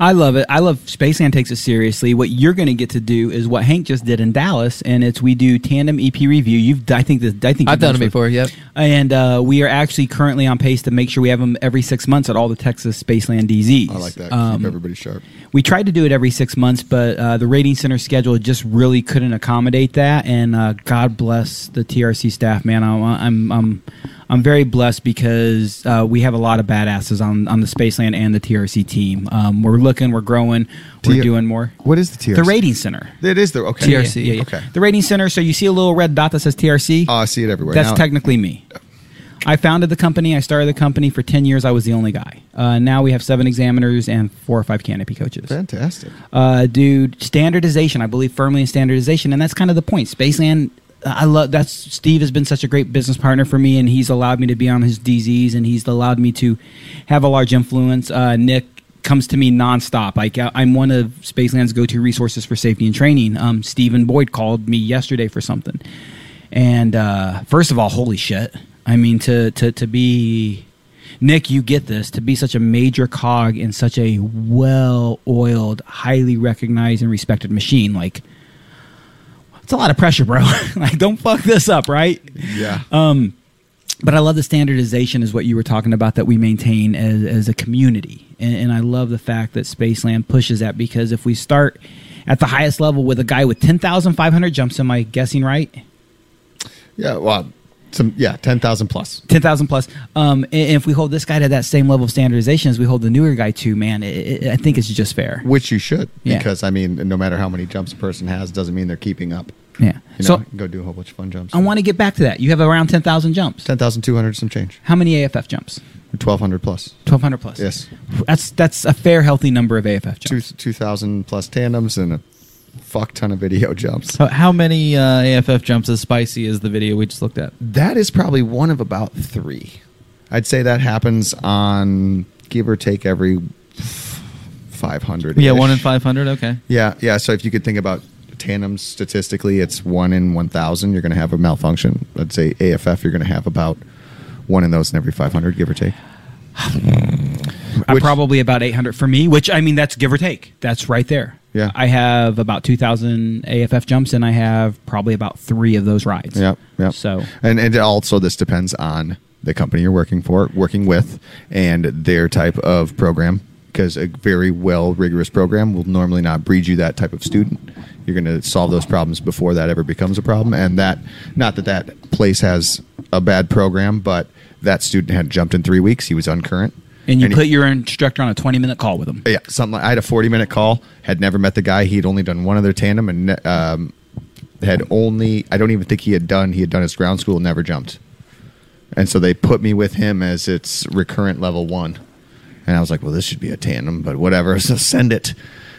I love it. I love Spaceland takes it seriously. What you're going to get to do is what Hank just did in Dallas, and it's we do tandem EP review. You've I think this I think I've you've done this it with- before. Yep. and uh, we are actually currently on pace to make sure we have them every six months at all the Texas Spaceland DZs. I like that. Um, Keep everybody sharp. we tried to do it every six months, but uh, the rating center schedule just really couldn't accommodate that. And uh, God bless the TRC staff, man. I'm I'm I'm, I'm very blessed because uh, we have a lot of badasses on on the Spaceland and the TRC team. Um, we're looking, we're growing, we're T- doing more. What is the TRC? The rating center. It is the okay. TRC. Yeah, yeah, yeah. Okay. The rating center. So you see a little red dot that says TRC. Oh, I see it everywhere. That's now. technically me. I founded the company. I started the company for ten years. I was the only guy. Uh, now we have seven examiners and four or five canopy coaches fantastic. uh, do standardization. I believe firmly in standardization, and that's kind of the point. Spaceland. I love that's Steve has been such a great business partner for me, and he's allowed me to be on his DZs, and he's allowed me to have a large influence. Uh, Nick comes to me nonstop. Like I- I'm one of Spaceland's go-to resources for safety and training. Um, Stephen Boyd called me yesterday for something, and uh, first of all, holy shit! I mean, to to to be Nick, you get this to be such a major cog in such a well-oiled, highly recognized and respected machine. Like, it's a lot of pressure, bro. [LAUGHS] like, don't fuck this up, right? Yeah. Um, but I love the standardization is what you were talking about that we maintain as, as a community. And, and I love the fact that Spaceland pushes that because if we start at the highest level with a guy with 10,500 jumps, am I guessing right? yeah. Well, some yeah, ten thousand plus. ten thousand plus. Um, and, and if we hold this guy to that same level of standardization as we hold the newer guy to, man, it, it, I think it's just fair. Which you should, Yeah. because I mean, no matter how many jumps a person has, doesn't mean they're keeping up. Yeah. You know, so go do a whole bunch of fun jumps. I want to get back to that. You have around ten thousand jumps. ten thousand two hundred some change, How many AFF jumps? twelve hundred plus. Twelve hundred plus. Yes, That's that's a fair, healthy number of AFF two jumps. two thousand plus tandems and a fuck ton of video [LAUGHS] jumps. So how many uh, AFF jumps as spicy as the video we just looked at? That is probably one of about three. I'd say that happens on give or take every five hundred. Yeah, one in five hundred. Okay. Yeah, yeah. So if you could think about tandems statistically, it's one in one thousand. You're going to have a malfunction. Let's say AFF, you're going to have about one in those in every five hundred, give or take. I'm Which- Uh, probably about 800 for me, which I mean, that's give or take. That's right there. Yeah. I have about 2,000 AFF jumps, and I have probably about three of those rides. Yep, yep. So and and also this depends on the company you're working for, working with, and their type of program. Because a very well rigorous program will normally not breed you that type of student. You're going to solve those problems before that ever becomes a problem. And that, not that that place has a bad program, but that student had jumped in three weeks. He was uncurrent. and you he- put your instructor on a 20 minute call with them. yeah, something. Like, I had a forty-minute call. Had never met the guy. He'd only done one other tandem, and ne- um, had only. I don't even think he had done. He had done his ground school, never jumped. And so they put me with him as its recurrent level one, and I was like, "Well, this should be a tandem, but whatever." [LAUGHS] So send it.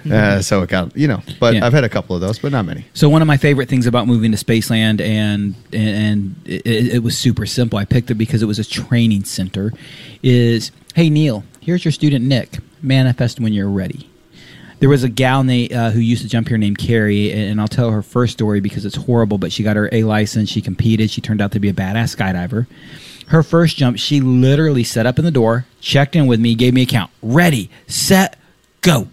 Uh, so it got you know, but Yeah. I've had a couple of those, but not many. So one of my favorite things about moving to Spaceland, and and it, it it was super simple. I picked it because it was a training center. Is hey Neil, here's your student Nick. Manifest when you're ready. There was a gal na- uh, who used to jump here named Carrie, and, and I'll tell her first story because it's horrible. But she got her A license. She competed. She turned out to be a badass skydiver. Her first jump, she literally set up in the door, checked in with me, gave me a count. Ready, set, go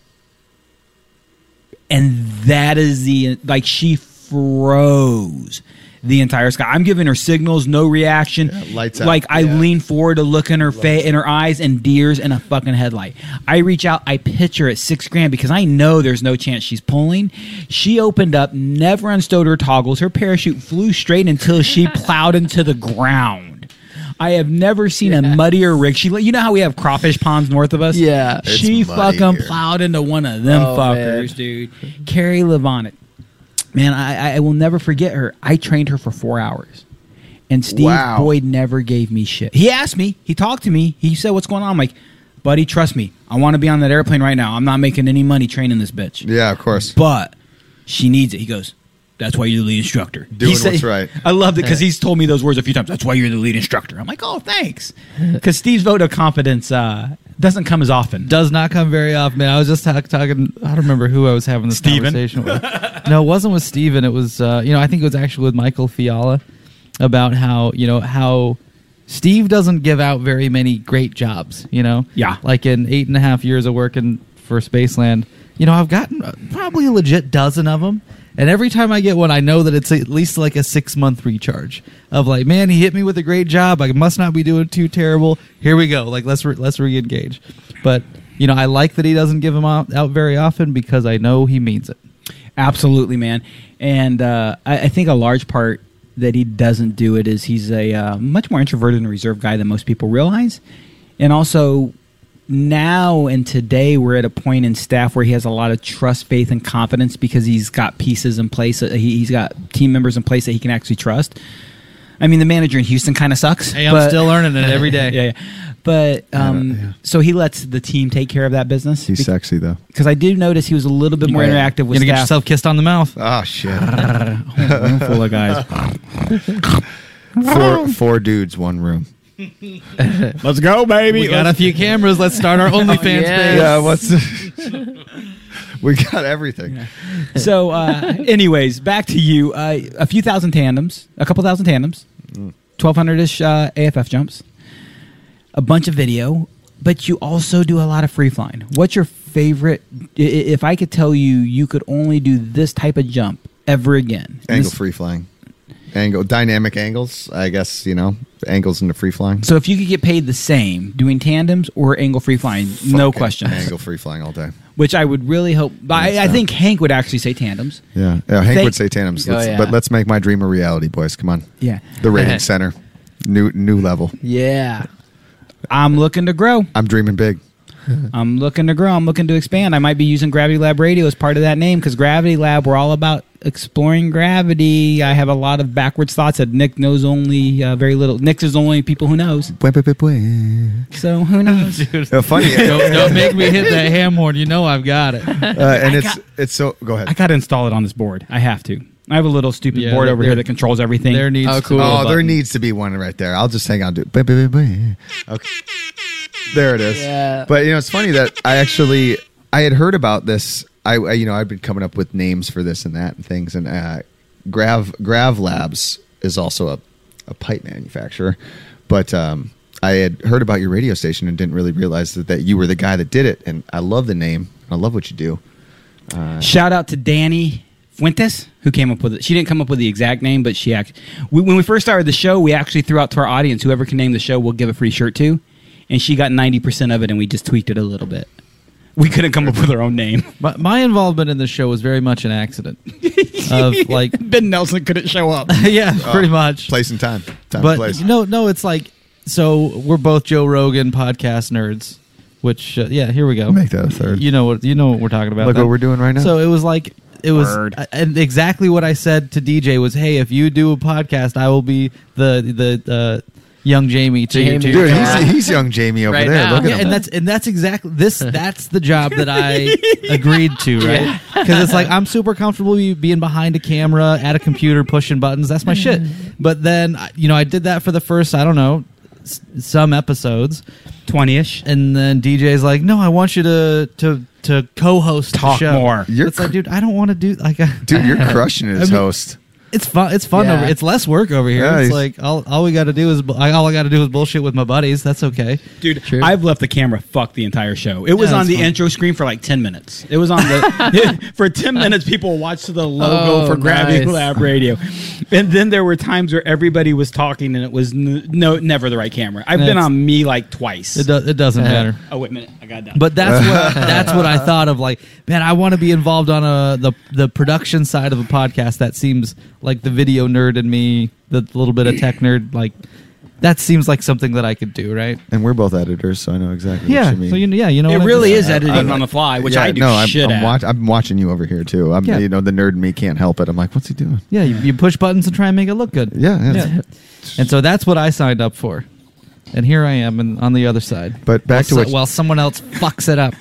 and that is the like she froze the entire sky. I'm giving her signals, no reaction. lights out. like I Yeah. lean forward to look in her face, in her eyes, and deers in a fucking headlight. I reach out, I pitch her at six grand because I know there's no chance she's pulling. She opened up, never unstowed her toggles. Her parachute flew straight until she plowed into the ground. I have never seen a muddier rig. She, you know how we have crawfish ponds north of us. Yeah. It's she muddy fucking here. plowed into one of them Oh, fuckers, man. dude. Carrie Levonic. Man, I, I- I will never forget her. I trained her for four hours. And Steve Wow. Boyd never gave me shit. He asked me, he talked to me, he said, What's going on? I'm like, buddy, trust me. I want to be on that airplane right now. I'm not making any money training this bitch. Yeah, of course. But she needs it. He goes, That's why you're the lead instructor. He Doing what's right. I loved it because he's told me those words a few times. That's why you're the lead instructor. I'm like, Oh, thanks. Because Steve's vote of confidence uh, doesn't come as often. does not come very often. I was just talk, talking. I don't remember who I was having this Steven. conversation with. No, it wasn't with Steven. It was uh, you know I think it was actually with Michael Fiala about how you know how Steve doesn't give out very many great jobs. You know, Yeah. like in eight and a half years of working for Spaceland, you know I've gotten uh, probably a legit dozen of them. And every time I get one, I know that it's at least like a six month recharge of like, man, he hit me with a great job. I must not be doing too terrible. Here we go. Like let's re- let's reengage. But you know, I like that he doesn't give him out, out very often because I know he means it. Absolutely, man. And uh, I, I think a large part that he doesn't do it is he's a uh, much more introverted and reserved guy than most people realize. And also, now and today, we're at a point in staff where he has a lot of trust, faith, and confidence because he's got pieces in place. Uh, he, he's got team members in place that he can actually trust. I mean, the manager in Houston kind of sucks. Hey, I'm but- still learning it every day. [LAUGHS] yeah, yeah. But um, so he lets the team take care of that business He's sexy though. because I do notice he was a little bit more interactive with You're gonna get staff. yourself kissed on the mouth. Oh [LAUGHS] shit! room full of [LAUGHS] guys. four four dudes, one room. Let's go, baby. We got a few cameras. Let's [LAUGHS] start our Oh, OnlyFans page. Yeah, what's [LAUGHS] we got everything. so, uh, anyways, back to you. Uh, a few thousand tandems, a couple thousand tandems, twelve hundred ish uh, AFF jumps, a bunch of video, but you also do a lot of free flying. What's your favorite? i- i- If I could tell you, you could only do this type of jump ever again. angle This- free flying angle dynamic angles i guess you know angles into free flying So, if you could get paid the same doing tandems or angle free flying, no Fucking question. angle free [LAUGHS] flying all day Which I would really hope. But I, I think Hank would actually say tandems. yeah, yeah hank They- would say tandems Oh, let's, yeah. but let's make my dream a reality boys come on Yeah. [LAUGHS] the rating center new new level Yeah. I'm looking to grow. i'm dreaming big I'm looking to grow. I'm looking to expand. I might be using Gravity Lab Radio as part of that name because Gravity Lab, we're all about exploring gravity. I have a lot of backwards thoughts that Nick knows only uh, very little. Nick is the only people who knows. Bwah, bwah, bwah, [LAUGHS] bwah. So who knows? Uh, funny eh? uh, don't, don't make me hit that ham horn. You know I've got it. [LAUGHS] and it's it's so go I ahead got to install it on this board. I have to. I have a little stupid Yeah, board over here there- that controls everything. There needs Oh, to cool. be a oh there button. needs to be one right there i'll just hang on to it Bwah, bwah, bwah, bwah. okay there it is Yeah. but you know it's funny that i actually i had heard about this I, I you know I've been coming up with names for this and that and things and uh, Grav Grav Labs is also a, a pipe manufacturer, but um, I had heard about your radio station and didn't really realize that, that you were the guy that did it and I love the name and I love what you do. Shout out to Danny Fuentes, who came up with it. She didn't come up with the exact name, but she act. We, when we first started the show, we actually threw out to our audience whoever can name the show, we'll give a free shirt to. And she got 90% of it, and we just tweaked it a little bit. We couldn't come up with our own name. My, my involvement in this show was very much an accident. of like, [LAUGHS] [LAUGHS] Ben Nelson couldn't show up. yeah, Oh. pretty much. Place and time, time but and place. no, no, it's like so we're both Joe Rogan podcast nerds. Which uh, yeah, here we go. Make that a third. You know what you know what we're talking about. Look what we're doing right now. So it was like it was Word. uh, and exactly what I said to DJ was, "Hey, if you do a podcast, I will be the the uh, young Jamie to your- to your Dude, he's, he's young Jamie over Right there. now. Look at yeah, him. and that's and that's exactly [LAUGHS] this. That's the job that [LAUGHS] I agreed to, right? Because it's like I'm super comfortable you being behind a camera at a computer pushing buttons. That's my shit. But then I- you know I did that for the first I don't know s- some episodes, 20 ish. and then DJ's like, no, I want you to to to co-host Talk the show. more. You're it's like, dude, I don't want to do like. [LAUGHS] I- Dude, [LAUGHS] you're crushing it as I mean- host. it's fun. It's fun. Yeah. Over, it's less work over here. Yeah, it's he's- like all, all we got to do is bu- all I got to do is bullshit with my buddies. That's okay. Dude, True. I've left the camera fucked the entire show. It was Yeah, on that's the fine. intro screen for like 10 minutes. It was on [LAUGHS] the. [LAUGHS] for 10 minutes, people watched the logo Oh, for Gravity nice. Lab Radio. And then there were times where everybody was talking and it was n- no never the right camera. I've been That's- on me like twice. It, do, it doesn't matter. Oh wait a minute, I got it down. But that's what that's what I thought of. Like, man, I want to be involved on a the the production side of a podcast. That seems like the video nerd in me, the little bit of tech nerd. Like, that seems like something that I could do, right? And we're both editors, so I know exactly Yeah. what you mean. So you, yeah, you know, it what I really mean? is editing I'm on the like- fly, which I do no, I'm, shit I'm at. watch- I'm watching you over here too. I'm, Yeah. you know, the nerd in me can't help it. I'm like, what's he doing? Yeah, you, you push buttons and try and make it look good. Yeah, yeah. And so that's what I signed up for, and here I am, and on the other side. But back to while, what- while someone else fucks it up.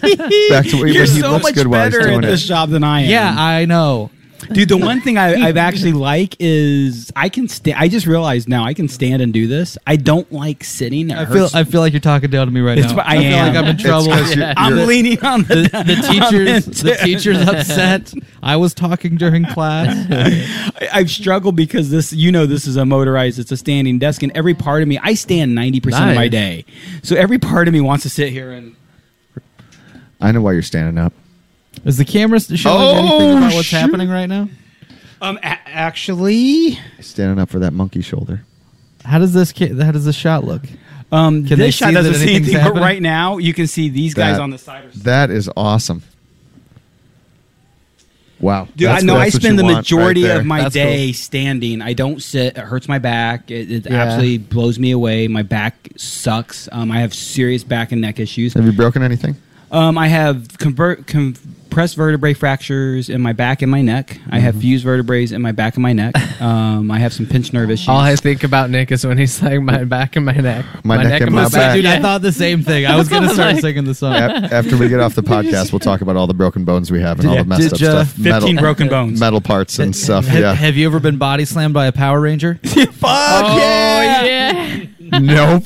[LAUGHS] back to what You're he so looks much good while he's better doing at this it. job than I am. Yeah, Mm. I know. dude. The one thing [LAUGHS] I, I've actually like is I can stand. I just realized now I can stand and do this. I don't like sitting. It I feel hurts. I feel like you're talking down to me right It's now. what I feel am. like I'm in It's trouble. It's 'cause you're- I'm you're- leaning on the. [LAUGHS] the, [LAUGHS] the teachers I'm the [LAUGHS] teachers upset i was talking during [LAUGHS] class I- I've struggled because this, you know, this is a motorized. It's a standing desk, and every part of me, I stand ninety percent of my Nice. day. So every part of me wants to sit here and. I know why you're standing up. is the camera showing anything about what's happening right now Um, a- actually, Standing up for that monkey shoulder. how does this ca- how does this shot look um, Can they this shot see doesn't that see anything's anything, but happening? right now you can see these guys That- on the side. Are That is awesome. Wow. Dude, I That's- know I that's what spend you the want majority right of my That's day standing. I don't sit. It hurts my back. It, it absolutely blows me away. My back sucks. Um, I have serious back and neck issues. there. Have you [LAUGHS] broken anything? Um, I have convert, compressed vertebrae fractures in my back and my neck. I Mm-hmm. have fused vertebrae in my back and my [LAUGHS] neck. Um, I have some pinched nerve issues. All [LAUGHS] I think about Nick is when he's like my back and my neck, My neck and my back. dude i thought the same thing [LAUGHS] i was gonna start singing the song A- After we get off the podcast, we'll talk about all the broken bones we have and all Yeah. the messed Did up ya- stuff. [LAUGHS] 15 broken bones. [LAUGHS] metal parts and stuff. have, Yeah. [LAUGHS] have you ever been body slammed by a power [LAUGHS] ranger nope.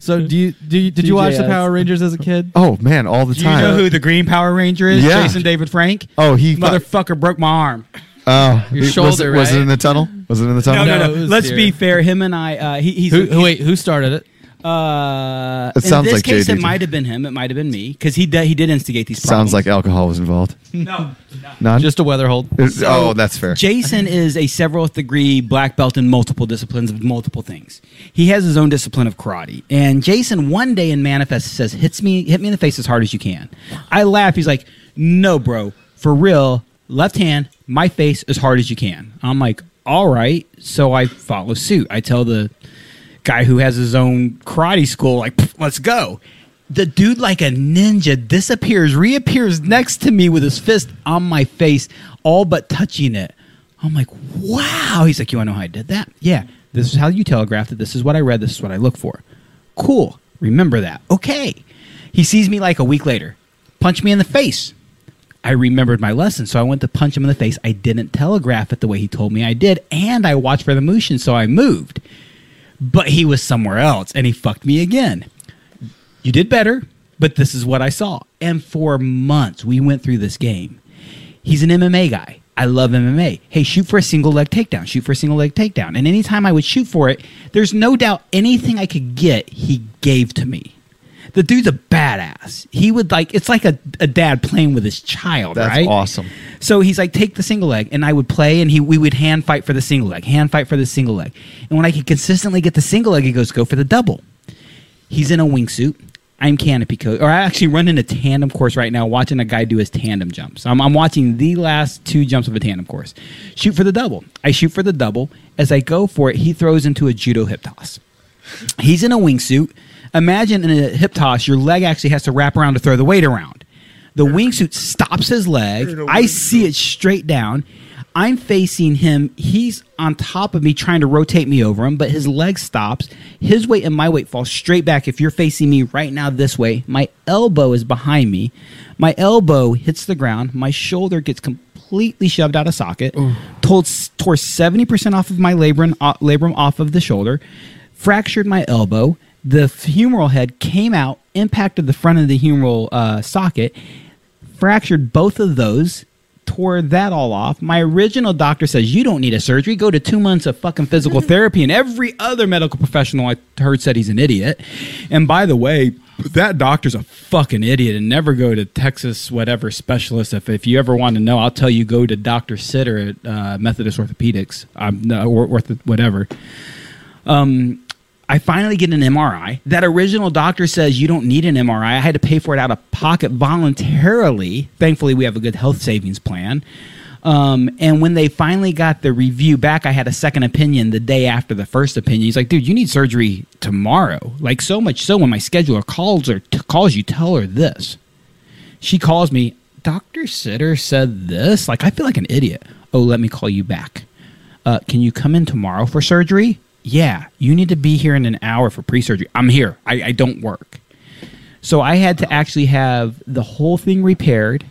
so do you, do you did you watch the power rangers as a kid Oh man, all the Do you time. know who the Green Power Ranger is? Yeah. Jason David Frank. Oh, he fu- motherfucker broke my arm. Oh, Your was shoulder, it- Was it right? in the tunnel? Oh, Was it in the No, tunnel? no, no, no. it was Let's here. be fair. Him and I. Uh, he, he's who, who wait who started it Uh, It in sounds this like case, JD. it might have been him. It might have been me because he did, he did instigate these. Sounds Problems. like alcohol was involved. no. None. just a weather hold It's- oh, that's fair. Jason is a several degree black belt in multiple disciplines of multiple things. He has his own discipline of karate. And Jason one day in manifest says, "Hits me, hit me in the face as hard as you can." I laugh. He's like, "No, bro, for real. Left hand, my face as hard as you can." I'm like, "All right." So I follow suit. I tell the guy who has his own karate school, like, "Pff, let's go. The dude, like a ninja, disappears, reappears next to me with his fist on my face, all but touching it. I'm like, wow. He's like, you want to know how I did that? Yeah. This is how you telegraphed it. This is what I read. This is what I look for. Cool. Remember that. Okay. He sees me like a week later, punch me in the face. I remembered my lesson, so I went to punch him in the face. I didn't telegraph it the way he told me I did, and I watched for the motion, so I moved but he was somewhere else and he fucked me again. You did better. But this is what I saw. And for months, we went through this game. He's an MMA guy. I love MMA. Hey, shoot for a single leg takedown. Shoot for a single leg takedown. And anytime I would shoot for it, there's no doubt anything I could get, he gave to me. The dude's a badass. He would like, it's like a, a dad playing with his child, That's right? awesome. So he's like, take the single leg, and I would play, and he we would hand fight for the single leg, hand fight for the single leg, and when I could consistently get the single leg, he goes, go for the double. He's in a wingsuit. I'm canopy coach, or I actually run in a tandem course right now, watching a guy do his tandem jumps. I'm, I'm watching the last two jumps of a tandem course. Shoot for the double. I shoot for the double. As I go for it, he throws into a judo hip toss. He's in a wingsuit. Imagine in a hip toss, your leg actually has to wrap around to throw the weight around. The wingsuit stops his leg. I see it straight down. I'm facing him. He's on top of me trying to rotate me over him, but his leg stops. His weight and my weight fall straight back. If you're facing me right now this way, my elbow is behind me. My elbow hits the ground. My shoulder gets completely shoved out of socket. Told, tore 70% off of my labrum, uh, labrum off of the shoulder fractured my elbow. The humeral head came out, impacted the front of the humeral uh, socket, fractured both of those, tore that all off. My original doctor says, You don't need a surgery. Go to two months of fucking physical therapy. And every other medical professional I heard said he's an idiot. And by the way, that doctor's a fucking idiot and never go to Texas whatever specialist. If, if you ever want to know, I'll tell you go to Dr. Sitter at uh, Methodist Orthopedics, um, no, or, ortho, whatever um, I finally get an MRI. That original doctor says you don't need an MRI. I had to pay for it out of pocket voluntarily. Thankfully, we have a good health savings plan. Um, and when they finally got the review back, I had a second opinion the day after the first opinion. He's like, dude, you need surgery tomorrow. Like so much so when my scheduler calls her, t- calls you, tell her this. She calls me, Dr. Sitter said this. Like, I feel like an idiot. Oh, let me call you back. Uh, can you come in tomorrow for surgery? Yeah, you need to be here in an hour for pre surgery. I'm here. I, I don't work. So I had to actually have the whole thing repaired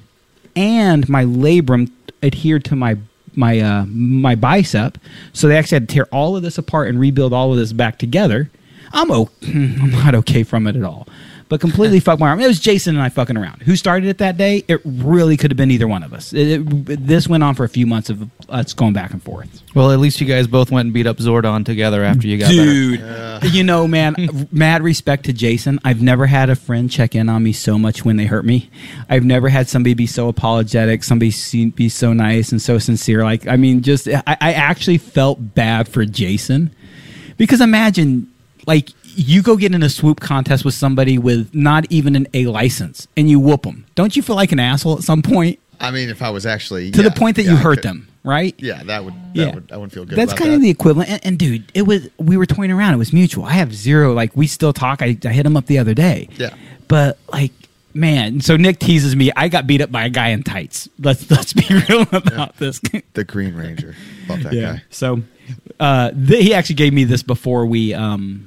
and my labrum adhered to my my uh, my bicep. So they actually had to tear all of this apart and rebuild all of this back together. I'm o- [CLEARS THROAT] I'm not okay from it at all. But completely fucked my arm. It was Jason and I fucking around. Who started it that day? It really could have been either one of us. It, it, this went on for a few months of us going back and forth. Well, at least you guys both went and beat up Zordon together after you got better. Dude, you know, man, [LAUGHS] mad respect to Jason. I've never had a friend check in on me so much when they hurt me. I've never had somebody be so apologetic, somebody se- be so nice and so sincere. Like, I mean, just, I, I actually felt bad for Jason because imagine, like, you go get in a swoop contest with somebody with not even an A license and you whoop them. Don't you feel like an asshole at some point? I mean, if I was actually To yeah, the point that yeah, you I hurt could- them, right? Yeah, that would. That would, I wouldn't feel good. That's about kind of that. the equivalent. And, and dude, it was we were toying around. It was mutual. I have zero. Like we still talk. I, I hit him up the other day. Yeah. But like, man. So Nick teases me. I got beat up by a guy in tights. Let's let's be [LAUGHS] real about this. [LAUGHS] the Green Ranger. Love that yeah. guy. So, uh, th- he actually gave me this before we um.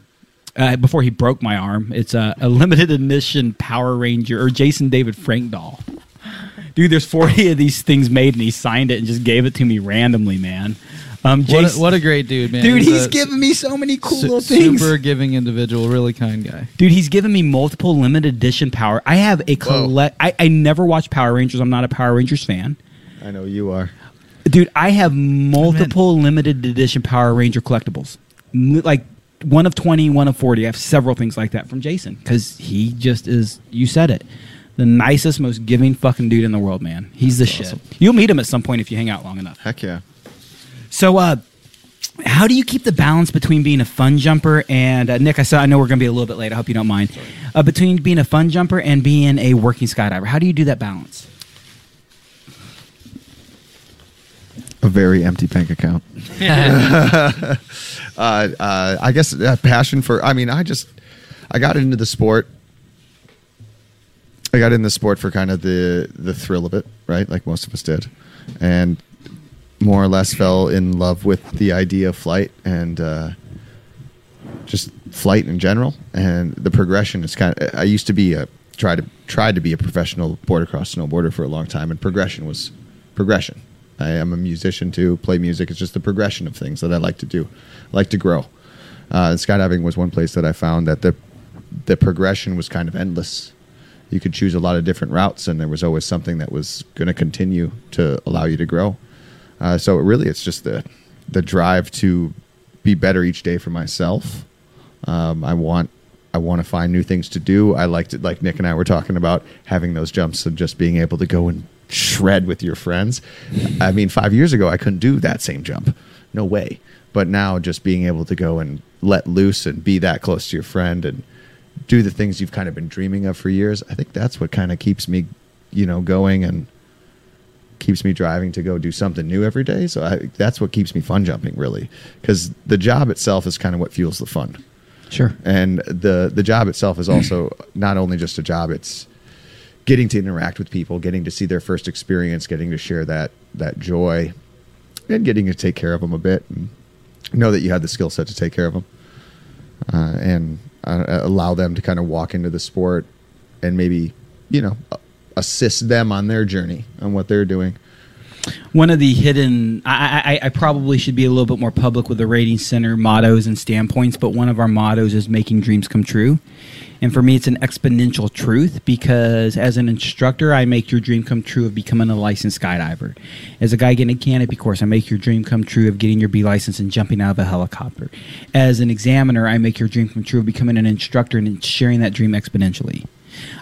Uh, before he broke my arm, it's a, a limited edition Power Ranger or Jason David Frank doll. Dude, there's 40 of these things made, and he signed it and just gave it to me randomly, man. Um, What a, Jason- what a great dude, man. Dude, he's a given me so many cool su- little things. [LAUGHS] Super giving individual, really kind guy. Dude, he's given me multiple limited edition power. I have a collect. I, I never watched Power Rangers. I'm not a Power Rangers fan. I know you are. Dude, I have multiple limited edition Power Ranger collectibles. M- Like one of 20, one of 40. I have several things like that from Jason because he just is, you said it, the nicest, most giving fucking dude in the world, man. He's the shit. You'll meet him at some point if you hang out long enough. Heck yeah. So, uh, how do you keep the balance between being a fun jumper and uh, Nick? I saw. I know we're going to be a little bit late. I hope you don't mind. Uh, between being a fun jumper and being a working skydiver, how do you do that balance? A very empty bank account. [LAUGHS] uh, uh, I guess uh, passion for. I mean, I just I got into the sport. I got in the sport for kind of the the thrill of it, right? Like most of us did, and more or less fell in love with the idea of flight and uh, just flight in general. And the progression is kind of. I used to be a try to tried to be a professional border cross snowboarder for a long time, and progression was progression. I am a musician too, play music. It's just the progression of things that I like to do. I like to grow. Uh, skydiving was one place that I found that the the progression was kind of endless you could choose a lot of different routes, and there was always something that was going to continue to allow you to grow. Uh, so it really, it's just the the drive to be better each day for myself. Um, I want I want to find new things to do. I liked it, like Nick and I were talking about having those jumps and just being able to go and shred with your friends. I mean, five years ago, I couldn't do that same jump. No way. But now, just being able to go and let loose and be that close to your friend and do the things you've kind of been dreaming of for years, I think that's what kind of keeps me, you know, going and keeps me driving to go do something new every day. So I, that's what keeps me fun jumping, really, because the job itself is kind of what fuels the fun Sure. and the the job itself is also not only just a job it's getting to interact with people getting to see their first experience getting to share that that joy and getting to take care of them a bit and know that you have the skill set to take care of them uh, and uh, allow them to kind of walk into the sport and maybe you know a- assist them on their journey on what they're doing one of the hidden I, I, I probably should be a little bit more public with the rating center mottos and standpoints but one of our mottos is making dreams come true and for me it's an exponential truth because as an instructor i make your dream come true of becoming a licensed skydiver as a guy getting a canopy course i make your dream come true of getting your b license and jumping out of a helicopter as an examiner i make your dream come true of becoming an instructor and sharing that dream exponentially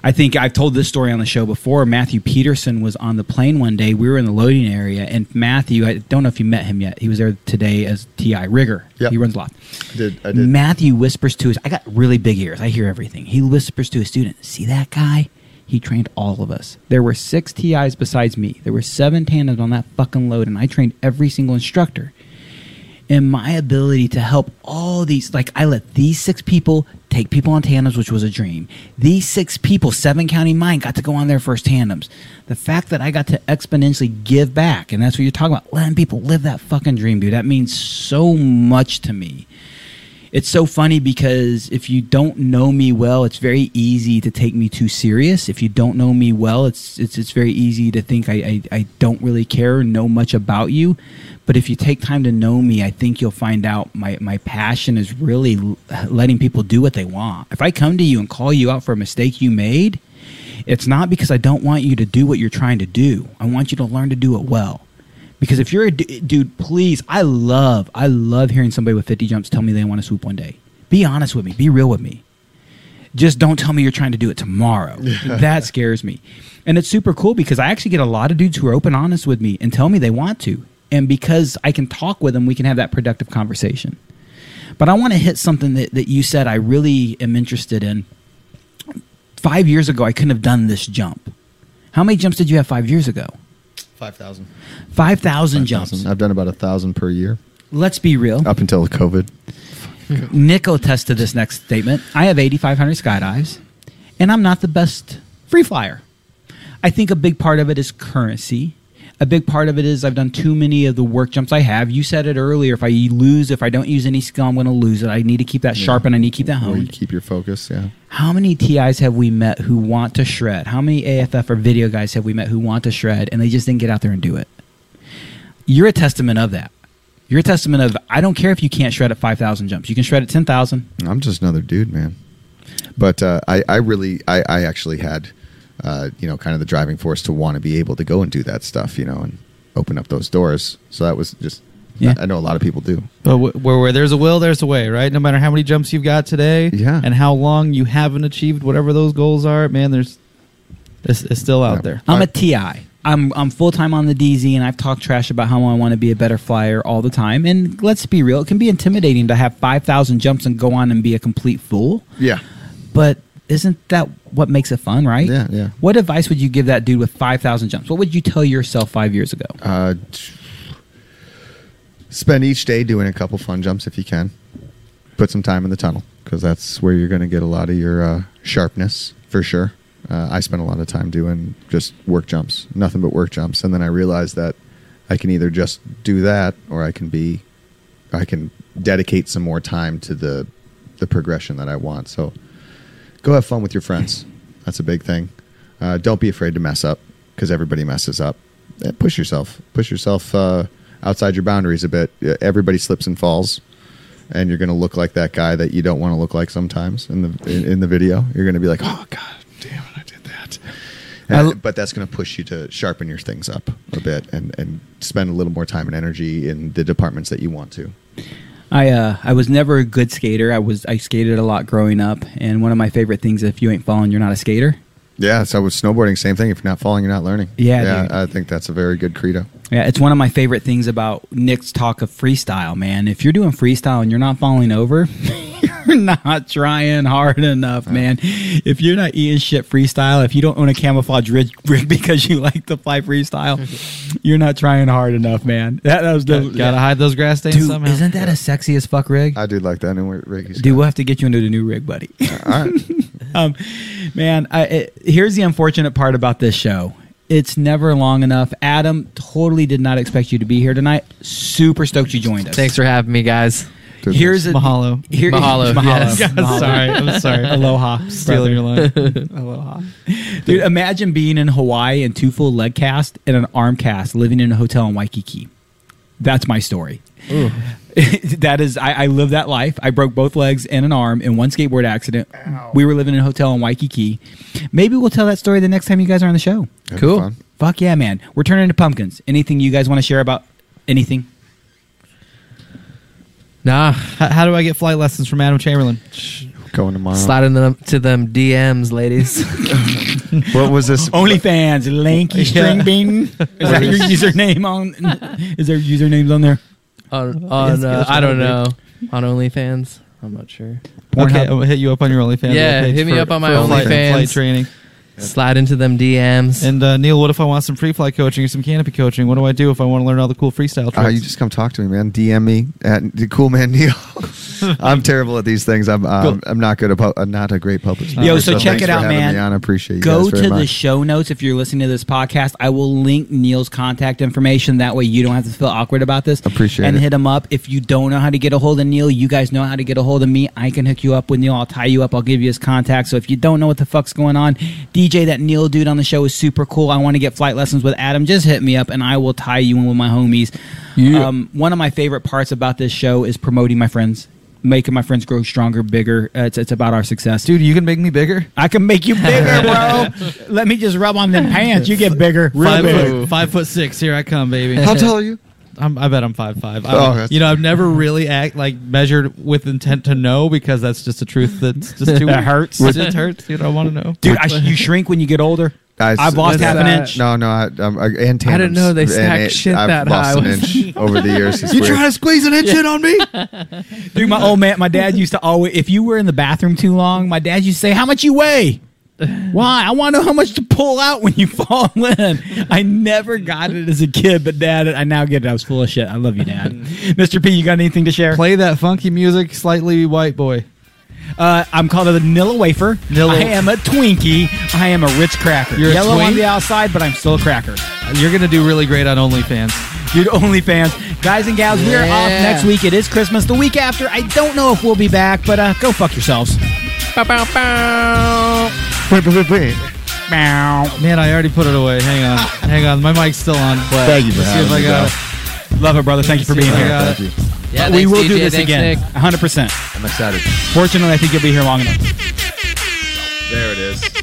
I think I've told this story on the show before. Matthew Peterson was on the plane one day. We were in the loading area, and Matthew, I don't know if you met him yet. He was there today as TI rigger. Yep. He runs loft. Did- I did. Matthew whispers to his. I got really big ears. I hear everything. He whispers to his student, "See that guy? He trained all of us. There were six TIs besides me. There were seven tandems on that fucking load, and I trained every single instructor." and my ability to help all these like i let these six people take people on tandems which was a dream these six people seven county mine got to go on their first tandems the fact that i got to exponentially give back and that's what you're talking about letting people live that fucking dream dude that means so much to me it's so funny because if you don't know me well, it's very easy to take me too serious. If you don't know me well, it's it's it's very easy to think I, I, I don't really care or know much about you. But if you take time to know me, I think you'll find out my, my passion is really l- letting people do what they want. If I come to you and call you out for a mistake you made, it's not because I don't want you to do what you're trying to do. I want you to learn to do it well. Because if you're a d- dude, please, I love, I love hearing somebody with 50 jumps tell me they want to swoop one day. Be honest with me. Be real with me. Just don't tell me you're trying to do it tomorrow. [LAUGHS] that scares me. And it's super cool because I actually get a lot of dudes who are open, honest with me and tell me they want to. And because I can talk with them, we can have that productive conversation. But I want to hit something that, that you said I really am interested in. Five years ago, I couldn't have done this jump. How many jumps did you have five years ago? 5,000. 5,000 jumps. i've done about a thousand per year Let's be real. up until covid Nick will attest to this next statement. I have 8,500 skydives, and I'm not the best free flyer. I think a big part of it is currency. A big part of it is I've done too many of the work jumps I have. You said it earlier. If I lose, if I don't use any skill, I'm going to lose it. I need to keep that sharp and I need to keep that where you honed. keep your focus yeah How many TIs have we met who want to shred? How many AFF or video guys have we met who want to shred and they just didn't get out there and do it? You're a testament of that. You're a testament of I don't care if you can't shred at 5,000 jumps. You can shred at 10,000. I'm just another dude, man. But uh, I, I really, I, I actually had, uh, you know, kind of the driving force to want to be able to go and do that stuff, you know, and open up those doors. So that was just, Yeah. I know a lot of people do. But Uh, wh- where, where there's a will, there's a way, right? No matter how many jumps you've got today, Yeah. and how long you haven't achieved whatever those goals are, man, there's it's, it's still out Yeah. there. I'm a I- TI. I'm I'm full time on the DZ, and I've talked trash about how I want to be a better flyer all the time. And let's be real, it can be intimidating to have five thousand jumps and go on and be a complete fool. Yeah. But isn't that what makes it fun, right? Yeah, yeah. What advice would you give that dude with five thousand jumps? What would you tell yourself five years ago? Uh, t- spend each day doing a couple fun jumps if you can. Put some time in the tunnel because that's where you're going to get a lot of your uh, sharpness for sure. Uh, I spent a lot of time doing just work jumps, nothing but work jumps, and then I realized that I can either just do that or I can be, I can dedicate some more time to the the progression that I want. So go have fun with your friends. That's a big thing. Uh, don't be afraid to mess up because everybody messes up. Uh, Push yourself. Push yourself uh, outside your boundaries a bit. Uh, Everybody slips and falls, and you're going to look like that guy that you don't want to look like sometimes in the in, in the video. You're going to be like, oh god, damn it, I did that. Uh, I- but that's going to push you to sharpen your things up a bit and, and spend a little more time and energy in the departments that you want to. I uh, I was never a good skater. I was I skated a lot growing up, and one of my favorite things if you ain't falling, you're not a skater. Yeah, so with snowboarding, same thing. If you're not falling, you're not learning. Yeah, yeah dude. I think that's a very good credo. Yeah, it's one of my favorite things about Nick's talk of freestyle, man. If you're doing freestyle and you're not falling over, [LAUGHS] you're not trying hard enough, man. If you're not eating shit freestyle, if you don't own a camouflage rig, rig [LAUGHS] because you like to fly [LAUGHS] freestyle, you're not trying hard enough, man. That, that was the Gotta hide those grass stains Dude, somehow. isn't that a sexy as fuck rig? I do like that. And we're, Ricky's Dude, we'll have to get you into the new rig, buddy. got- all right. [LAUGHS] um, man, I, it, here's the unfortunate part about this show. It's never long enough. Adam totally did not expect you to be here tonight. Super stoked you joined us. Thanks for having me, guys. Dude, Here's a [LAUGHS] Mahalo. Here, [LAUGHS] Mahalo, Mahalo. yes. Mahalo. sorry, I'm [LAUGHS] sorry. Aloha. Stealing your line. Aloha. Dude, imagine being in Hawaii and two full leg cast and an arm cast living in a hotel in Waikiki. That's my story. [LAUGHS] that is, I, I lived that life. I broke both legs and an arm in one skateboard accident. We were living in a hotel in Waikiki. Maybe we'll tell that story the next time you guys are on the show. that'd be cool. fun. Fuck yeah, man. We're turning to pumpkins. Anything you guys want to share about anything? Nah, [LAUGHS] How, how do I get flight lessons from Adam Chamberlain? Going tomorrow. slide in them to them DMs, ladies. [LAUGHS] What was this? OnlyFans, Lanky String Bean. Is that your username on? Is there usernames on there? on on uh, I don't know on OnlyFans. I'm not sure. Okay, I'll hit you up on your OnlyFans. Yeah, page hit me for- up on my for flight- OnlyFans. Flight training. Slide into them DMs. And uh, Neil, what if I want some free flight coaching or some canopy coaching? What do I do if I want to learn all the cool freestyle tricks? Uh, you just come talk to me, man. DM me at the cool man Neil. I'm terrible at these things. I'm um, I'm not good at pu- I'm not a great public speaker. Yo, so check thanks it for out, having man. Me on. I appreciate you Go guys very to the much. show notes if you're listening to this podcast. I will link Neil's contact information. That way you don't have to feel awkward about this. Appreciate and it. hit him up. If you don't know how to get a hold of Neil, you guys know how to get a hold of me. I can hook you up with Neil. I'll tie you up. I'll give you his contact. So if you don't know what the fuck's going on, DJ, that Neil dude on the show is super cool. I want to get flight lessons with Adam. Just hit me up and I will tie you in with my homies. Um, one of my favorite parts about this show is promoting my friends. Making my friends grow stronger, bigger. Uh, it's, it's about our success. Dude, you can make me bigger. I can make you bigger, bro. Let me just rub on them pants. You get bigger. Real Five big. foot, five foot six. Here I come, baby. How tall are you? I'm, I bet I'm five five. I, Oh, that's- you know, I've never really act like measured with intent to know because that's just a truth that's just [LAUGHS] too That hurts. It just hurts. You know, I want to know. Dude, I, sh- you shrink when you get older. I, I've lost What's half that? an inch. No, no, I, um, I, and tandems. I didn't know they And stack it- shit I've that lost high. an inch over the years. It's You weird. trying to squeeze an inch in on me? Dude, my old man, my dad used to always, if you were in the bathroom too long, my dad used to say, How much you weigh? Why? I want to know how much to pull out when you [LAUGHS] fall in. I never got it as a kid, but dad, I now get it. I was full of shit. I love you, dad. Mr. P, you got anything to share? Play that funky music, slightly white boy. Uh, I'm called a vanilla wafer. Nilla- I am a Twinkie. I am a Ritz cracker. You're a Yellow on twink? the outside, but I'm still a cracker. You're gonna do really great on OnlyFans. Dude, OnlyFans. Guys and gals, we are off Yeah. next week. It is Christmas. The week after, I don't know if we'll be back, but uh, go fuck yourselves. Bow, bow, bow. Wait, wait, wait, wait. Meow. Man, I already put it away. Hang on, hang on. My mic's still on. But Thank you for see having if I me, got it. Love it, brother. Thank you for being I here. got it. Thank you. Yeah, we thanks, will DJ. do this Thanks, again. Nick. 100%. I'm excited. Fortunately, I think you'll be here long enough. There it is.